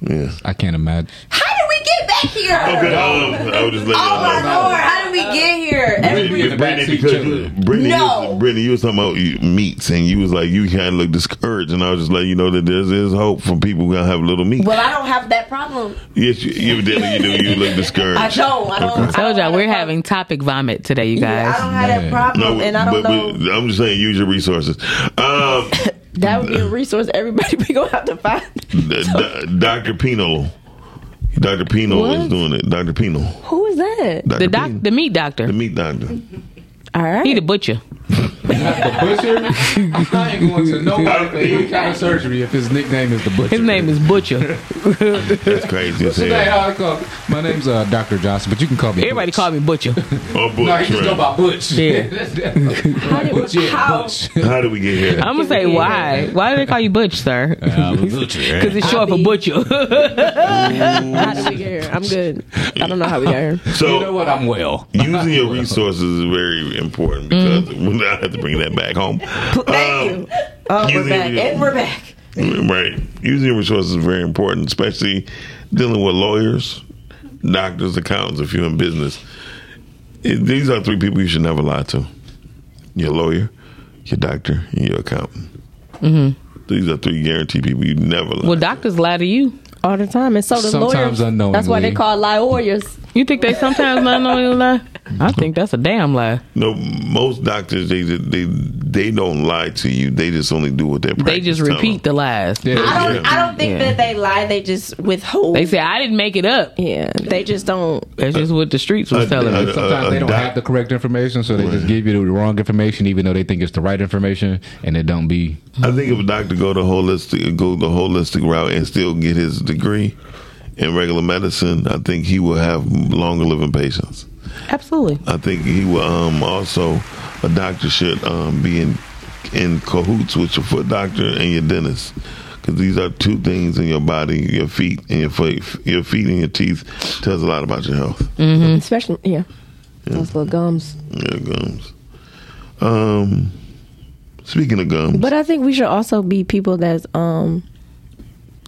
Speaker 7: Yeah.
Speaker 6: I can't imagine.
Speaker 5: How did we get back here?
Speaker 7: Okay, um, I was just letting
Speaker 5: oh my
Speaker 7: y'all know.
Speaker 5: lord! How did we
Speaker 7: Uh,
Speaker 5: get here? Every-
Speaker 7: Brittany, Brittany, because you, Brittany,
Speaker 5: No.
Speaker 7: you was, Brittany, you was talking about you- meats, and you was like, you kind of look discouraged, and I was just letting you know that there's, there's hope for people who don't have little meat.
Speaker 5: well, I don't have that problem.
Speaker 7: yes, you, you evidently you do. You look discouraged.
Speaker 5: I don't. I don't.
Speaker 4: I told y'all we're having topic vomit today, you guys.
Speaker 5: I don't have that problem, and I don't
Speaker 7: but,
Speaker 5: know.
Speaker 7: but I'm just saying, use your resources. Um,
Speaker 5: that would be a resource everybody be gonna have to find.
Speaker 7: d- d- Dr. Pino, Dr. Pino is
Speaker 4: What?
Speaker 7: doing it. Dr. Pino,
Speaker 5: Who is that?
Speaker 7: Dr.
Speaker 4: The doc, the meat doctor. The
Speaker 7: meat doctor.
Speaker 5: All right.
Speaker 4: He the butcher.
Speaker 6: I ain't going to nobody for any kind of surgery if his nickname is the butcher. His name
Speaker 4: is Butcher.
Speaker 7: That's crazy. as
Speaker 6: What's his
Speaker 7: hell.
Speaker 6: name? How I call him? My name's uh, Doctor Johnson, but you can call me.
Speaker 4: Everybody call me Butcher.
Speaker 7: Oh, Butch.
Speaker 6: No, he just go by Butch.
Speaker 4: Yeah.
Speaker 6: Butch, yeah,
Speaker 4: how-
Speaker 6: Butch.
Speaker 7: How did we get here?
Speaker 4: I'm gonna say why? Why do they call you Butch, sir? Because it's short for
Speaker 5: How
Speaker 4: butcher.
Speaker 5: did we get
Speaker 7: Mm.
Speaker 5: here? I'm good. I don't know how we got here.
Speaker 7: So
Speaker 6: you know what? I'm well.
Speaker 7: Using your resources is very important
Speaker 4: Mm-hmm.
Speaker 7: because I have to bring that back home.
Speaker 5: Thank you. Oh,
Speaker 7: Um, you
Speaker 5: we're
Speaker 7: think
Speaker 5: back.
Speaker 7: we-
Speaker 5: And we're back.
Speaker 7: Right. Using your resources is very important, especially dealing with lawyers, doctors, accountants, if you're in business. It- these are three people you should never lie to your lawyer, your doctor, and your accountant.
Speaker 4: hmm
Speaker 7: These are three guaranteed people you never lie
Speaker 4: Well, doctors lie to you
Speaker 5: all the time, and so
Speaker 4: does
Speaker 5: Sometimes
Speaker 4: lawyers.
Speaker 5: That's why they call lawyers.
Speaker 4: You think they sometimes not know you lie? I think that's a damn lie.
Speaker 7: No, most doctors they they they don't lie to you. They just only do what their
Speaker 4: They just repeat the lies.
Speaker 17: I don't. I don't think
Speaker 4: Yeah.
Speaker 17: that they lie. They just withhold.
Speaker 4: They say I didn't make it up.
Speaker 17: Yeah, they just don't.
Speaker 4: That's just what the streets was telling us.
Speaker 6: Sometimes they don't have the correct information, so they just give you the wrong information, even though they think it's the right information, and it don't be.
Speaker 7: I think if a doctor go the holistic go the holistic route and still get his degree in regular medicine, I think he will have longer living patients.
Speaker 4: Absolutely.
Speaker 7: I think he will um, also a doctor should um, be in in cahoots with your foot doctor and your dentist because these are two things in your body, your feet and your foot, your feet and your teeth tells a lot about your health.
Speaker 17: Mm-hmm. Especially, yeah.
Speaker 7: Yeah.
Speaker 17: Those little gums.
Speaker 7: Yeah, gums. Um, speaking of gums,
Speaker 5: But I think we should also be people that's um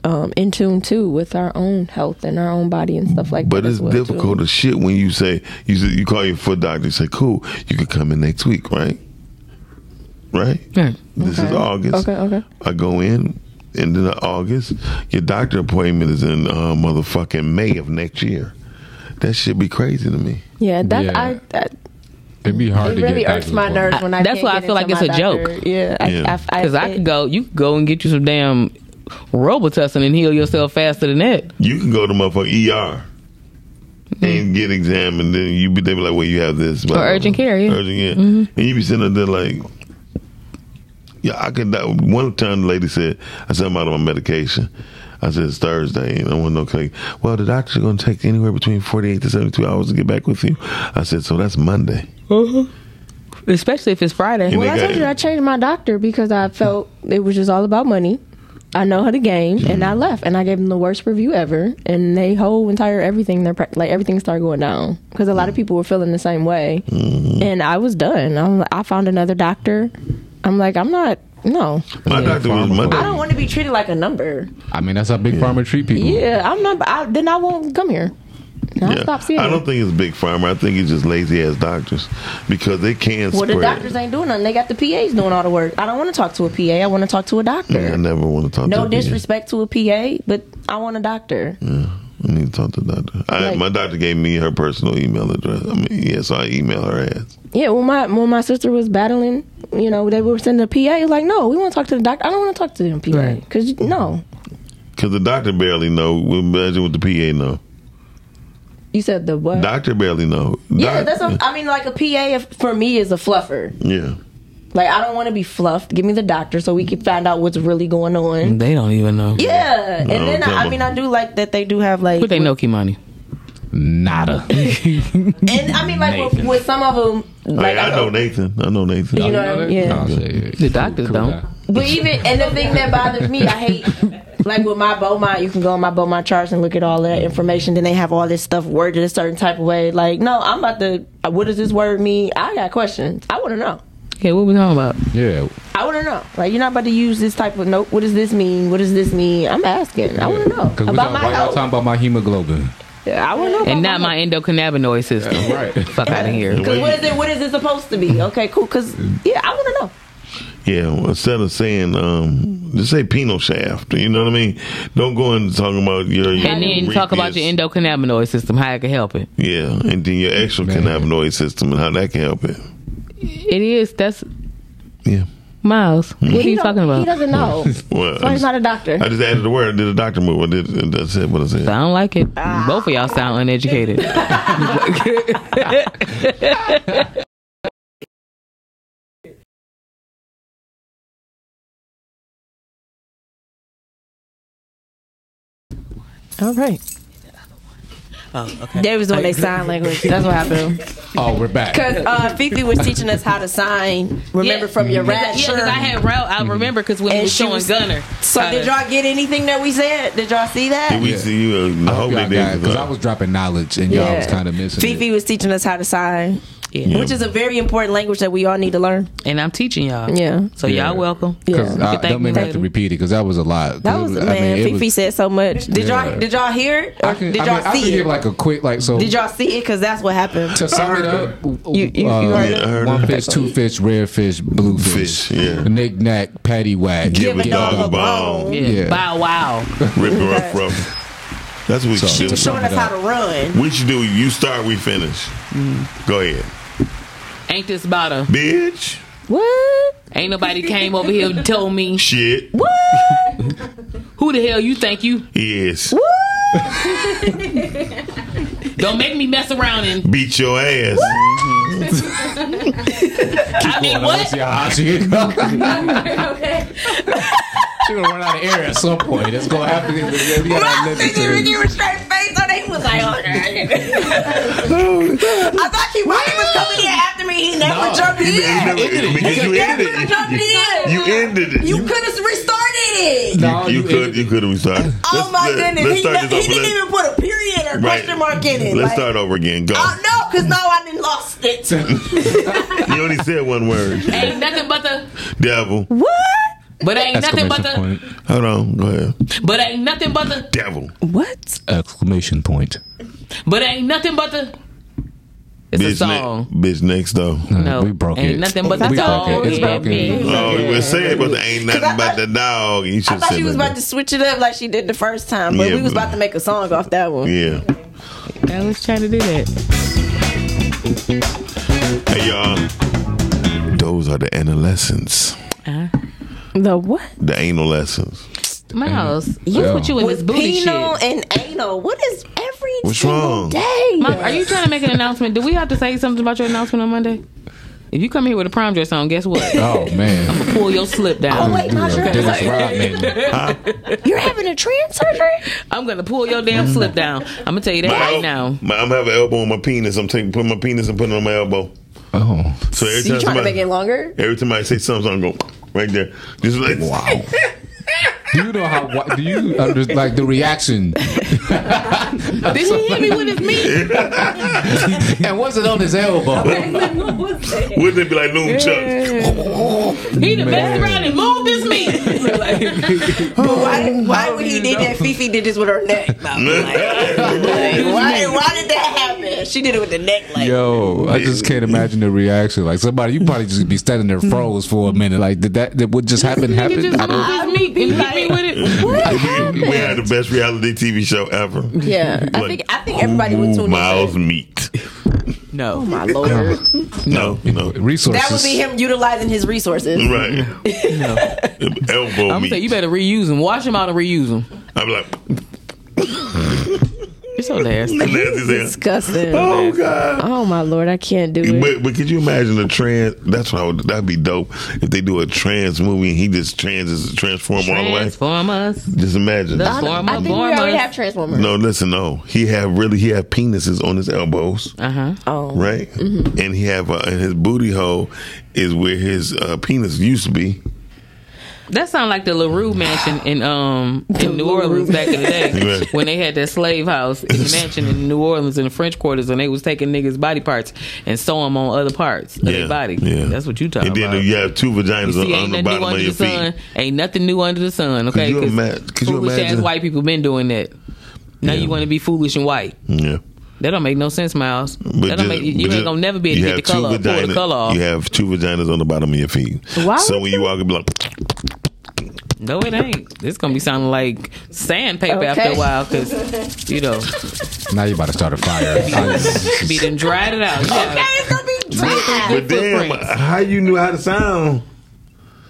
Speaker 5: um in tune too with our own health and our own body and stuff like
Speaker 7: But
Speaker 5: that.
Speaker 7: it's
Speaker 5: as well, too.
Speaker 7: difficult as shit when you say you say, you call your foot doctor. You say, "Cool, you could come in next week, right? Right?
Speaker 4: Yeah.
Speaker 7: This is
Speaker 5: Okay.
Speaker 7: August.
Speaker 5: Okay, okay.
Speaker 7: I go in, and then August, your doctor appointment is in uh, motherfucking May of next year. That should be crazy to me.
Speaker 5: Yeah, that
Speaker 7: Yeah.
Speaker 5: I that
Speaker 6: It'd be hard
Speaker 5: It to really get irks doctor's my nerves appointments. when I
Speaker 4: That's
Speaker 5: can't
Speaker 4: why I
Speaker 5: get
Speaker 4: feel like
Speaker 5: into
Speaker 4: it's
Speaker 5: my
Speaker 4: a
Speaker 5: doctor.
Speaker 4: joke.
Speaker 5: Yeah, I- Yeah. I- I-
Speaker 4: because I, could go. You could go and get you some damn Robitussin and heal yourself faster than that.
Speaker 7: You can go to motherfucking ER
Speaker 5: Mm-hmm.
Speaker 7: and get examined. Then you be they be like, "Well, you have this." blah,
Speaker 4: Or
Speaker 7: blah,
Speaker 4: urgent
Speaker 7: blah.
Speaker 4: care, yeah.
Speaker 7: Urgent, yeah.
Speaker 4: Mhm.
Speaker 5: Mm-hmm.
Speaker 7: And you be sitting there like, "Yeah, I could." die." One time, the lady said, "I said I'm out of my medication." I said it's Thursday, and I want no cake. Well, the doctor's going to take anywhere between forty-eight to seventy-two hours to get back with you. I said, so that's Monday.
Speaker 4: Uh-huh. Especially if it's Friday.
Speaker 7: And
Speaker 5: Well,
Speaker 7: they
Speaker 5: I
Speaker 7: got-
Speaker 5: told you I changed my doctor because I felt it was just all about money. I know how to game, and I left, and I gave them the worst review ever, and they whole entire everything, their pra- like everything started going down because a lot of people were feeling the same way, and I was done. I'm, like, I found another doctor. I'm like, I'm not. No,
Speaker 7: My doctor was my
Speaker 5: I
Speaker 7: doctor.
Speaker 5: don't want to be treated like a number.
Speaker 6: I mean, that's how big pharma treat people.
Speaker 5: Yeah, I'm not. I, then I won't come here. And I'll stop seeing.
Speaker 7: I
Speaker 5: them.
Speaker 7: don't think it's big farmer. I think it's just lazy ass doctors because they can
Speaker 5: Well,
Speaker 7: spread.
Speaker 5: the doctors ain't doing nothing. They got the PAs doing all the work. I don't want to talk to a PA. I want to talk to a doctor.
Speaker 7: Yeah, I never want to talk.
Speaker 5: No
Speaker 7: to them.
Speaker 5: disrespect to a PA, but I want a doctor.
Speaker 7: Yeah, I need to talk to the doctor. I,
Speaker 5: Like-
Speaker 7: my doctor gave me her personal email address. I mean, yeah, so I email her ass.
Speaker 5: Yeah, when my when my sister was battling, you know, they were sending a PA. Like, no, we want to talk to the doctor. I don't want to talk to them PA
Speaker 7: Right.
Speaker 5: because no,
Speaker 7: Because the doctor barely know. Well, Imagine what the PA know.
Speaker 4: Uh-huh.
Speaker 5: you said the what?
Speaker 7: Doctor barely know.
Speaker 5: yeah,
Speaker 7: Doc-
Speaker 5: that's. A, I mean, like a PA if- for me is a fluffer.
Speaker 7: yeah.
Speaker 5: Like, I don't want to be fluffed. Give me the doctor so we can find out what's really going on.
Speaker 4: They don't even know.
Speaker 5: Yeah, and
Speaker 4: Mm. No,
Speaker 5: then
Speaker 4: tell
Speaker 5: I, I
Speaker 4: them.
Speaker 5: mean, I do like that they do have like
Speaker 4: But they know Kimani.
Speaker 6: Nada.
Speaker 5: And I mean, like with, with some of them,
Speaker 7: Like,
Speaker 5: like
Speaker 7: I know Nathan. I know Nathan.
Speaker 5: You know what I mean? Yeah.
Speaker 4: The doctors don't.
Speaker 5: But even and the thing that bothers me, I hate like with my Beaumont, you can go on my Beaumont charts and look at all that information. Then they have all this stuff worded a certain type of way. Like, no, I'm about to. What does this word mean? I got questions. I want to know.
Speaker 4: Okay, what we talking about?
Speaker 6: Yeah.
Speaker 5: I want to know. Like, you're not about to use this type of note. What does this mean? What does this mean? I'm asking. I want to know
Speaker 6: Because we're
Speaker 5: about
Speaker 6: talking,
Speaker 5: my
Speaker 6: right now
Speaker 5: health.
Speaker 6: talking about my hemoglobin.
Speaker 5: Yeah, I want to know.
Speaker 4: And not my endocannabinoid system. right. Fuck out of here.
Speaker 5: Because what is it? What is it supposed to be? Okay, cool. Because yeah, I want to know.
Speaker 7: Yeah, well, instead of saying, um, just say penal shaft. You know what I mean? Don't go and talk about your. your
Speaker 4: And then talk about your endocannabinoid system, how it can help it.
Speaker 7: Yeah, and then your extra cannabinoid system and how that can help it.
Speaker 4: It is. That's.
Speaker 7: Yeah.
Speaker 4: Miles, what
Speaker 7: He
Speaker 4: are you
Speaker 7: don't-
Speaker 4: talking about?
Speaker 5: He doesn't know.
Speaker 7: Well,
Speaker 5: So
Speaker 7: I
Speaker 5: he's
Speaker 7: just-
Speaker 5: not a doctor.
Speaker 7: I just added the word. I did a doctor move. I did. That's it. What I said.
Speaker 4: I don't like it.
Speaker 5: Ah.
Speaker 4: Both of y'all sound uneducated.
Speaker 5: All right.
Speaker 4: oh,
Speaker 5: That was doing their sign language. That's what happened.
Speaker 6: Oh, we're back.
Speaker 5: Because uh, Fifi was teaching us how to sign. Remember from
Speaker 6: Mm-hmm.
Speaker 5: your
Speaker 4: Yeah,
Speaker 5: rat
Speaker 4: because I had route. I remember because when he
Speaker 5: And
Speaker 4: was
Speaker 5: she
Speaker 4: showing
Speaker 5: was-
Speaker 4: Gunner.
Speaker 5: So did y'all get anything that we said? Did y'all see that?
Speaker 7: Did we see you? Uh, I, hope
Speaker 6: y'all
Speaker 7: they
Speaker 6: got
Speaker 7: did.
Speaker 6: it, 'cause I was dropping knowledge and y'all was kind of missing. it.
Speaker 5: Fifi was teaching us how to sign,
Speaker 6: Yeah.
Speaker 5: which is a very important language that we all need to learn.
Speaker 4: And I'm teaching y'all.
Speaker 5: Yeah.
Speaker 4: So
Speaker 6: Yeah.
Speaker 4: y'all welcome.
Speaker 6: Because
Speaker 4: You can
Speaker 6: I
Speaker 4: thank
Speaker 6: don't
Speaker 4: me
Speaker 6: even have
Speaker 4: later.
Speaker 6: to repeat it because that was a lot.
Speaker 5: That was
Speaker 6: I mean,
Speaker 5: man.
Speaker 6: it
Speaker 5: Fifi
Speaker 6: was-
Speaker 5: said so much. Did
Speaker 6: Yeah.
Speaker 5: y'all did y'all hear it? Or did
Speaker 6: I
Speaker 5: y'all
Speaker 6: mean, I could
Speaker 5: see
Speaker 6: give
Speaker 5: it?
Speaker 6: like a quick like so.
Speaker 5: did y'all see it? Because that's what happened.
Speaker 6: To sum it up,
Speaker 5: you, you, you
Speaker 6: uh,
Speaker 5: heard it?
Speaker 6: one fish, two fish, red fish, blue fish, yeah. knick knack, patty whack,
Speaker 7: Give a dog a bone.
Speaker 6: Yeah.
Speaker 4: Bow wow.
Speaker 7: Rip rough rough. That's what we
Speaker 6: So,
Speaker 7: should do.
Speaker 6: to sum
Speaker 15: Showing us how to run.
Speaker 7: We should do. You start, we finish. Go ahead,
Speaker 4: Ain't this about a
Speaker 7: bitch.
Speaker 8: What?
Speaker 4: Ain't nobody came over here and told me
Speaker 7: Shit.
Speaker 4: who the hell you think you.
Speaker 7: Yes.
Speaker 4: Don't make me mess around and.
Speaker 7: Beat your ass.
Speaker 4: I mean, what?
Speaker 6: She's gonna run out of air at some point. That's gonna happen. You gotta let it to-
Speaker 3: face on it. He was like, okay. I thought he, why he was coming in after me. He never
Speaker 6: No.
Speaker 3: jumped
Speaker 7: You
Speaker 3: in.
Speaker 7: never- because you ended
Speaker 3: Never jumped
Speaker 7: it.
Speaker 3: in.
Speaker 7: You ended it.
Speaker 3: You
Speaker 7: You-
Speaker 3: could have restarted it.
Speaker 6: No,
Speaker 7: You
Speaker 6: you-
Speaker 7: could. You could have started.
Speaker 3: Oh
Speaker 7: Let's-
Speaker 3: my
Speaker 7: let-
Speaker 3: goodness!
Speaker 7: Let's
Speaker 3: He,
Speaker 7: start
Speaker 3: ne-
Speaker 7: this
Speaker 3: he
Speaker 7: over.
Speaker 3: didn't
Speaker 7: Let's-
Speaker 3: even put a period or
Speaker 7: Right.
Speaker 3: question mark in it.
Speaker 7: Let's
Speaker 3: like,
Speaker 7: start over again. Go.
Speaker 3: Oh no, because no, I didn't lost it.
Speaker 7: You only said one word.
Speaker 4: Ain't nothing but the.
Speaker 7: Devil.
Speaker 4: But ain't nothing but
Speaker 6: Exclamation
Speaker 4: the.
Speaker 6: point.
Speaker 7: Hold on. Go ahead.
Speaker 4: But ain't nothing but the.
Speaker 7: Devil.
Speaker 5: What?
Speaker 6: Exclamation point.
Speaker 4: But ain't nothing but the. It's a
Speaker 7: Bitch, ne-
Speaker 4: song.
Speaker 7: bitch next though.
Speaker 4: No,
Speaker 6: we broke
Speaker 4: ain't
Speaker 6: it.
Speaker 4: nothing but the
Speaker 6: we broke
Speaker 4: dog
Speaker 6: it. It's
Speaker 4: in me.
Speaker 6: broken.
Speaker 7: Oh, you were saying, but there ain't nothing but the dog. You should
Speaker 5: I thought
Speaker 7: say
Speaker 5: she was
Speaker 7: that.
Speaker 5: about to switch it up like she did the first time, but
Speaker 7: Yeah,
Speaker 5: we was
Speaker 7: but-
Speaker 5: about to make a song off that one.
Speaker 7: Yeah.
Speaker 4: I was trying to do that.
Speaker 7: Hey y'all. Those are the adolescents.
Speaker 8: The what?
Speaker 7: The anal lessons.
Speaker 4: Miles, you
Speaker 6: Yeah.
Speaker 4: put you in this booty shit.
Speaker 5: Penal and anal. What is every
Speaker 7: What's
Speaker 5: single
Speaker 7: wrong?
Speaker 5: day?
Speaker 4: Mom, are you trying to make an announcement? Do we have to say something about your announcement on Monday? If you come here with a prom dress on, guess what?
Speaker 6: Oh man.
Speaker 4: Pull your slip
Speaker 5: Oh,
Speaker 4: down.
Speaker 5: wait, not your-
Speaker 6: Dennis Rodman.
Speaker 5: You're having a trans surgery?
Speaker 4: I'm gonna pull your damn slip down. I'm gonna tell you that right now.
Speaker 7: My, I'm having an elbow on my penis. I'm taking putting my penis and putting it on my elbow.
Speaker 6: Oh.
Speaker 7: So every
Speaker 5: You trying
Speaker 7: time
Speaker 5: to
Speaker 7: somebody,
Speaker 5: make it longer?
Speaker 7: every time I say something, I'm going right there. Just like wow.
Speaker 6: Do you know how? wha- Do you under, like the reaction?
Speaker 4: Did he hit me with his meat?
Speaker 6: And was it on his elbow?
Speaker 7: Wouldn't it be like loom chucks?
Speaker 4: He the
Speaker 6: Man.
Speaker 4: best around and moved his meat.
Speaker 5: But why, why would he did that? Fifi did this with her neck. No, I'm like, like, why, why did that happen? She did it with the neck. Like,
Speaker 6: Yo, I just can't imagine the reaction. Like somebody, you probably just be standing there froze for a minute. Like did that? Did what just happened?
Speaker 4: He
Speaker 6: Happen?
Speaker 4: just
Speaker 6: I don't-
Speaker 4: moved his meat Uh, and hit me with it.
Speaker 7: we, we had the best reality TV show ever.
Speaker 5: yeah, I
Speaker 7: Like,
Speaker 5: think I think everybody would
Speaker 7: ooh,
Speaker 5: tune
Speaker 7: Miles
Speaker 5: in.
Speaker 7: meat.
Speaker 5: Oh my lord,
Speaker 7: No, no.
Speaker 6: Resources.
Speaker 5: that would be him utilizing his resources.
Speaker 7: Right. Elbow
Speaker 4: I'm gonna
Speaker 7: meat.
Speaker 4: say you better reuse them. Wash them out and reuse them.
Speaker 7: I'm like,
Speaker 4: It's so nasty.
Speaker 7: Nancy's there.
Speaker 8: Disgusting.
Speaker 7: Oh God!
Speaker 8: Oh my lord, I can't do it.
Speaker 7: But, but could you imagine a trans? That's what I would. That'd be dope if they do a trans movie and he just trans transform all the way.
Speaker 4: Transform us.
Speaker 7: Just imagine.
Speaker 4: Transform
Speaker 5: I
Speaker 4: us.
Speaker 5: think we already have
Speaker 4: us.
Speaker 5: Transformers.
Speaker 7: No, listen, no. He have really he have penises on his elbows,
Speaker 4: Uh huh.
Speaker 5: Oh,
Speaker 7: right? And he have uh, and his booty hole is where his uh, penis used to be.
Speaker 4: That sound like the LaRue mansion in um in New Orleans back in the day
Speaker 7: Yeah.
Speaker 4: when they had that slave house in the mansion in New Orleans in the French Quarters and they was taking niggas body parts and sewing them on other parts of
Speaker 7: Yeah,
Speaker 4: their body.
Speaker 7: yeah.
Speaker 4: That's what you talking
Speaker 7: And then
Speaker 4: about.
Speaker 7: you have two vaginas
Speaker 4: See,
Speaker 7: on, on
Speaker 4: ain't nothing new
Speaker 7: the bottom
Speaker 4: under
Speaker 7: of
Speaker 4: the
Speaker 7: your
Speaker 4: sun.
Speaker 7: feet.
Speaker 4: Ain't nothing new under the sun. Okay,
Speaker 7: you
Speaker 4: 'Cause
Speaker 7: ima- could you
Speaker 4: foolish ass
Speaker 7: imagine?
Speaker 4: white people been doing that. Now
Speaker 7: Yeah.
Speaker 4: you want to be foolish and white.
Speaker 7: Yeah.
Speaker 4: That don't make no sense, Miles. that don't
Speaker 7: just-
Speaker 4: make, you
Speaker 7: but
Speaker 4: ain't
Speaker 7: just-
Speaker 4: gonna never be able
Speaker 7: you
Speaker 4: to get the
Speaker 7: have two
Speaker 4: color, pull the
Speaker 7: vagina-
Speaker 4: color off.
Speaker 7: You have two vaginas on the bottom of your feet.
Speaker 8: Why
Speaker 7: so
Speaker 8: would
Speaker 7: when you walk, it be like,
Speaker 4: No, it ain't. This gonna be sounding like sandpaper after a
Speaker 5: Okay.
Speaker 4: while because you know
Speaker 6: now you about to start a fire.
Speaker 4: be done dried it out. Yeah.
Speaker 5: it's gonna be dry
Speaker 7: but damn,
Speaker 4: footprints.
Speaker 7: how you knew how to sound?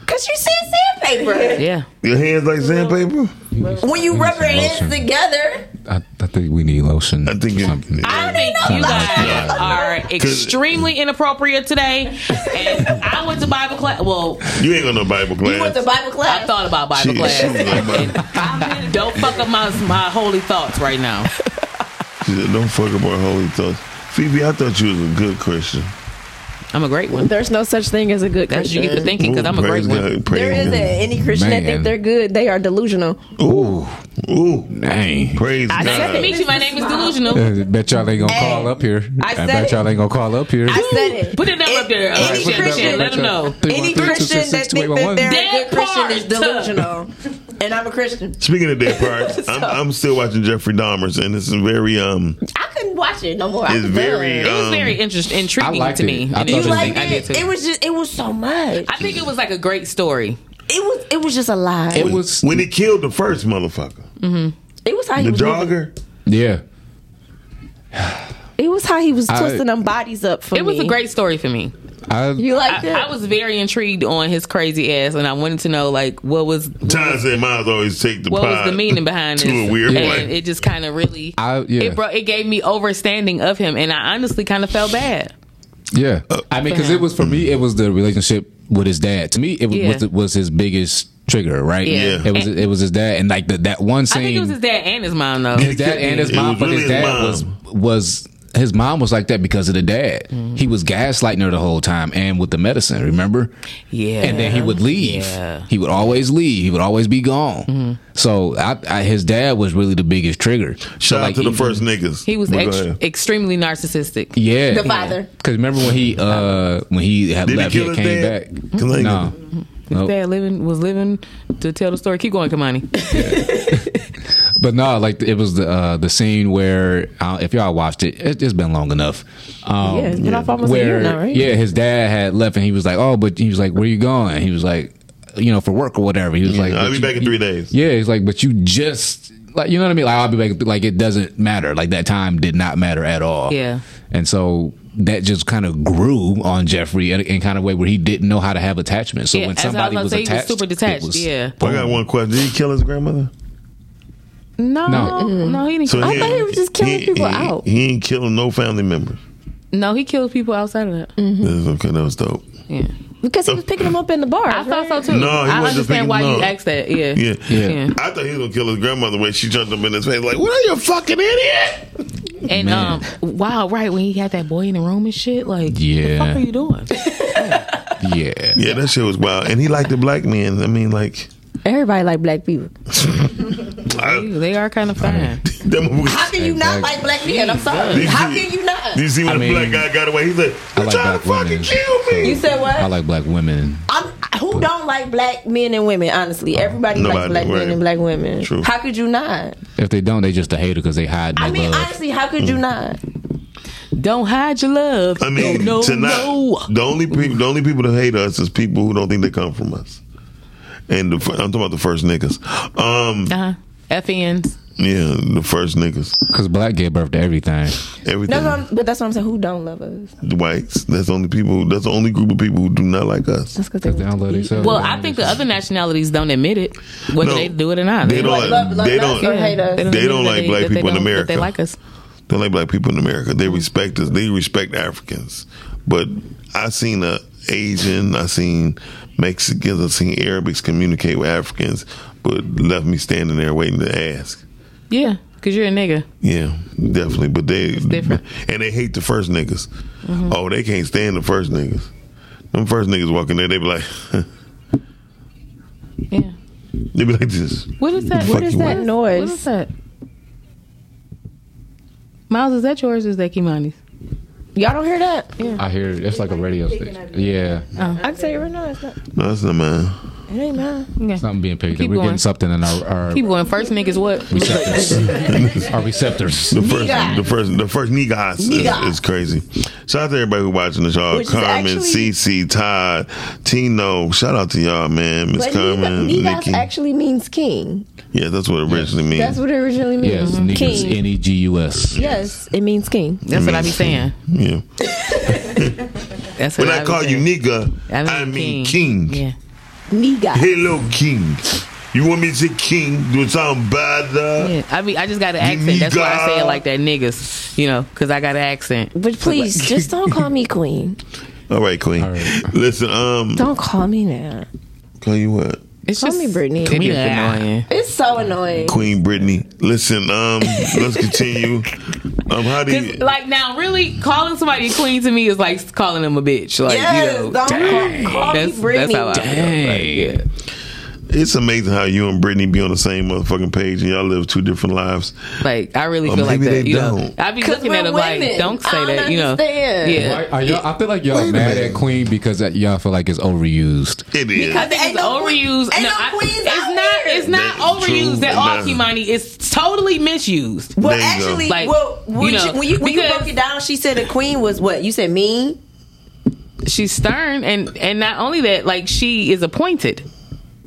Speaker 5: because you said sandpaper.
Speaker 4: Yeah.
Speaker 7: Your hands like sandpaper?
Speaker 5: When you rub your hands
Speaker 6: Lotion.
Speaker 5: together,
Speaker 6: I, I think we need lotion.
Speaker 7: I think
Speaker 6: or
Speaker 7: it-
Speaker 6: something.
Speaker 4: I think you guys are extremely inappropriate today. And I went to Bible class. Well,
Speaker 7: You ain't got no Bible class.
Speaker 5: you went to Bible
Speaker 4: I
Speaker 5: class.
Speaker 4: thought about Bible
Speaker 7: She-
Speaker 4: class.
Speaker 7: she was like, "Bible."
Speaker 4: And don't fuck up my, my holy thoughts right now.
Speaker 7: She said, Don't fuck up our holy thoughts. Phoebe, I thought you was a good Christian.
Speaker 4: I'm a great one.
Speaker 8: There's no such thing as a good
Speaker 4: That's what you get
Speaker 8: Christian.
Speaker 4: to thinking because I'm a great
Speaker 7: Praise
Speaker 4: one.
Speaker 7: God, praise
Speaker 5: there isn't any Christian that
Speaker 6: Man.
Speaker 5: think
Speaker 8: They're
Speaker 5: they're
Speaker 8: good. They are delusional.
Speaker 7: Ooh, ooh,
Speaker 6: Dang.
Speaker 7: praise
Speaker 4: Nice to
Speaker 7: God.
Speaker 4: meet you. My name is Delusional.
Speaker 6: Uh, bet y'all ain't gonna call up here.
Speaker 5: I said
Speaker 6: bet y'all ain't gonna call up here.
Speaker 5: I said it.
Speaker 4: Put your number up there.
Speaker 5: Any
Speaker 4: Alicia,
Speaker 5: Christian-
Speaker 4: let them know.
Speaker 5: Any Christian that think that they're a
Speaker 4: Dead
Speaker 5: good Christian is
Speaker 4: part.
Speaker 5: delusional, and I'm a Christian.
Speaker 7: Speaking of dead parts, I'm, I'm still watching Jeffrey Dahmer's, and it's very um,
Speaker 5: I couldn't watch it no more. I
Speaker 7: it's
Speaker 5: was
Speaker 7: very
Speaker 5: done.
Speaker 4: It was very
Speaker 7: um,
Speaker 4: interesting, intriguing
Speaker 6: liked
Speaker 4: to
Speaker 6: it.
Speaker 4: me.
Speaker 6: I
Speaker 4: and
Speaker 6: thought it
Speaker 5: You
Speaker 6: was
Speaker 4: interesting.
Speaker 5: like
Speaker 4: I did
Speaker 5: it?
Speaker 4: too.
Speaker 5: It was just it was so much.
Speaker 4: I think it was like a great story.
Speaker 5: It was it was just a lie.
Speaker 6: It was
Speaker 7: when he killed the first motherfucker,
Speaker 5: It was how he
Speaker 7: the
Speaker 5: was moving.
Speaker 7: jogger.
Speaker 6: Yeah.
Speaker 5: It was how he was
Speaker 4: I-
Speaker 5: twisting them bodies up for
Speaker 4: It was
Speaker 5: me.
Speaker 4: a great story for me.
Speaker 6: I,
Speaker 5: You liked
Speaker 4: I,
Speaker 5: it?
Speaker 4: I was very intrigued on his crazy ass, and I wanted to know like what was
Speaker 7: John said, "Miles always take the
Speaker 4: what was
Speaker 7: pod
Speaker 4: the meaning behind
Speaker 7: to
Speaker 4: this.
Speaker 7: a weird
Speaker 4: and
Speaker 7: place."
Speaker 4: it just kind of really
Speaker 6: I yeah.
Speaker 4: it brought it gave me overstanding of him, and I honestly kind of felt bad.
Speaker 6: Yeah,
Speaker 4: Uh,
Speaker 6: I mean, because it was for me, it was the relationship with his dad. To me, it was
Speaker 4: Yeah.
Speaker 6: was, the, was his biggest trigger, right?
Speaker 4: Yeah. Yeah.
Speaker 6: it was it was his dad, and like the, that one
Speaker 4: I think it
Speaker 6: scene,
Speaker 4: was his dad and his mom though.
Speaker 6: his dad and his mom, but his dad was was his mom was like that because of the dad.
Speaker 4: Mm-hmm.
Speaker 6: He was gaslighting her the whole time, and with the medicine, remember?
Speaker 4: Yeah,
Speaker 6: and then he would leave.
Speaker 4: Yeah. Mm-hmm.
Speaker 6: He would always leave. He would always be gone. So I, I, his dad was really the biggest trigger. Shout so,
Speaker 7: out
Speaker 6: like,
Speaker 7: to the
Speaker 6: he-
Speaker 7: first niggas.
Speaker 4: He was
Speaker 6: But go
Speaker 4: ex-
Speaker 6: ahead.
Speaker 4: extremely narcissistic.
Speaker 6: Yeah,
Speaker 4: The father.
Speaker 6: Because remember when he uh when he had
Speaker 4: Did he
Speaker 6: left,
Speaker 4: kill
Speaker 6: he
Speaker 4: his
Speaker 6: came
Speaker 4: dad?
Speaker 6: back. No,
Speaker 4: His
Speaker 6: Nope.
Speaker 4: dad living was living to tell the story. Keep going, Kamani.
Speaker 6: but no, like it was the uh, the scene where uh, if y'all watched it, it, it's been long enough. Um,
Speaker 4: Yeah, it's been off almost a
Speaker 6: where,
Speaker 4: year now, right?
Speaker 6: Yeah, his dad had left, and he was like, "Oh, but he was like, where you going?" He was like, "You know, for work or whatever." He was like,
Speaker 7: I'll
Speaker 6: "But
Speaker 7: be
Speaker 6: you-
Speaker 7: back in three days.
Speaker 6: Yeah, he's like, but you just like you know what I mean. Like I'll be back. Like it doesn't matter. Like that time did not matter at all.
Speaker 4: Yeah.
Speaker 6: and so that just kind of grew on Jeffrey in, in kind of way where he didn't know how to have attachment. So
Speaker 4: Yeah,
Speaker 6: when
Speaker 4: as I was
Speaker 6: somebody
Speaker 4: about to
Speaker 6: was,
Speaker 4: say, he was
Speaker 6: attached,
Speaker 4: super
Speaker 6: it
Speaker 4: detached,
Speaker 6: was-
Speaker 4: yeah.
Speaker 7: I got one question. Did he kill his grandmother?
Speaker 4: No, no,
Speaker 7: No.
Speaker 4: he didn't. kill-
Speaker 7: He, he ain't killing no family members.
Speaker 4: No, he killed people outside of that.
Speaker 7: This is okay. That was dope.
Speaker 4: Yeah.
Speaker 5: because he was picking them up in the bar. I
Speaker 4: thought so
Speaker 7: No, he
Speaker 4: I understand
Speaker 7: wasn't picking
Speaker 4: why
Speaker 7: him
Speaker 4: you
Speaker 7: up.
Speaker 4: asked that. Yeah.
Speaker 7: Yeah.
Speaker 4: Yeah.
Speaker 7: I thought he was gonna kill his grandmother when she jumped up in his face like, "What are you a fucking idiot?"
Speaker 4: And um, wow, right when he had that boy in the room and shit, like, what the
Speaker 7: Yeah.
Speaker 4: fuck are you doing?
Speaker 6: Yeah.
Speaker 7: Yeah, that shit was wild. And he liked the black men. I mean, like
Speaker 8: Everybody like black people.
Speaker 4: they are kind of fine.
Speaker 7: How
Speaker 3: can you not like black men? I'm sorry.
Speaker 7: Did
Speaker 3: How
Speaker 7: you-
Speaker 3: can you not?
Speaker 7: Did you see when
Speaker 6: I
Speaker 7: the
Speaker 6: mean,
Speaker 7: black guy got away? He's like,
Speaker 6: I like black women.
Speaker 7: kill
Speaker 5: me. You said what?
Speaker 6: I like black women.
Speaker 5: Who don't like black men and women? Honestly, everybody likes
Speaker 6: nobody,
Speaker 5: black
Speaker 6: right.
Speaker 5: men and black women.
Speaker 6: True.
Speaker 5: How could you not?
Speaker 6: If they don't, they just a hater because they hide their
Speaker 5: I mean,
Speaker 6: love.
Speaker 5: honestly, how could you not?
Speaker 4: Don't hide your love.
Speaker 7: Mm. I mean,
Speaker 4: no,
Speaker 7: tonight
Speaker 4: no.
Speaker 7: the only people the only people that hate us is people who don't think they come from us. And the, fir- I'm talking about the first niggas. Um,
Speaker 4: Uh-huh. FNs.
Speaker 7: yeah, the first niggas.
Speaker 6: Because black gave birth to everything.
Speaker 7: Everything.
Speaker 5: That's what I'm, but that's what I'm saying. Who don't love us?
Speaker 7: the whites. That's the only people. That's the only group of people who do not like us.
Speaker 5: That's because they,
Speaker 6: don't love themselves.
Speaker 4: Well, I think the other nationalities don't admit it, whether
Speaker 7: No.
Speaker 4: they do it or not.
Speaker 7: They don't. they don't. They
Speaker 4: admit
Speaker 7: don't
Speaker 4: that
Speaker 7: like
Speaker 4: they-
Speaker 7: black
Speaker 4: that they
Speaker 7: people
Speaker 4: don't-
Speaker 7: in
Speaker 4: that
Speaker 7: America.
Speaker 4: They like us.
Speaker 7: They like black people in America. They respect us. They respect Africans. But I seen a Asian. I seen Mexicans. I seen Arabics communicate with Africans, but left me standing there waiting to ask.
Speaker 4: Yeah, because you're a nigga.
Speaker 7: Yeah, definitely. But they
Speaker 4: different.
Speaker 7: and they hate the first niggas.
Speaker 4: Mhm.
Speaker 7: Oh, they can't stand the first niggas. Them first niggas walking there, they be like,
Speaker 4: Yeah.
Speaker 7: they be like this.
Speaker 4: What is that?
Speaker 7: Oh, The fuck you want?
Speaker 4: noise? What is that? Miles, is that yours or is that Kimani's?
Speaker 5: Y'all don't hear that? Oh.
Speaker 4: Yeah.
Speaker 6: I hear it. It's like a radio station. Yeah.
Speaker 5: I can tell you right now, it's not.
Speaker 7: No, that's not mine.
Speaker 5: It ain't mine.
Speaker 6: Something being picked up.
Speaker 4: Keep
Speaker 6: We're
Speaker 4: going.
Speaker 6: getting something in our, our
Speaker 4: Keep going. First niggas what?
Speaker 6: receptors. our receptors.
Speaker 7: The first, the first, the first niggas
Speaker 4: Niggas.
Speaker 7: is, is crazy. Shout out to everybody who watching the show.
Speaker 4: Which is
Speaker 7: Carmen,
Speaker 5: actually-
Speaker 7: Cece, Todd, Tino. Shout out to y'all, man. Miss
Speaker 5: But
Speaker 7: Carmen,
Speaker 5: Negas
Speaker 7: Nikki.
Speaker 5: actually means king.
Speaker 7: yeah, that's what it originally means.
Speaker 5: That's what it originally means. king.
Speaker 6: E G U S.
Speaker 5: Yes, it means king.
Speaker 4: That's what I be saying.
Speaker 7: Yeah.
Speaker 4: That's
Speaker 7: when
Speaker 4: what
Speaker 7: I,
Speaker 4: I
Speaker 7: call
Speaker 4: was
Speaker 7: you nigga, I mean, king.
Speaker 5: Nigga.
Speaker 7: Hello, king. You want me to say king? Do it sound bad? uh?
Speaker 4: Yeah, I mean, I just got an accent. That's why I say it like that, niggas. You know, because I got an accent.
Speaker 5: But please, just don't call me queen.
Speaker 7: All right, queen. Listen, um,
Speaker 5: Don't call me that.
Speaker 7: call you what?
Speaker 4: It's
Speaker 5: call me Brittany.
Speaker 7: it is annoying.
Speaker 5: It's so annoying.
Speaker 7: Queen Brittany. Listen, um, let's continue. Um, how do you?
Speaker 4: Like now, really calling somebody a queen to me is like calling them a bitch. Like
Speaker 7: Yes,
Speaker 4: you know,
Speaker 7: don't
Speaker 4: dang.
Speaker 7: call- call me
Speaker 4: that's,
Speaker 7: Brittany.
Speaker 4: That's how I feel. Like, yeah.
Speaker 7: It's amazing how you and Brittany be on the same motherfucking page and y'all live two different lives.
Speaker 4: Like I really
Speaker 7: Or
Speaker 4: feel like
Speaker 7: maybe
Speaker 4: that.
Speaker 7: they
Speaker 4: You know,
Speaker 7: don't.
Speaker 4: I be
Speaker 5: 'Cause
Speaker 4: looking
Speaker 5: we're
Speaker 4: at them like,
Speaker 5: women.
Speaker 4: don't say
Speaker 5: I
Speaker 4: that. You know,
Speaker 5: understand.
Speaker 4: yeah.
Speaker 6: Are y'all, I feel like y'all
Speaker 4: Wait a
Speaker 6: mad
Speaker 4: minute.
Speaker 6: at Queen because that y'all feel like it's overused.
Speaker 7: It
Speaker 4: Because it's overused. No, I- it's not. It's not
Speaker 6: true,
Speaker 4: overused at
Speaker 6: but
Speaker 4: all,
Speaker 6: no.
Speaker 4: Kimani. It's totally misused.
Speaker 5: Well, actually, well, when you, when, you, when you
Speaker 4: because
Speaker 5: broke it down, she said the queen was what? You said mean?
Speaker 4: she's stern, and and not only that, like she is appointed.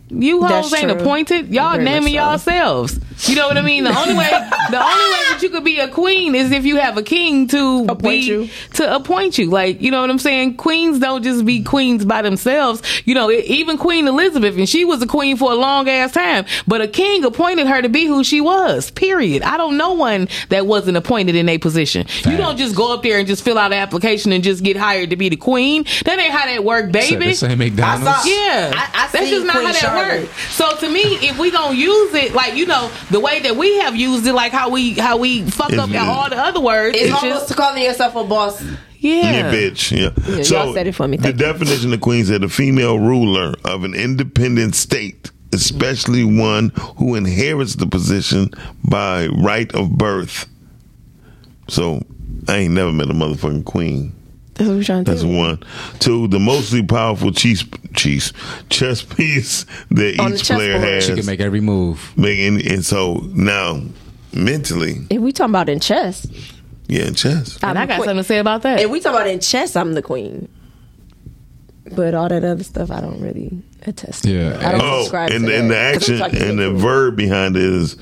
Speaker 4: You hoes
Speaker 5: That's
Speaker 4: ain't
Speaker 5: true.
Speaker 4: appointed. Y'all
Speaker 5: Very much
Speaker 4: naming
Speaker 5: so.
Speaker 4: yourselves. You know what I mean? The only way, the only way that you could be a queen is if you have a king to appoint you. to appoint you. Like you know what I'm saying? Queens don't just be queens by themselves. You know, it, even Queen Elizabeth, and she was a queen for a long ass time, but a king appointed her to be who she was. Period. I don't know one that wasn't appointed in a position. You don't just go up there and just fill out an application and just get hired to be the queen. That ain't how that work, baby.
Speaker 6: This ain't McDonald's.
Speaker 4: I saw- yeah,
Speaker 6: I- I
Speaker 4: that's
Speaker 6: seen
Speaker 4: just not
Speaker 6: Queen
Speaker 4: how that
Speaker 6: Charlotte.
Speaker 4: works. So to me, if we gonna use it, like you know, the way that we have used it, like how we how we fuck up
Speaker 7: Isn't it?
Speaker 4: all the other words,
Speaker 5: It's almost
Speaker 4: calling yourself a boss.
Speaker 7: Yeah,
Speaker 4: Yeah,
Speaker 7: bitch. Yeah.
Speaker 4: Yeah,
Speaker 7: so
Speaker 4: y'all said it for me.
Speaker 7: The definition of queen said the female ruler of an independent state, especially one who inherits the position by right of birth. So I ain't never met a motherfucking queen.
Speaker 8: That's what we're trying to
Speaker 7: That's
Speaker 8: do.
Speaker 7: one. Two, the mostly powerful chess chess chess piece that
Speaker 8: On the
Speaker 7: each player
Speaker 8: chessboard.
Speaker 7: has.
Speaker 8: She can
Speaker 6: make every move.
Speaker 7: Make and, and so now mentally,
Speaker 8: If we talking about in chess,
Speaker 7: yeah, chess.
Speaker 4: And I got something to say about that.
Speaker 8: If we talking about in chess, I'm the queen. But all that other stuff, I don't really attest. to.
Speaker 6: Yeah.
Speaker 8: I don't
Speaker 7: oh,
Speaker 8: subscribe
Speaker 7: and,
Speaker 8: to
Speaker 7: and the
Speaker 8: that. 'Cause I'm
Speaker 7: action
Speaker 8: talking
Speaker 7: and
Speaker 8: to
Speaker 7: the verb behind it is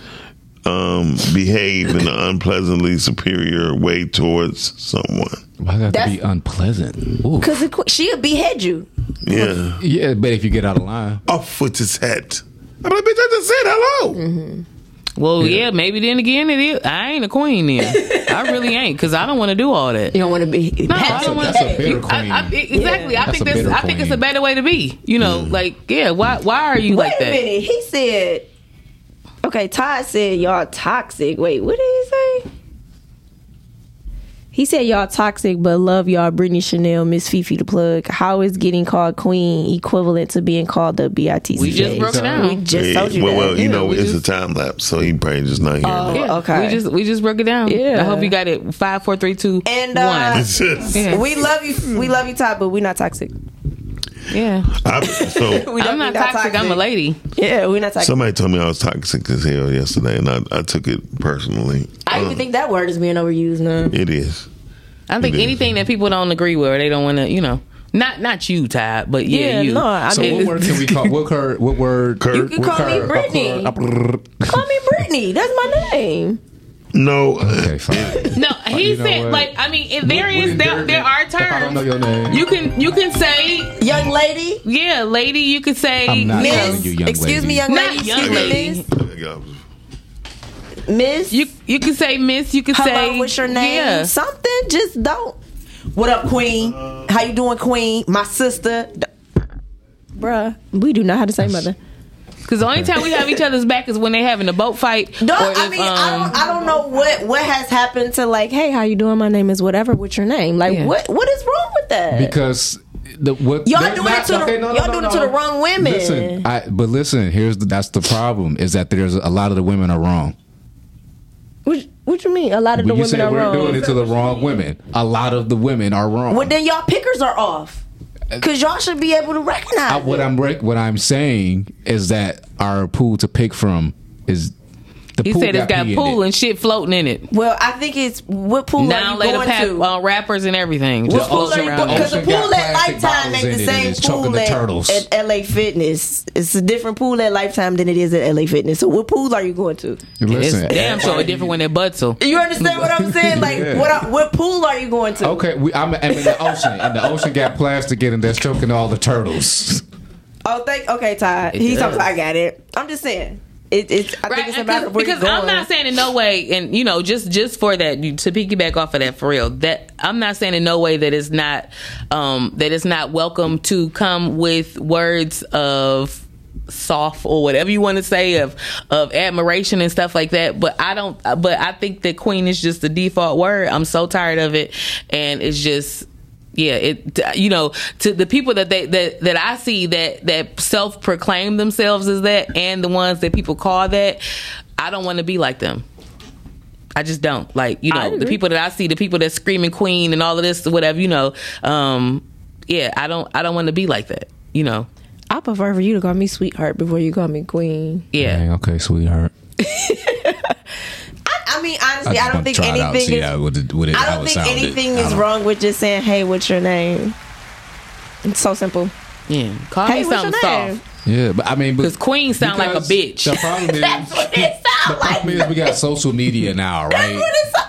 Speaker 7: um, behave in an unpleasantly superior way towards someone.
Speaker 6: Why that
Speaker 5: That's-
Speaker 6: be unpleasant? Ooh.
Speaker 5: Because she'll behead you.
Speaker 7: Yeah.
Speaker 6: Yeah, but if you get out of line,
Speaker 7: off with his head. I'm like, bitch, I just said hello.
Speaker 4: Mm-hmm. Well, yeah. maybe then again it is. I ain't a queen then. I really ain't because I don't want to do all that. You
Speaker 5: don't want to be.
Speaker 4: No, I don't want
Speaker 6: That's a- that's a bitter queen.
Speaker 4: exactly. I
Speaker 6: That's a
Speaker 4: think that's.
Speaker 6: bitter
Speaker 4: I think it's a
Speaker 6: queen. Mm.
Speaker 4: better way to be. You know, like yeah. Why? Why are you
Speaker 5: Wait
Speaker 4: like
Speaker 5: a
Speaker 4: that?
Speaker 5: minute. He said, okay, Todd said y'all toxic. Wait, what did he say?
Speaker 8: He said y'all toxic, but love y'all. Brittany Chanel, Miss Fifi the plug. How is getting called queen equivalent to being called the BITC?
Speaker 4: We just broke it down.
Speaker 8: We just
Speaker 7: Yeah,
Speaker 8: told you
Speaker 7: well,
Speaker 8: that.
Speaker 7: well, you
Speaker 8: Yeah,
Speaker 7: know,
Speaker 8: we
Speaker 7: it's
Speaker 8: just- Oh,
Speaker 7: a time lapse, so he probably just
Speaker 6: Oh,
Speaker 7: not hearing it.
Speaker 4: Oh, Yeah,
Speaker 5: okay.
Speaker 4: We just we just broke it down.
Speaker 5: Yeah.
Speaker 4: I hope you got it. Five, four, three, two,
Speaker 5: And uh,
Speaker 4: one. Yeah.
Speaker 5: we love you. We love you, Todd, but we're not toxic.
Speaker 4: Yeah.
Speaker 7: I, so
Speaker 4: I'm not toxic. I'm a lady.
Speaker 5: Yeah, we're not toxic.
Speaker 7: somebody told me I was toxic as hell yesterday, and I, I took it personally. Uh,
Speaker 5: I
Speaker 6: Uh.
Speaker 5: don't even think that word is being overused now.
Speaker 7: It is.
Speaker 4: I think
Speaker 7: It is.
Speaker 4: anything that people don't agree with or they don't want to, you know, not not you, Todd, but yeah,
Speaker 5: Yeah,
Speaker 4: you.
Speaker 5: no, I
Speaker 6: so what word can we call? What, cur, what word?
Speaker 7: You
Speaker 5: can call me Brittany. Call me Brittany. That's my name.
Speaker 7: No. uh,
Speaker 6: Okay, fine.
Speaker 4: No, he
Speaker 6: You know
Speaker 4: said
Speaker 6: what?
Speaker 4: like I mean, if there is there, there are
Speaker 6: If I don't know
Speaker 4: terms.
Speaker 6: your name,
Speaker 4: You can you can say
Speaker 5: young lady.
Speaker 4: Yeah, lady. You could say
Speaker 6: I'm not
Speaker 4: know,
Speaker 6: calling you young lady.
Speaker 4: Not young lady.
Speaker 5: Miss.
Speaker 4: You you can say Miss. You can
Speaker 5: Hello,
Speaker 4: say
Speaker 5: what's your name?
Speaker 4: Yeah.
Speaker 5: Something. Just don't. What up, Queen? How you doing, Queen? My sister. D-
Speaker 8: Bruh, we do not have the same mother.
Speaker 4: Because the only time we have each other's back is when they having a boat fight.
Speaker 5: No,
Speaker 4: or
Speaker 5: I
Speaker 4: if,
Speaker 5: mean I
Speaker 4: um,
Speaker 5: don't. I don't know what what has happened to like.
Speaker 8: Hey, how you doing? My name is whatever. What's your name? Like
Speaker 5: Yeah.
Speaker 8: what?
Speaker 5: What is wrong with that?
Speaker 6: because the what
Speaker 5: Y'all
Speaker 6: they're
Speaker 5: doing it to the- y'all doing it to the wrong women.
Speaker 6: Listen, I, but listen, here's the, that's the problem is that there's a lot of the women are wrong.
Speaker 8: What, what you mean? A lot of the
Speaker 6: When you
Speaker 8: women
Speaker 6: say
Speaker 8: are
Speaker 6: we're
Speaker 8: wrong.
Speaker 6: doing it to the wrong women, a lot of the women are wrong.
Speaker 5: Well, then y'all pickers are off. Cause y'all should be able to recognize.
Speaker 6: Uh, I, what I'm rec- what I'm saying is that our pool to pick from is the
Speaker 4: he
Speaker 6: pool
Speaker 4: said it's got
Speaker 6: pee in
Speaker 4: pool and shit floating in it.
Speaker 5: Well, I think it's what pool
Speaker 4: Now
Speaker 5: are you
Speaker 4: later,
Speaker 5: going
Speaker 4: pap,
Speaker 5: to?
Speaker 4: uh, rappers and everything.
Speaker 5: What
Speaker 4: Just
Speaker 5: pool are
Speaker 4: floating
Speaker 5: you
Speaker 4: around.
Speaker 5: Because the pool at Lifetime ain't the same pool at, at LA Fitness. It's a different pool at Lifetime than it is at LA Fitness. So what pool are you going to?
Speaker 6: Listen,
Speaker 4: it's damn sure different when it butts. So
Speaker 5: You understand what I'm saying? Like
Speaker 6: Yeah.
Speaker 5: what I, what pool are you going to?
Speaker 6: Okay, we, I'm, I'm in the ocean, and the ocean got plastic in it that's choking all the turtles.
Speaker 5: Oh, thank okay, Todd.
Speaker 6: It
Speaker 5: He talks.
Speaker 6: does.
Speaker 5: I got it. I'm just saying. It, it's. I think it's about where
Speaker 4: because
Speaker 5: you're
Speaker 4: I'm
Speaker 5: going.
Speaker 4: not saying in no way, and you know, just just for that you- to piggyback off of that for real. That I'm not saying in no way that it's not um, that it's not welcome to come with words of soft or whatever you want to say of of admiration and stuff like that but i don't but i think that queen is just the default word i'm so tired of it and it's just yeah it you know to the people that they that that i see that that self-proclaim themselves as that and the ones that people call that i don't want to be like them I just don't like you know the
Speaker 13: agree.
Speaker 4: people that I see, the people that screaming queen and all of this, whatever you know. Um, yeah, I don't, I don't want to be like that, you know.
Speaker 8: I prefer for you to call me sweetheart before you call me queen.
Speaker 4: Yeah.
Speaker 6: okay, sweetheart.
Speaker 5: I mean, honestly, I, don't think anything is. I don't think anything is wrong with just saying, "Hey, what's your name?" It's so simple.
Speaker 4: Yeah, call
Speaker 5: Hey,
Speaker 4: me
Speaker 5: what's your
Speaker 4: something
Speaker 5: name?
Speaker 4: soft.
Speaker 6: Yeah, but I mean, because
Speaker 4: queen sound like a bitch.
Speaker 6: The problem is,
Speaker 5: That's what it sounds
Speaker 6: The problem is we got social media now, right?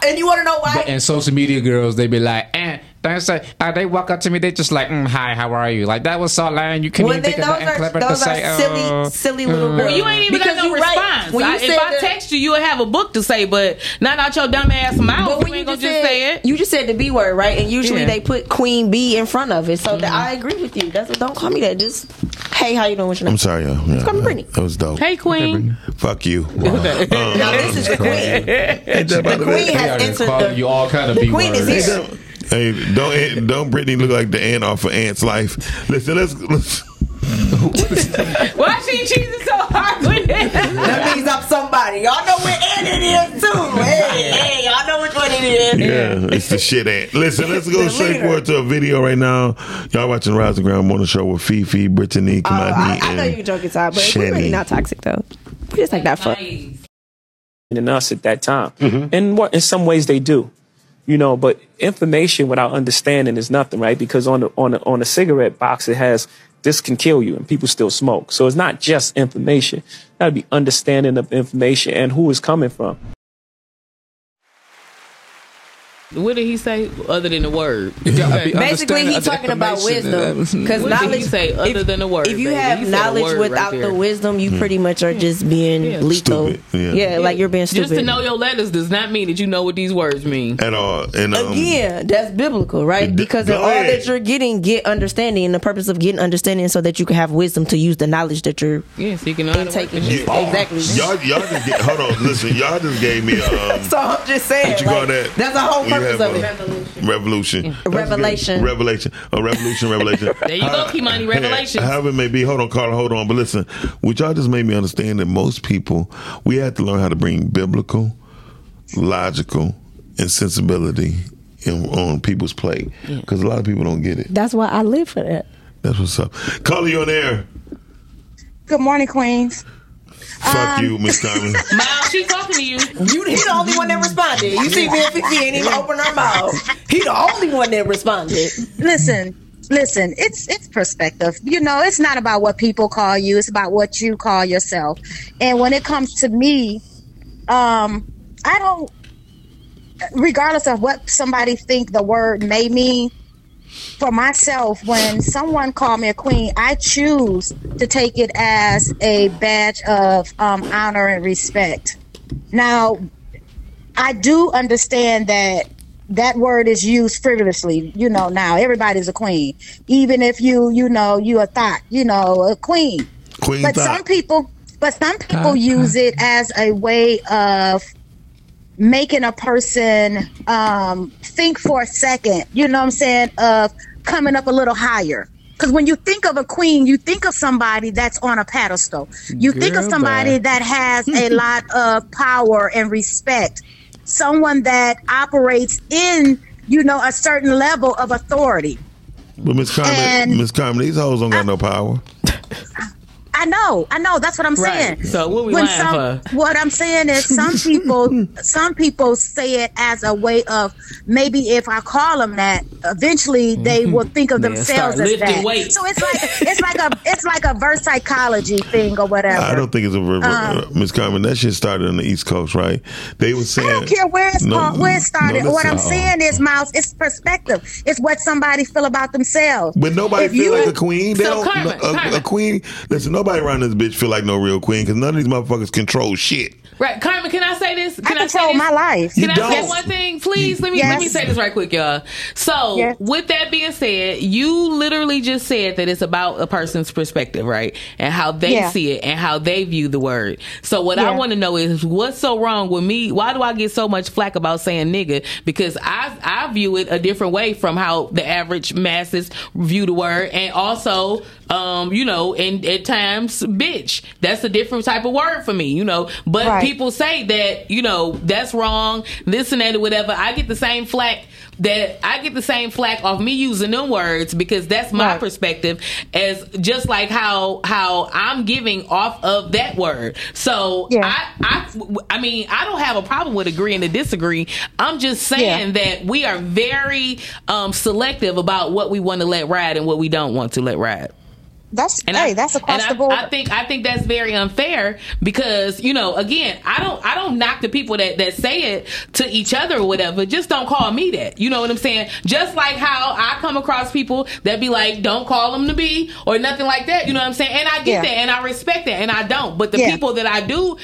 Speaker 3: and you want to know why?
Speaker 6: And social media girls, they be like, eh. They say, uh, they walk up to me, they just like, mm, hi, how are you? Like that was so lame. You couldn't
Speaker 3: Well,
Speaker 6: even think
Speaker 3: then
Speaker 6: of nothing
Speaker 3: those are-
Speaker 6: clever to
Speaker 3: those are
Speaker 6: say.
Speaker 3: silly-
Speaker 6: uh,
Speaker 3: silly
Speaker 6: uh.
Speaker 4: Well, you ain't even got no
Speaker 3: you right.
Speaker 4: response.
Speaker 3: When you
Speaker 4: I,
Speaker 3: said
Speaker 4: if I
Speaker 3: that-
Speaker 4: text you, you'll have a book to say, but not out your dumb ass mouth.
Speaker 5: But when
Speaker 4: you
Speaker 5: you
Speaker 4: ain't
Speaker 5: just,
Speaker 4: gonna just say
Speaker 5: said,
Speaker 4: it.
Speaker 5: you just said the B word, right? And usually
Speaker 4: Yeah. Mm-hmm.
Speaker 5: they put Queen B in front of it. So that I agree with you. That's don't call me that. Just hey, how you doing? What's your name?
Speaker 7: I'm sorry, y'all. Yeah,
Speaker 5: It's called Brittany.
Speaker 7: That was dope.
Speaker 5: Hey, Queen. Okay, Brittany.
Speaker 7: Fuck you. Um,
Speaker 5: Now, this is the queen.
Speaker 7: the
Speaker 5: queen has entered the-
Speaker 6: you all kind of
Speaker 5: the B queen is words. here.
Speaker 7: Hey, don't eh, don't Brittany look like the ant off of Ant's life? Listen, let's. let's
Speaker 4: Why she cheesing so hard with it?
Speaker 3: That means I'm somebody. Y'all know where Ed it is too. Hey, hey, y'all know which one it is.
Speaker 7: Yeah, it's the shit ant. Listen, let's go straight forward to a video right now. Y'all watching Rise and Ground Morning Show with Fifi, Brittany,
Speaker 5: Oh,
Speaker 7: Kamani,
Speaker 5: I, I
Speaker 7: and
Speaker 5: know you're joking, Ty, but we're
Speaker 7: Shani.
Speaker 5: really not toxic though. We're just like that fuck.
Speaker 18: than us at that time. And what in some ways they do, you know. But information without understanding is nothing, right? Because on the on the, on a cigarette box it has this can kill you, and people still smoke. So it's not just information. That'd be understanding of information and who it's coming from.
Speaker 4: What did he say other than the word?
Speaker 5: Basically, he's talking about wisdom because
Speaker 4: What did he
Speaker 5: knowledge.
Speaker 4: say other
Speaker 5: if,
Speaker 4: than the word?
Speaker 5: if
Speaker 4: baby?
Speaker 5: you
Speaker 4: He
Speaker 5: have
Speaker 4: said a
Speaker 5: knowledge
Speaker 4: word right
Speaker 5: without
Speaker 4: there.
Speaker 5: the wisdom, you
Speaker 4: Hmm.
Speaker 5: pretty much are just being lethal. Yeah. like you're being stupid.
Speaker 4: Just to know your letters does not mean that you know what these words mean
Speaker 7: at all. And um,
Speaker 5: Again, that's biblical, right? Because
Speaker 7: go
Speaker 5: of all
Speaker 7: ahead.
Speaker 5: that you're getting, get understanding, and the purpose of getting understanding is so that you can have wisdom to use the knowledge that you're.
Speaker 4: Yeah, so you can know how to work this shit.
Speaker 5: Exactly.
Speaker 7: Y'all, y'all just get, hold on. Listen, y'all just gave me. Um,
Speaker 3: So I'm just saying.
Speaker 7: what you
Speaker 3: like,
Speaker 7: call that?
Speaker 3: That's the whole
Speaker 7: When you
Speaker 3: purpose
Speaker 7: have
Speaker 3: of
Speaker 7: a-
Speaker 3: it.
Speaker 7: Revolution.
Speaker 5: Revelation.
Speaker 7: Revelation. Oh, revolution, revelation.
Speaker 4: There you go, Kimani. Revelations.
Speaker 7: However it may be, hold on, Carla, hold on. But listen, what y'all just made me understand that most people, we have to learn how to bring biblical, logical, and sensibility in, on people's play. Because a lot of people don't get it.
Speaker 8: That's why I live for that.
Speaker 7: That's what's up. Carla, you on air.
Speaker 19: Good morning, Queens.
Speaker 7: Fuck you, Miss Diamond.
Speaker 4: Miles, she talking to you.
Speaker 3: You he the only one that responded. You see, me and Fifi ain't even open her mouth. He the only one that responded.
Speaker 19: Listen, listen, it's it's perspective. You know, it's not about what people call you, it's about what you call yourself. And when it comes to me, um, I don't regardless of what somebody think the word may mean, for myself, when someone called me a queen, I choose to take it as a badge of um, honor and respect. Now, I do understand that that word is used frivolously. You know, now everybody's a queen, even if you, you know, you a thought, you know, a queen.
Speaker 7: Queen
Speaker 19: but
Speaker 7: thought.
Speaker 19: some people, but some people use it as a way of making a person um, think for a second, you know what I'm saying, of coming up a little higher. Because when you think of a queen, you think of somebody that's on a pedestal. You think of
Speaker 20: Girl,
Speaker 19: somebody
Speaker 20: bye.
Speaker 19: that has a lot of power and respect. Someone that operates in, you know, a certain level of authority.
Speaker 7: But Miss Carmen,
Speaker 19: And-
Speaker 7: Miss Carmen, these hoes don't got no power.
Speaker 19: I know, I know. That's what I'm
Speaker 7: Right.
Speaker 19: saying.
Speaker 7: So what we lying
Speaker 19: some,
Speaker 7: for?
Speaker 19: What I'm saying is, some people, some people say it as a way of maybe if I call them that, eventually they will think of
Speaker 20: Man,
Speaker 19: themselves
Speaker 20: start
Speaker 19: as
Speaker 20: lifting
Speaker 19: that.
Speaker 20: weights.
Speaker 19: So it's like it's like a it's like a verse psychology thing or whatever.
Speaker 7: I don't think it's a river.
Speaker 19: Um,
Speaker 7: Miss Carmen, that shit started on the East Coast, right? They were saying.
Speaker 19: I don't care where it's
Speaker 7: No,
Speaker 19: called, where it started.
Speaker 7: no,
Speaker 19: what I'm
Speaker 7: listen. uh-uh.
Speaker 19: saying is, Miles, it's perspective. It's what somebody feel about themselves.
Speaker 7: But nobody
Speaker 19: If
Speaker 7: feel
Speaker 19: you-
Speaker 7: like a queen. They
Speaker 19: So
Speaker 7: don't,
Speaker 19: Carmen,
Speaker 7: no, a,
Speaker 19: Carmen.
Speaker 7: a queen. Listen, nobody around this bitch feel like no real queen because none of these motherfuckers control shit.
Speaker 4: Right, Carmen, can I say this? Can I, say
Speaker 19: my life.
Speaker 4: Can
Speaker 7: You
Speaker 4: I
Speaker 7: don't.
Speaker 4: say one thing, please? Let me let me
Speaker 7: Yes.
Speaker 4: say this right quick, y'all. So, with that being said, you literally just said that it's about a person's perspective, right? And how they
Speaker 13: Yeah.
Speaker 4: see it and how they view the word. So, what
Speaker 13: Yeah.
Speaker 4: I want to know is what's so wrong with me? Why do I get so much flack about saying nigga? Because I I view it a different way from how the average masses view the word, and also, um, you know, and at times, bitch. That's a different type of word for me, you know. But
Speaker 13: Right.
Speaker 4: people say that you know that's wrong, this and that, or whatever. I get the same flack that I get the same flack off me using them words because that's my perspective as just like how how I'm giving off of that word. So I I I mean I don't have a problem with agreeing to disagree. I'm just saying that we are very um, selective about what we want to let ride and what we don't want to let ride.
Speaker 19: That's hey, that's across
Speaker 4: and I,
Speaker 19: the board.
Speaker 4: I think I think that's very unfair because you know again I don't I don't knock the people that that say it to each other or whatever. Just don't call me that. You know what I'm saying? Just like how I come across people that be like, don't call them to be or nothing like that. You know what I'm saying? And I get
Speaker 13: Yeah.
Speaker 4: that and I respect that and I don't. But the
Speaker 13: Yeah.
Speaker 4: people that I do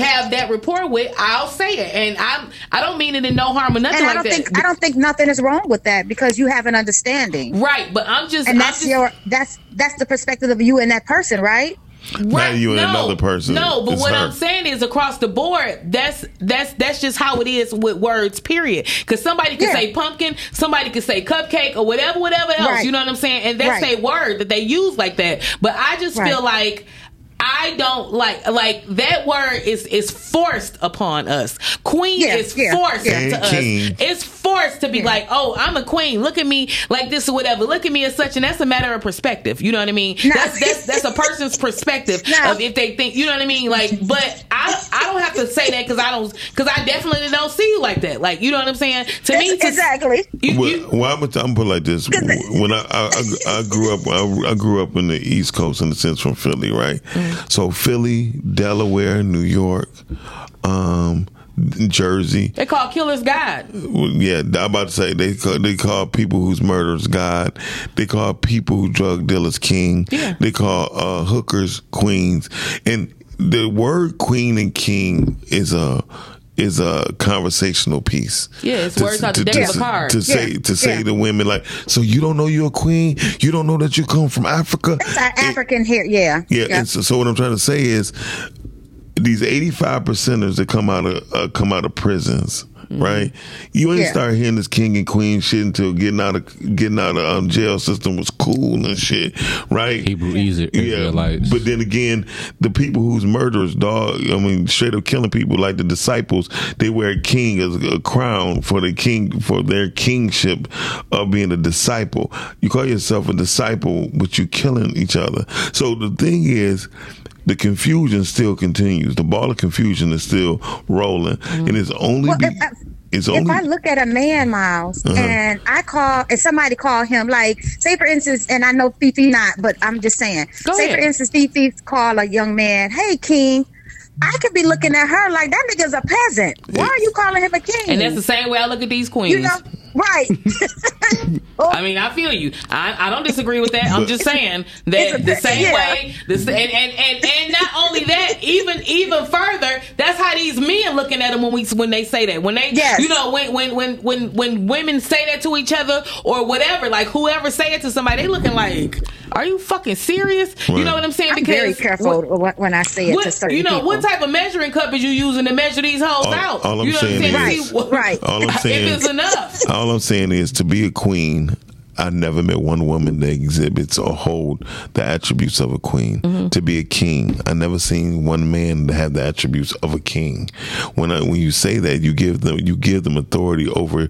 Speaker 4: have that rapport with, I'll say it and I'm I don't mean it in no harm or nothing
Speaker 19: and I
Speaker 4: like
Speaker 19: don't
Speaker 4: that.
Speaker 19: think I don't think nothing is wrong with that because you have an understanding,
Speaker 4: right? But I'm just
Speaker 19: and that's your that's that's the perspective of you and that person, right?
Speaker 7: Not you and another person.
Speaker 4: No, but
Speaker 7: It's
Speaker 4: what
Speaker 7: her.
Speaker 4: I'm saying is across the board, that's that's that's just how it is with words, period. Because somebody could say pumpkin, somebody could say cupcake, or whatever, whatever else.
Speaker 13: Right.
Speaker 4: You know what I'm saying? And that's
Speaker 13: Right.
Speaker 4: a word that they use like that. But I just
Speaker 13: Right.
Speaker 4: feel like I don't like like that word is is forced upon us. Queen is forced
Speaker 13: yeah. And
Speaker 4: to us.
Speaker 13: king.
Speaker 4: It's forced to be like, oh, I'm a queen. Look at me like this or whatever. Look at me as such, and that's a matter of perspective. You know what I mean? That's, that's that's a person's perspective of if they think you know what I mean. Like, but I I don't have to say that because I don't because I definitely don't see you like that. Like, you know what I'm saying? To me, to,
Speaker 19: exactly.
Speaker 7: well, well, I'm, gonna- I'm gonna put it like this. When I, I, I, I grew up, I, I grew up in the East Coast in the sense from Philly, right?
Speaker 19: Mm.
Speaker 7: So Philly, Delaware, New York, um, Jersey.
Speaker 4: They call killers God.
Speaker 7: Well, yeah, I'm about to say they call, they call people who's murderers God. They call people who drug dealers king. They call uh, hookers queens. And the word queen and king is a is a conversational piece.
Speaker 4: Yeah, it's words out the
Speaker 7: to,
Speaker 4: deck
Speaker 7: to,
Speaker 4: of a card.
Speaker 7: to say
Speaker 4: Yeah,
Speaker 7: to say
Speaker 4: yeah.
Speaker 7: to women like, so you don't know you're a queen. You don't know that you come from Africa.
Speaker 19: It's our African hair, yeah,
Speaker 7: Yeah, and so, so what I'm trying to say is these 85 percenters that come out of uh, come out of prisons, right? You ain't
Speaker 19: Yeah.
Speaker 7: start hearing this king and queen shit until getting out of getting out of um, jail system was cool and shit, right? Hebrew Israelites. Yeah, but then again, the people who's murderers, dog, I mean, straight up killing people like the disciples, they wear a king as a crown for the king for their kingship of being a disciple. You call yourself a disciple, but you killing each other. So the thing is the confusion still continues. The ball of confusion is still rolling, and it's only be,
Speaker 19: if I-
Speaker 7: it's
Speaker 19: if
Speaker 7: only
Speaker 19: I look at a man, Miles,
Speaker 7: Uh-huh.
Speaker 19: and I call, and somebody call him, like, say for instance, and I know Fifi not, but I'm just saying,
Speaker 13: Go
Speaker 19: say
Speaker 13: ahead.
Speaker 19: for instance, Fifi call a young man, hey, King, I could be looking at her like that nigga's a peasant. Why are you calling him a king?
Speaker 4: and that's the same way I look at these queens.
Speaker 19: You know, right? Oh.
Speaker 4: I mean, I feel you. I, I don't disagree with that. I'm
Speaker 13: But-
Speaker 4: just saying
Speaker 13: It's a
Speaker 4: that the
Speaker 13: bit-
Speaker 4: same
Speaker 13: yeah.
Speaker 4: way, the, sa- and, and and and not only that, even even further, that's how these men looking at them when we when they say that when they
Speaker 13: Yes.
Speaker 4: you know when when when when when women say that to each other or whatever, like whoever say it to somebody, they looking like, are you fucking serious? You know what I'm saying?
Speaker 19: I'm very careful wh-
Speaker 7: Uh,
Speaker 19: when I say it
Speaker 4: what-
Speaker 19: to certain
Speaker 4: you know
Speaker 19: people.
Speaker 4: what type of measuring cup is you using to measure these hoes
Speaker 7: All-
Speaker 4: out?
Speaker 7: all I'm
Speaker 4: you know
Speaker 7: saying
Speaker 4: what I'm saying?
Speaker 7: is-
Speaker 4: See what-
Speaker 19: right.
Speaker 7: All I'm saying-
Speaker 4: if it's enough.
Speaker 7: all I'm saying is to be a queen. I never met one woman that exhibits or hold the attributes of a queen.
Speaker 19: Mm-hmm.
Speaker 7: To be a king, I never seen one man that have the attributes of a king. When I, when you say that, you give them you give them authority over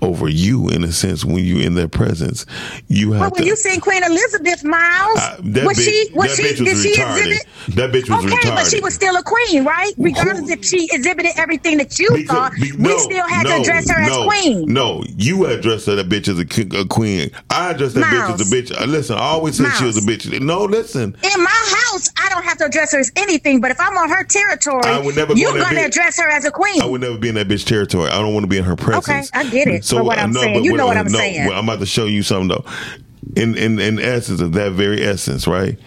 Speaker 7: over you in a sense when you in their presence. You have
Speaker 19: But
Speaker 7: to.
Speaker 19: when you seen Queen Elizabeth, Miles,
Speaker 7: Uh, that
Speaker 19: was
Speaker 7: bitch,
Speaker 19: she was
Speaker 7: that
Speaker 19: she
Speaker 7: bitch
Speaker 19: did
Speaker 7: was
Speaker 19: she
Speaker 7: retarded.
Speaker 19: exhibit?
Speaker 7: That bitch was
Speaker 19: okay,
Speaker 7: retarded.
Speaker 19: but she was still a queen, right? Regardless if she exhibited everything that you thought,
Speaker 7: Be-
Speaker 19: we still had to address her
Speaker 7: no,
Speaker 19: as queen.
Speaker 7: No, you addressed her that bitch as a, ki- a queen. I addressed that bitch as a bitch. Uh, Listen, I always said she was a bitch. No, listen.
Speaker 19: In my house, I don't have to address her as anything, but if I'm on her territory,
Speaker 7: I would never go
Speaker 19: you're
Speaker 7: in that
Speaker 19: gonna
Speaker 7: bit.
Speaker 19: address her as a queen.
Speaker 7: I would never be in that bitch territory. I don't want to be in her presence.
Speaker 19: I get it, but what
Speaker 7: uh,
Speaker 19: I'm
Speaker 7: no,
Speaker 19: saying-
Speaker 7: but
Speaker 19: you know what I'm
Speaker 7: no,
Speaker 19: saying.
Speaker 7: well, I'm about to show you something though. In in in essence of that very essence, right?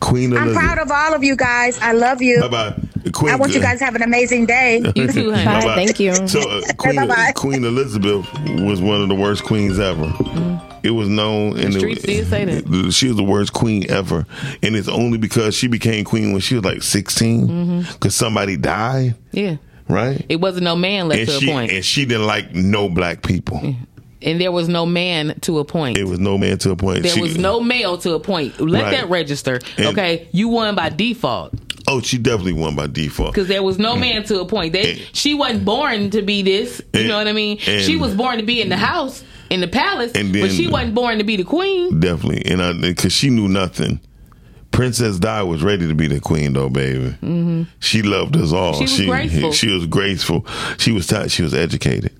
Speaker 7: Queen
Speaker 19: I'm
Speaker 7: Elizabeth.
Speaker 19: proud of all of you guys. I love you.
Speaker 7: Bye bye. Queen.
Speaker 19: I want you guys to have an amazing day.
Speaker 7: Bye-bye. So, uh, Queen,
Speaker 19: Bye-bye.
Speaker 7: Queen Elizabeth was one of the worst queens ever. It was known,
Speaker 4: Mm.
Speaker 7: and
Speaker 4: The
Speaker 7: it-
Speaker 4: streets did say that.
Speaker 7: she was the worst queen ever, and it's only because she became queen when she was like sixteen,
Speaker 4: Mm-hmm.
Speaker 7: because somebody died,
Speaker 4: Yeah.
Speaker 7: right?
Speaker 4: It wasn't no man left
Speaker 7: and
Speaker 4: to
Speaker 7: she
Speaker 4: a point.
Speaker 7: and she didn't like no black people.
Speaker 4: And there was no man to a point.
Speaker 7: It was no man to a point.
Speaker 4: There
Speaker 7: She-
Speaker 4: was no male to a point. Let
Speaker 7: Right.
Speaker 4: that register.
Speaker 7: And-
Speaker 4: okay. You won by default.
Speaker 7: Oh, she definitely won by default.
Speaker 4: Because there was
Speaker 7: Mm.
Speaker 4: no man to a point. They, she wasn't born to be this. You
Speaker 7: And-
Speaker 4: know what I mean?
Speaker 7: and- Mm.
Speaker 4: She was born to be in the house, in the palace,
Speaker 7: And
Speaker 4: but
Speaker 7: then- Mm.
Speaker 4: she wasn't born to be the queen.
Speaker 7: Definitely, and I because she knew nothing. Princess Di was ready to be the queen, though, baby.
Speaker 4: Mm-hmm.
Speaker 7: She loved us all.
Speaker 4: She was graceful.
Speaker 7: She was graceful. She was taught. She was educated.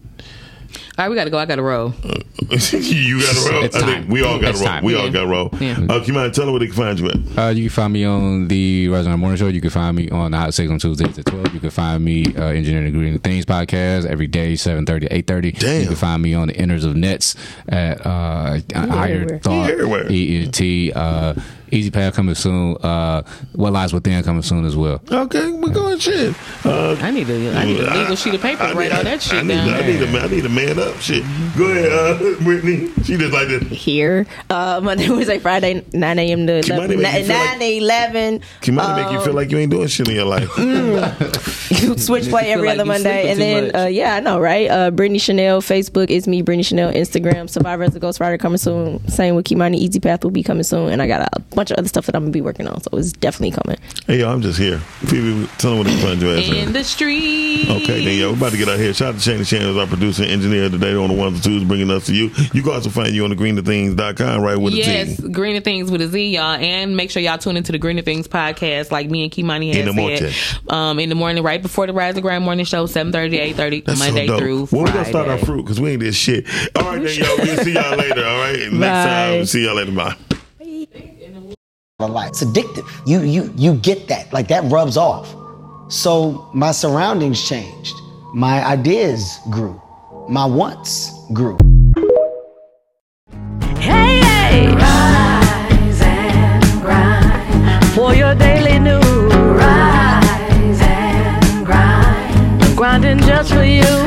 Speaker 4: All right, we gotta go. I gotta roll.
Speaker 7: you got to roll.
Speaker 6: It's
Speaker 7: I
Speaker 6: time.
Speaker 7: think we all got
Speaker 6: It's
Speaker 7: to roll.
Speaker 6: time.
Speaker 7: We
Speaker 6: Yeah.
Speaker 7: all got to roll. Uh, can you mind telling where they can find you at?
Speaker 6: Uh, you can find me on the Resident Morning Show. You can find me on the Hot Six on Tuesdays at twelve. You can find me uh, Engineering and Green Things podcast every day seven thirty to eight thirty. You can find me on the Inners of Nets at uh, Higher
Speaker 7: everywhere.
Speaker 6: Thought
Speaker 7: He everywhere.
Speaker 6: EET. Uh, Easy Path coming soon. Uh, what Lies Within coming soon as well.
Speaker 7: Okay, we're going shit. Uh,
Speaker 4: I need to.
Speaker 6: I need a legal
Speaker 4: sheet of paper
Speaker 7: I,
Speaker 4: write all that shit
Speaker 7: I need,
Speaker 4: down.
Speaker 7: I need, a, I need a man up shit. Go ahead, uh, Whitney. She just like this.
Speaker 5: Here, uh, Monday, Wednesday, Friday, 9 a.m. to 11.
Speaker 7: might make you
Speaker 5: 9,
Speaker 7: feel like-
Speaker 5: 9 to 11.
Speaker 7: Kimani make you feel like you ain't doing shit in your life.
Speaker 5: Mm. you switch play every other Monday, and then uh, yeah, I know, right? Uh, Brittany Chanel, Facebook is me, Brittany Chanel, Instagram, Survivor as a Ghost Rider coming soon. Same with Kimani, Easy Path will be coming soon, and I got a bunch of other stuff that I'm gonna be working on, so it's definitely coming.
Speaker 7: Hey, yo, I'm just here. Phoebe, tell them what they find you at. man.
Speaker 4: In the street.
Speaker 7: Okay, then, yo, we're about to get out here. Shout out to Shane Shannon, our producer and engineer today on the ones and twos, bringing us to you. You can also find you on the greenthings.com, right, with a
Speaker 4: yes,
Speaker 7: T.
Speaker 4: Greener Things with a Z, y'all, and make sure y'all tune into the Greener Things podcast, like me and Kimani
Speaker 7: In
Speaker 4: has
Speaker 7: the morning.
Speaker 4: said, um, in the morning, right before the Rise of Grand Morning Show, seven thirty to eight thirty,
Speaker 7: That's so
Speaker 4: Monday
Speaker 7: dope.
Speaker 4: through
Speaker 7: When we
Speaker 4: Friday.
Speaker 7: gonna start our fruit? Because we ain't did shit. All right, then, y'all. We'll see y'all later, all right? Next
Speaker 20: Bye.
Speaker 7: time. See y'all later. Bye.
Speaker 20: a lot. It's addictive. You you you get that. Like that rubs off. So my surroundings changed. My ideas grew. My wants grew.
Speaker 2: Rise and grind for your daily news. Rise and grind. Grinding just for you.